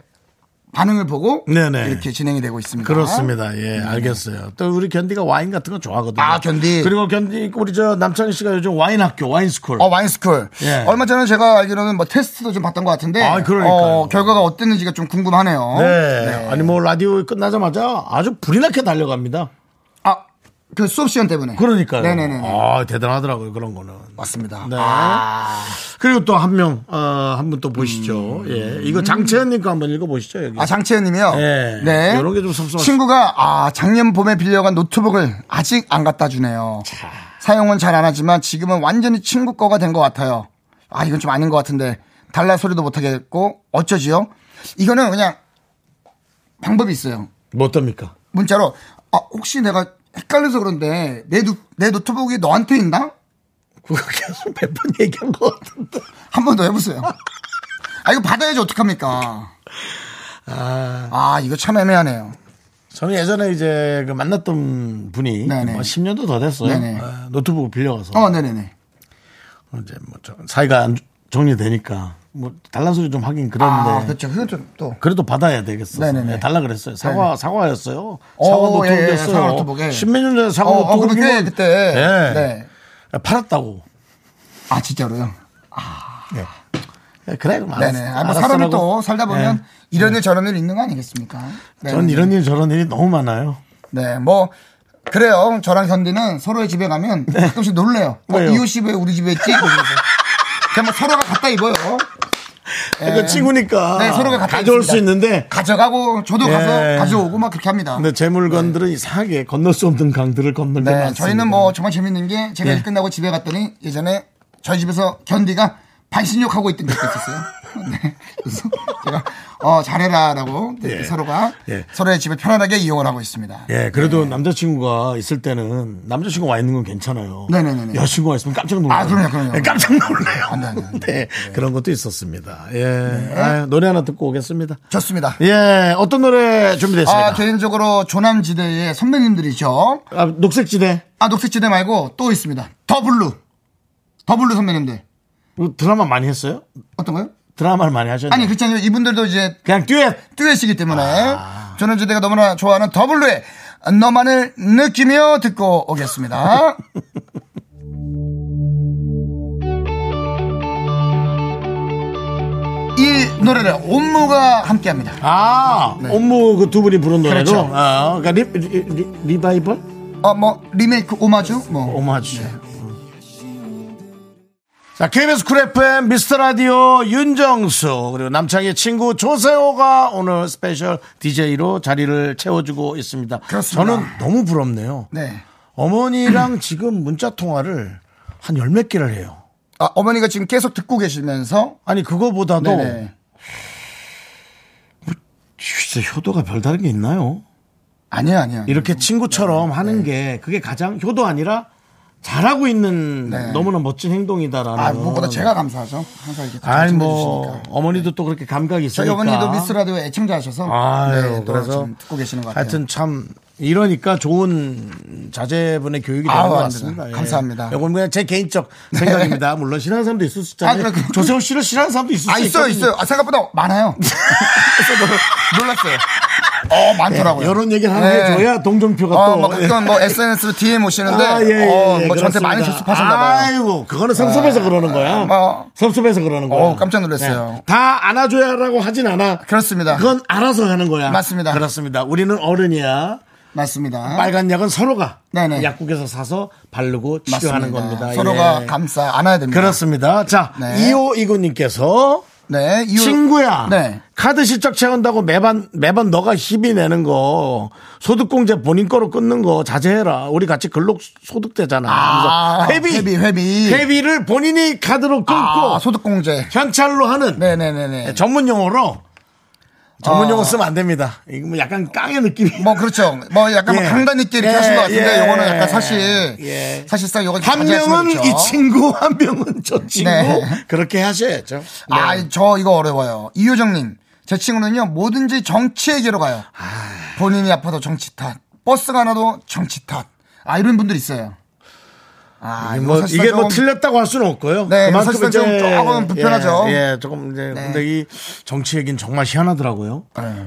B: 반응을 보고
A: 네네.
B: 이렇게 진행이 되고 있습니다.
A: 그렇습니다. 예, 알겠어요. 또 우리 견디가 와인 같은 거 좋아하거든요.
B: 아, 견디.
A: 그리고 견디 우리 저 남창희 씨가 요즘 와인 학교 와인 스쿨.
B: 어, 와인스쿨.
A: 예.
B: 얼마 전에 제가 알기로는 뭐 테스트도 좀 봤던 것 같은데.
A: 아, 그러니까요.
B: 어, 결과가 어땠는지가 좀 궁금하네요.
A: 네. 아니 뭐 라디오 끝나자마자 아주 불이 나게 달려갑니다.
B: 아, 그 수업 시간 때문에.
A: 그러니까요.
B: 네네네.
A: 아, 대단하더라고요. 그런 거는.
B: 맞습니다.
A: 네. 그리고 또 한 명, 어, 한 분 또 보시죠. 예. 이거 장채연님 거 한번 읽어보시죠, 여기.
B: 아, 장채연 님이요?
A: 네. 요런 게좀 섭섭하시-
B: 친구가, 아, 작년 봄에 빌려간 노트북을 아직 안 갖다 주네요. 사용은 잘 안 하지만 지금은 완전히 친구 거가 된 것 같아요. 아, 이건 좀 아닌 것 같은데. 달라 소리도 못하겠고, 어쩌지요? 이거는 그냥 방법이 있어요.
A: 뭐 어떻습니까?
B: 문자로 아, 혹시 내가 헷갈려서 그런데 내, 노, 내 노트북이 너한테 있나?
A: 그거 계속 몇 번 얘기한 것 같은데.
B: 한 번 더 해보세요. 아 이거 받아야지 어떡합니까? 아, 이거 참 애매하네요.
A: 저는 예전에 이제 그 만났던 분이
B: 네네.
A: 뭐 10년도 더 됐어요.
B: 네네.
A: 아, 노트북을 빌려가서.
B: 어 네네네.
A: 이제 뭐 저- 사이가 안 정리되니까 뭐 달란 소리 좀 하긴 그런데.
B: 아 그렇죠. 그건 좀또
A: 그래도 받아야 되겠어.
B: 네네네.
A: 네, 달라 그랬어요. 사과 사과였어요.
B: 오,
A: 사과
B: 예, 예,
A: 노트북이었어요.
B: 사과 노트북에.
A: 십몇 년 전에 사과
B: 어, 어,
A: 노트북이
B: 그렇게 그때
A: 예.
B: 네.
A: 팔았다고.
B: 아 진짜로요.
A: 예, 그래 그럼 알았,
B: 네. 네네. 아, 뭐 사람이 또 살다 보면 이런 일 저런 일 있는 거 아니겠습니까? 네.
A: 네. 전 이런 일 저런 일이 너무 많아요.
B: 네, 뭐 그래요. 저랑 견디는 서로의 집에 가면 가끔씩 놀래요.
A: 네.
B: 어,
A: 왜요?
B: 이웃 집에 우리 집에 있지? 그러면서. 그냥 뭐 서로가 갖다 입어요.
A: 그러니까 친구니까
B: 네, 서로가 갖다
A: 가져올
B: 있습니다.
A: 수 있는데
B: 가져가고 저도 가서
A: 예.
B: 가져오고 막 그렇게 합니다.
A: 근데 제 물건들은 이상하게 건널 수 없는 강들을 건널 때
B: 네,
A: 많습니다.
B: 저희는 뭐 정말 재밌는 게 제가
A: 예.
B: 일 끝나고 집에 갔더니 예전에 저희 집에서 견디가 반신욕 하고 있던 적도 있었어요. 네, 그래서 제가 어 잘해라라고 이렇게
A: 예.
B: 서로가
A: 예.
B: 서로의 집을 편안하게 이용을 하고 있습니다.
A: 예, 그래도
B: 네.
A: 남자친구가 있을 때는 남자친구 와 있는 건 괜찮아요.
B: 네네네네.
A: 여자친구가 있으면 깜짝 놀라요.
B: 아, 그럼요, 그럼요.
A: 예, 깜짝 놀라요.
B: 안 돼, 네. 안 돼,
A: 네,
B: 안
A: 그런 것도 있었습니다. 예, 아유, 노래 하나 듣고 오겠습니다.
B: 좋습니다.
A: 예, 어떤 노래 준비됐습니까?
B: 아, 개인적으로 조남지대의 선배님들이죠.
A: 아, 녹색지대.
B: 아, 녹색지대 말고 또 있습니다. 더블루. 더블루 선배님들.
A: 이거 뭐 드라마 많이 했어요?
B: 어떤 거요?
A: 드라마를 많이 하셨네요.
B: 아니 그렇잖아요. 이분들도 이제
A: 그냥 듀엣
B: 듀엣이기 때문에
A: 아.
B: 저는 이제 내가 너무나 좋아하는 더블루의 너만을 느끼며 듣고 오겠습니다. 이 노래를 온무가 함께합니다.
A: 아, 업무 그 두 분이 부른 노래로.
B: 네. 그렇죠.
A: 아, 그러니까 리, 리, 리, 리바이벌?
B: 어뭐 리메이크 오마주 뭐
A: 오마주. 음. 자, KBS 쿨 FM 미스터 라디오 윤정수 그리고 남창의 친구 조세호가 오늘 스페셜 DJ로 자리를 채워주고 있습니다.
B: 그렇습니다.
A: 저는 너무 부럽네요.
B: 네.
A: 어머니랑 지금 문자 통화를 한 열 몇 개를 해요.
B: 아, 어머니가 지금 계속 듣고 계시면서
A: 아니 그거보다도
B: 네네.
A: 진짜 효도가 별다른 게 있나요?
B: 아니야 아니야.
A: 이렇게 친구처럼
B: 네,
A: 하는 게 그게 가장 효도 아니라 잘하고 있는
B: 네.
A: 너무나 멋진 행동이다라는.
B: 아 무엇보다 제가 감사하죠. 항상 이렇게
A: 아니
B: 챙겨주시니까.
A: 뭐 어머니도 또 그렇게 감각이
B: 저희
A: 있으니까.
B: 어머니도 미스 라디오 애청자셔서
A: 아유,
B: 네, 또
A: 그래서
B: 지금 듣고 계시는 것 같아요.
A: 하여튼 참 이러니까 좋은 자제분의 교육이 되는
B: 아우,
A: 것
B: 안
A: 같습니다. 예.
B: 되나. 감사합니다.
A: 이건 그냥 제 개인적 생각입니다. 물론 싫어하는 사람도 있을 수
B: 아,
A: 있잖아요.
B: 그래, 그-
A: 조세호 씨를 싫어하는 사람도 있을
B: 아
A: 수
B: 있어요
A: 있거든요.
B: 있어요. 아, 생각보다 많아요. 그래서 놀- 놀랐어요. 어 많더라고요. 예.
A: 이런 예, 얘기를 하는 게 줘야 동정표가
B: 어,
A: 또. 예. 아,
B: 뭐 가끔 뭐 SNS로 DM 오시는데 어, 뭐 저한테 많이
A: 그렇습니다.
B: 접속하셨나 봐요.
A: 아이고, 그거는 섭섭해서 그러는 거야.
B: 뭐.
A: 섭섭해서 그러는 거야. 네.
B: 어, 깜짝 놀랐어요.
A: 다 안아줘야라고 하진 않아.
B: 그렇습니다.
A: 그건 알아서 하는 거야.
B: 맞습니다.
A: 그렇습니다. 우리는 어른이야.
B: 맞습니다.
A: 빨간 약은 서로가
B: 네네.
A: 약국에서 사서 바르고 치료하는
B: 맞습니다.
A: 겁니다.
B: 서로가
A: 예.
B: 감싸 안아야 됩니다.
A: 그렇습니다. 자,
B: 네.
A: 2529님께서
B: 네, 이후-
A: 친구야.
B: 네.
A: 카드 실적 채운다고 매번 매번 너가 힘이 내는 거 소득공제 본인 거로 끊는 거 자제해라. 우리 같이 근로 소득되잖아.
B: 아,
A: 그래서 회비
B: 회비, 회비.
A: 를 본인이 카드로 끊고 예,
B: 아, 소득공제.
A: 현찰로 하는
B: 네네네네.
A: 전문 용어로 전문
B: 어.
A: 용어 쓰면 안 됩니다. 이거 뭐 약간 깡의 느낌이.
B: 뭐 그렇죠. 뭐 약간 뭐
A: 예.
B: 강단 있게 이렇게
A: 예,
B: 하신 것 같은데
A: 예.
B: 요거는 약간 사실
A: 예.
B: 사실상 요건
A: 한 명은 이 친구, 한 명은 저 친구
B: 네.
A: 그렇게 하셔야죠. 네. 예.
B: 아, 저 이거 어려워요. 이효정님, 제 친구는요 뭐든지 정치에게로 가요. 본인이 아파도 정치 탓, 버스가 나도 정치 탓. 아 이런 분들 있어요. 아
A: 아니,
B: 이거
A: 뭐
B: 사실상
A: 이게 뭐
B: 조금-
A: 틀렸다고 할 수는 없고요.
B: 네,
A: 그만큼
B: 사실상 좀
A: 이제
B: 조금 불편하죠. 네.
A: 예, 예, 조금 이제 근데 이 정치 얘기는 정말 희한하더라고요.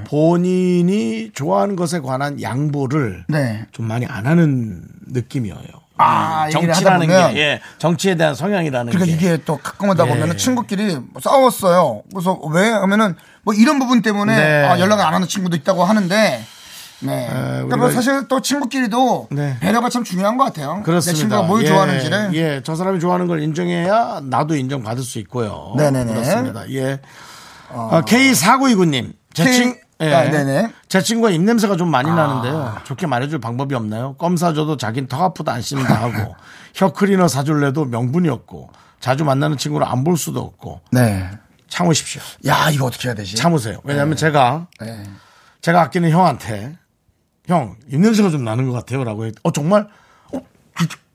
A: 본인이 좋아하는 것에 관한 양보를
B: 네.
A: 좀 많이 안 하는 느낌이에요.
B: 아, 얘기를 하다
A: 정치라는 게
B: 보면.
A: 예, 정치에 대한 성향이라는
B: 그러니까
A: 게
B: 이게 또 가끔 하다 보면
A: 예.
B: 은 친구끼리 뭐 싸웠어요. 그래서 왜 하면은 뭐 이런 부분 때문에
A: 네.
B: 아, 연락을 안 하는 친구도 있다고 하는데. 네. 그러니까 뭐
A: 아, 우리가
B: 사실 또 친구끼리도
A: 네.
B: 배려가 참 중요한 것 같아요.
A: 그렇습니다.
B: 내 친구가 뭘
A: 예,
B: 좋아하는지를.
A: 예, 저 사람이 좋아하는 걸 인정해야 나도 인정받을 수 있고요.
B: 네네네. 어.
A: 그렇습니다. 예. K4929님. 제
B: K-
A: 친, 예.
B: 아, 네네.
A: 제 친구가 입냄새가 좀 많이 나는데요. 좋게 말해줄 방법이 없나요? 껌 사줘도 자긴 턱 아프다 안 씹는다 하고, 혀 클리너 사줄래도 명분이 없고, 자주 만나는 친구를 안 볼 수도 없고,
B: 네.
A: 참으십시오.
B: 야, 이거 어떻게 해야 되지?
A: 참으세요. 왜냐하면 제가
B: 네.
A: 제가 아끼는 형한테 형 입냄새가 좀 나는 것 같아요라고 해. 어 정말 어,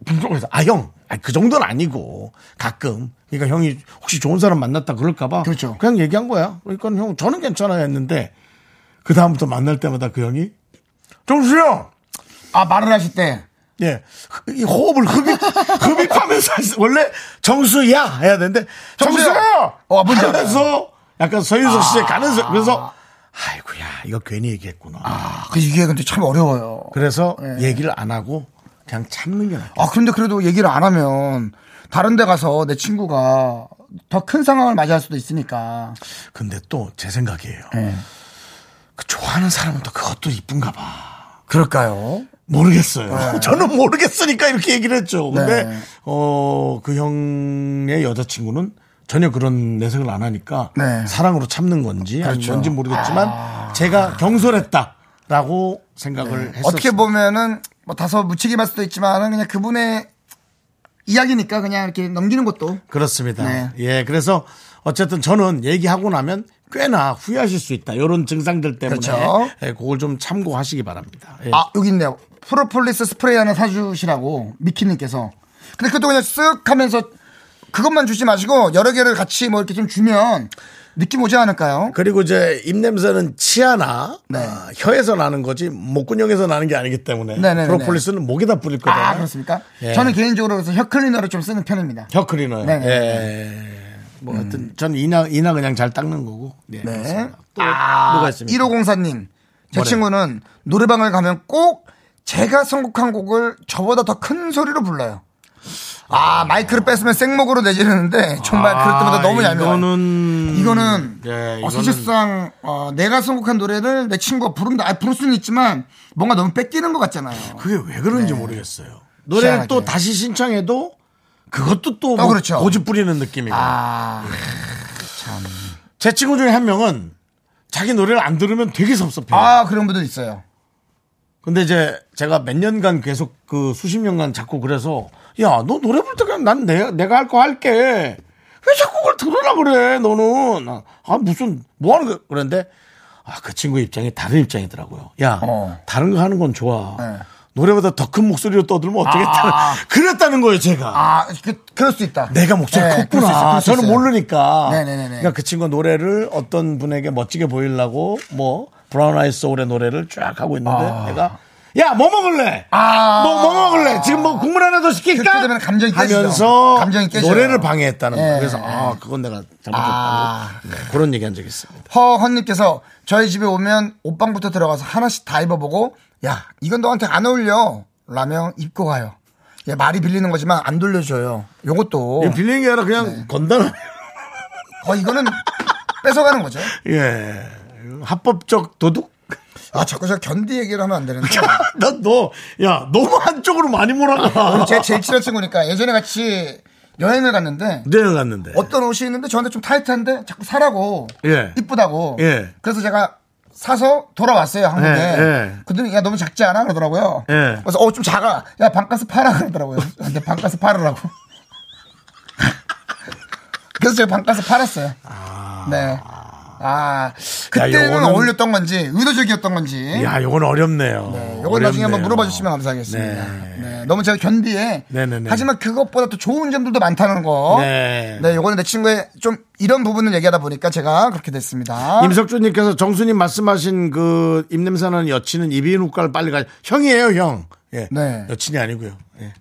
A: 분석해서 아형 그 정도는 아니고 가끔 그러니까 형이 혹시 좋은 사람 만났다 그럴까봐
B: 그렇죠.
A: 냥 얘기한 거야. 그러니까 형 저는 괜찮아요 했는데 그 다음부터 만날 때마다 그 형이 정수 형
B: 아, 말을 하실 때.
A: 예. 이 호흡을 흡입, 흡입하면서, 하시- 원래 정수야! 해야 되는데,
B: 정수야!
A: 정수야!
B: 어, 뭔지 아. 알아요.
A: 하면서 약간 서윤석 씨의 가는, 소- 그래서, 아이고야, 이거 괜히 얘기했구나.
B: 아, 그 이게 근데 참 어려워요.
A: 그래서
B: 예.
A: 얘기를 안 하고, 그냥 참는 게 낫다.
B: 아, 근데 그래도 얘기를 안 하면 다른 데 가서 내 친구가 더 큰 상황을 맞이할 수도 있으니까.
A: 근데 또 제 생각이에요.
B: 예.
A: 그 좋아하는 사람은 또 그것도 이쁜가 봐.
B: 그럴까요?
A: 모르겠어요. 저는 모르겠으니까 이렇게 얘기를 했죠. 근데
B: 네.
A: 어, 그 형의 여자친구는 전혀 그런 내색을 안 하니까
B: 네. 그렇죠.
A: 사랑으로 참는 건지 아니 뭔지 모르겠지만 제가 경솔했다라고 생각을 했었어요.
B: 네. 어떻게 보면은 뭐 다소 무책임할 수도 있지만 그냥 그분의 이야기니까 그냥 이렇게 넘기는 것도
A: 그렇습니다.
B: 네.
A: 예, 그래서 어쨌든 저는 얘기하고 나면 꽤나 후회하실 수 있다. 이런 증상들 때문에
B: 그렇죠.
A: 예, 그걸 좀 참고하시기 바랍니다. 예.
B: 아 여기 있네요 프로폴리스 스프레이 하나 사주시라고 미키님께서 근데 그것도 그냥 쓱 하면서 그것만 주지 마시고 여러 개를 같이 뭐 이렇게 좀 주면 느낌 오지 않을까요?
A: 그리고 이제 입냄새는 치아나
B: 네.
A: 어, 혀에서 나는 거지 목근형에서 나는 게 아니기 때문에
B: 네네네.
A: 프로폴리스는 목에다 뿌릴 거예요.
B: 아 그렇습니까?
A: 아, 예. 네,
B: 저는 개인적으로 그래서 혀 클리너를 좀 쓰는 편입니다.
A: 혀 클리너요.
B: 네네.
A: 예. 뭐 하여튼 전 이나 이나 그냥 잘 닦는 거고. 네. 아,
B: 네.
A: 또 뭐가 있습니까?
B: 1504님. 제
A: 뭐래요?
B: 친구는 노래방을 가면 꼭 제가 선곡한 곡을 저보다 더 큰 소리로 불러요. 아, 마이크를 뺐으면 생목으로 내지르는데 정말 그럴 때마다 너무
A: 아,
B: 얄미워요.
A: 이거는
B: 음, 이거는
A: 예,
B: 어,
A: 이거는-
B: 사실상 어, 내가 선곡한 노래를 내 친구가 부른다. 아, 부를 수는 있지만 뭔가 너무 뺏기는 것 같잖아요.
A: 그게 왜 그런지 모르겠어요. 노래를
B: 네. 희한하게.
A: 또 다시 신청해도 그것도 또뭐
B: 어, 그렇죠.
A: 고집 부리는 느낌이고.
B: 아, 참.
A: 제 친구 중에 한 명은 자기 노래를 안 들으면 되게 섭섭해요.
B: 아, 그런 분들 있어요.
A: 근데 이제 제가 몇 년간 계속 그 수십 년간 자꾸 그래서 야 너 노래 부를 때 그냥 난 내, 내가 할 거 할게 왜 자꾸 그걸 들으라 그래 너는 아, 아, 무슨 뭐 하는 거야 그런데 아 그 친구 입장이 다른 입장이더라고요 야
B: 어.
A: 다른 거 하는 건 좋아
B: 네.
A: 노래보다 더 큰 목소리로 떠들면 어쩌겠다는 그랬다는 거예요 제가
B: 아, 그, 그럴 수 있다.
A: 내가 목소리
B: 네, 그럴 수
A: 컸구나.
B: 있어요, 그럴 수
A: 저는
B: 있어요.
A: 모르니까.
B: 네네네네.
A: 그러니까 그 친구 노래를 어떤 분에게 멋지게 보이려고 뭐 브라운 아이 소울의 노래를 쫙 하고 있는데 내가 야 뭐 먹을래?
B: 아.
A: 뭐, 뭐 먹을래? 지금 뭐 국물 하나 더 시킬까?
B: 그렇게 되면 감정이 깨지죠.
A: 하면서
B: 감정이 깨져요.
A: 노래를 방해했다는
B: 예,
A: 거예요. 그래서
B: 예.
A: 아 그건 내가 잘못했다고
B: 아.
A: 네, 그런 얘기한 적이 있습니다.
B: 허헌님께서 저희 집에 오면 옷방부터 들어가서 하나씩 다 입어보고 야 이건 너한테 안 어울려 라며 입고 가요. 예, 말이 빌리는 거지만 안 돌려줘요. 요것도
A: 이거 예, 빌리는 게 아니라 그냥
B: 네.
A: 건다는
B: 어 이거는 뺏어가는 거죠.
A: 예 합법적 도둑.
B: 아 자꾸 저 견디 얘기를 하면 안 되는데
A: 난너야 너무 한쪽으로 많이 몰아가.
B: 제 제일 친한 친구니까 예전에 같이 여행을 갔는데
A: 여행을 네, 갔는데
B: 어떤 옷이 있는데 저한테 좀 타이트한데 자꾸 사라고
A: 예.
B: 이쁘다고
A: 예.
B: 그래서 제가 사서 돌아왔어요 한국에
A: 예, 예.
B: 그랬더니 야 너무 작지 않아 그러더라고요
A: 예.
B: 그래서 어 좀 작아 야 반가서 팔아 그러더라고요 근데 반가서 팔으라고 그래서 제가 반가서 팔았어요 네. 아 그때는
A: 요거는-
B: 어울렸던 건지 의도적이었던 건지
A: 야, 요건 어렵네요.
B: 이건 예? 나중에 한번
A: 어렵네요.
B: 물어봐 주시면 감사하겠습니다.
A: 네.
B: 네. 너무 제가 견디에.
A: 네네네.
B: 하지만 그것보다 또 좋은 점들도 많다는 거.
A: 네.
B: 네, 요거는 내 친구의 좀 이런 부분을 얘기하다 보니까 제가 그렇게 됐습니다.
A: 임석준님께서 정수님 말씀하신 그 입냄새나는 여친은 이비인후과를 빨리 가. 형이에요, 형. 예.
B: 네.
A: 여친이 아니고요. 예.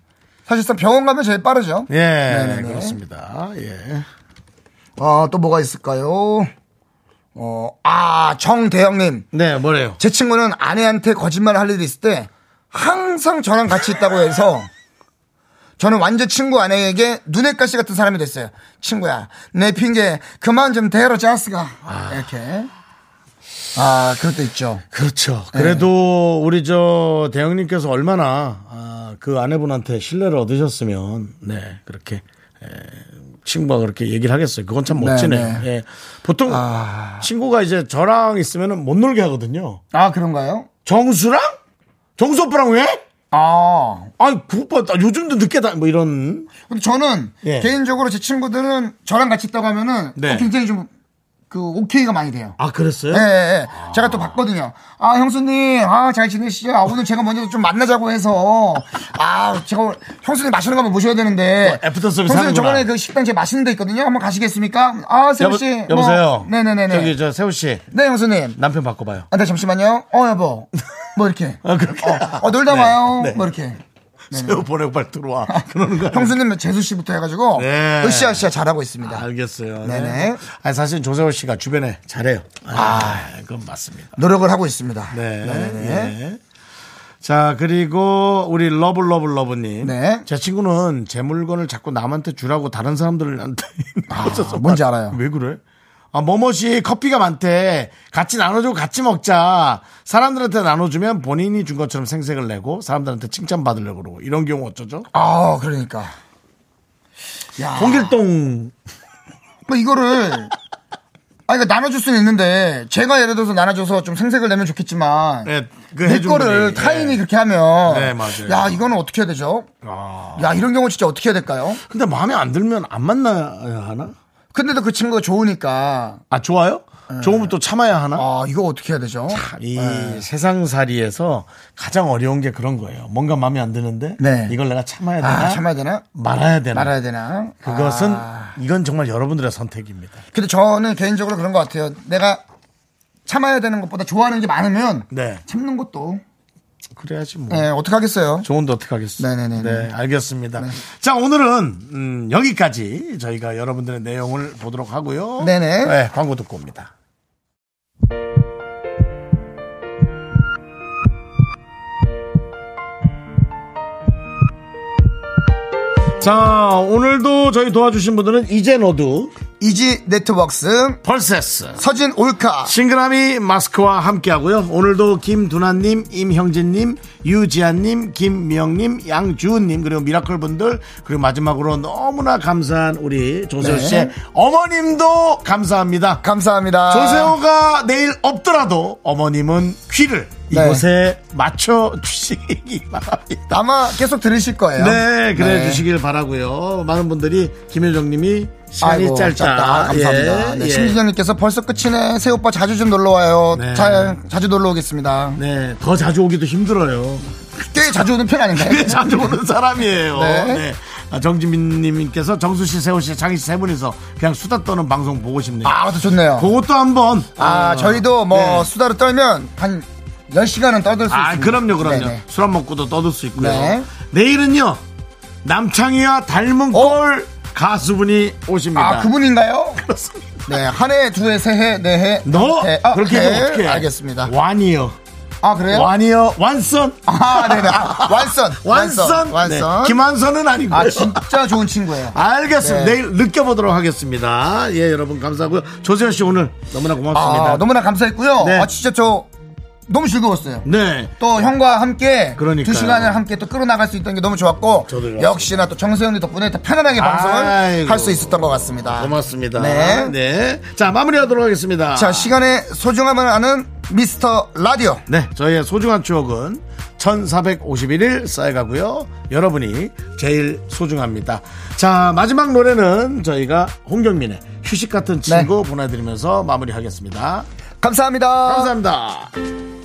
B: 사실상 병원 가면 제일 빠르죠.
A: 예,
B: 네네네.
A: 그렇습니다. 예.
B: 아, 또 뭐가 있을까요? 어, 아, 정대영님.
A: 네, 뭐래요?
B: 제 친구는 아내한테 거짓말을 할 일이 있을 때 항상 저랑 같이 있다고 해서 저는 완전 친구 아내에게 눈엣 가시 같은 사람이 됐어요. 친구야, 내 핑계 그만 좀 대로 자스가 이렇게. 아, 그럴 때 있죠.
A: 그렇죠. 그래도 우리 저 대형님께서 얼마나 아, 그 아내분한테 신뢰를 얻으셨으면 네 그렇게 에, 친구가 그렇게 얘기를 하겠어요. 그건 참 멋지네요.
B: 네.
A: 예. 보통 친구가 이제 저랑 있으면 못 놀게 하거든요.
B: 아, 그런가요?
A: 정수랑 정수 오빠랑 왜?
B: 아,
A: 아니 그 오빠 나 요즘도 늦게 다 뭐 이런
B: 근데 저는
A: 예.
B: 개인적으로 제 친구들은 저랑 같이 있다고 하면은
A: 네.
B: 어, 굉장히 좀 그 오케이가 많이 돼요.
A: 아 그랬어요?
B: 예, 예, 예. 제가 또 봤거든요. 아, 형수님, 아, 잘 지내시죠? 아, 오늘 제가 먼저 좀 만나자고 해서, 아, 제가 오늘 형수님 마시는 거 한번 모셔야 되는데.
A: 어, 애프터 서비스
B: 형수님,
A: 하는구나.
B: 저번에 그 식당 제 맛있는 데 있거든요. 한번 가시겠습니까? 아, 세우씨.
A: 여보, 세요
B: 네네네네.
A: 저기 저 세우 씨
B: 네, 형수님.
A: 남편 바꿔봐요.
B: 아, 네, 잠시만요. 어, 여보. 뭐 이렇게.
A: 아 그렇게
B: 어, 놀다
A: 네,
B: 와요.
A: 네.
B: 뭐 이렇게. 아.
A: 세우 보내고 빨리 들어와 그러는 거야.
B: 형수님, 재수씨부터 해가지고.
A: 네. 아,
B: 으쌰으쌰 잘하고 있습니다.
A: 알겠어요.
B: 네네.
A: 아니 사실 조세호 씨가 주변에 잘해요. 아, 그건 맞습니다.
B: 노력을 하고 있습니다.
A: 네.
B: 네네네.
A: 예. 자 그리고 우리 러블 러블 러브님.
B: 네.
A: 제 친구는 제 물건을 자꾸 남한테 주라고 다른 사람들한테 아,
B: 뭔지 알아요.
A: 왜 그래? 아, 뭐뭐씨 커피가 많대. 같이 나눠주고 같이 먹자. 사람들한테 나눠주면 본인이 준 것처럼 생색을 내고 사람들한테 칭찬받으려고 그러고 이런 경우 어쩌죠?
B: 아, 그러니까. 야.
A: 홍길동
B: 뭐 이거를 아 이거 나눠줄 수는 있는데 제가 예를 들어서 나눠줘서 좀 생색을 내면 좋겠지만
A: 네, 그
B: 내
A: 해준
B: 거를
A: 분이,
B: 타인이
A: 예.
B: 그렇게 하면
A: 네, 맞아요.
B: 야 이거는 어떻게 해야 되죠?
A: 아.
B: 야 이런 경우 진짜 어떻게 해야 될까요?
A: 근데 마음에 안 들면 안 만나야 하나?
B: 근데도 그 친구가 좋으니까
A: 아 좋아요? 조금 또 참아야 하나?
B: 네. 아 네. 이거 어떻게 해야 되죠?
A: 이 세상살이에서 가장 어려운 게 그런 거예요. 뭔가 마음에 안 드는데
B: 네.
A: 이걸 내가 참아야 되나?
B: 아 참아야 되나?
A: 말아야 되나?
B: 말아야 되나?
A: 그것은
B: 아.
A: 이건 정말 여러분들의 선택입니다.
B: 근데 저는 개인적으로 그런 것 같아요. 내가 참아야 되는 것보다 좋아하는 게 많으면
A: 네.
B: 참는 것도
A: 그래야지 뭐.
B: 네, 어떡하겠어요.
A: 좋은데 어떡하겠어.
B: 네네네.
A: 네, 알겠습니다. 자, 오늘은, 음, 여기까지 저희가 여러분들의 내용을 보도록 하고요.
B: 네네.
A: 네, 광고 듣고 옵니다. 자, 오늘도 저희 도와주신 분들은 이제 너두,
B: 이지 네트웍스
A: 펄세스,
B: 서진 올카
A: 싱그라미 마스크와 함께하고요. 오늘도 김두나님, 임형진님, 유지한님, 김미영님, 양주은님 그리고 미라클 분들 그리고 마지막으로 너무나 감사한 우리 조세호
B: 네.
A: 씨의 어머님도 감사합니다.
B: 감사합니다.
A: 아. 조세호가 내일 없더라도 어머님은 귀를
B: 네.
A: 이곳에 맞춰 주시기 바랍니다.
B: 아마 계속 들으실 거예요.
A: 네, 그래
B: 네.
A: 주시길 바라고요. 많은 분들이 김효정님이 시간이
B: 아이고,
A: 짧다.
B: 짧다. 감사합니다.
A: 예,
B: 네,
A: 예.
B: 심지정님께서 벌써 끝이네. 새 오빠 자주 좀 놀러 와요.
A: 네.
B: 자, 자주 놀러 오겠습니다.
A: 네, 더 자주 오기도 힘들어요.
B: 꽤 자주 오는 편 아닌가요?
A: 꽤 네, 자주 오는 사람이에요.
B: 네.
A: 네. 아, 정지민님께서 정수 씨, 세호 씨, 장희 씨 세 분이서 그냥 수다 떠는 방송 보고 싶네요.
B: 아, 또 좋네요.
A: 그것도 한번.
B: 아,
A: 어,
B: 저희도 뭐
A: 네.
B: 수다를 떨면 한 10시간은 떠들 수
A: 아,
B: 있습니다.
A: 그럼요, 그럼요.
B: 네네.
A: 술 안 먹고도 떠들 수 있고요.
B: 네.
A: 내일은요 남창희와 닮은 꼴 가수분이 오십니다.
B: 어? 아, 그분인가요? 네, 한 해, 두 해, 세 해, 네 해.
A: 너
B: 네, 아,
A: 그렇게
B: 네,
A: 해면 어떻게?
B: 알겠습니다.
A: 완이요.
B: 아, 그래요?
A: 완이요. 완선.
B: 아, 네네. 아, 완선.
A: 완선.
B: 완선.
A: 네, 김완선은 아니고.
B: 아, 진짜 좋은 친구예요.
A: 알겠습니다.
B: 네.
A: 내일 느껴보도록 하겠습니다. 예, 여러분 감사하고요. 조세현 씨 오늘 너무나 고맙습니다.
B: 아, 너무나 감사했고요.
A: 네.
B: 아, 진짜 저 너무 즐거웠어요.
A: 네.
B: 또 형과 함께
A: 그러니까요.
B: 두 시간을 함께 또 끌어나갈 수 있던 게 너무 좋았고
A: 저도요.
B: 역시나 또 정세훈이 덕분에 더 편안하게
A: 아이고.
B: 방송을 할 수 있었던 것 같습니다.
A: 고맙습니다.
B: 네.
A: 네. 자, 마무리하도록 하겠습니다.
B: 자 시간의 소중함을 아는 미스터 라디오
A: 네. 저희의 소중한 추억은 1451일 쌓여가고요. 여러분이 제일 소중합니다. 자, 마지막 노래는 저희가 홍경민의 네. 휴식 같은 친구 보내드리면서 마무리하겠습니다.
B: 감사합니다.
A: 감사합니다.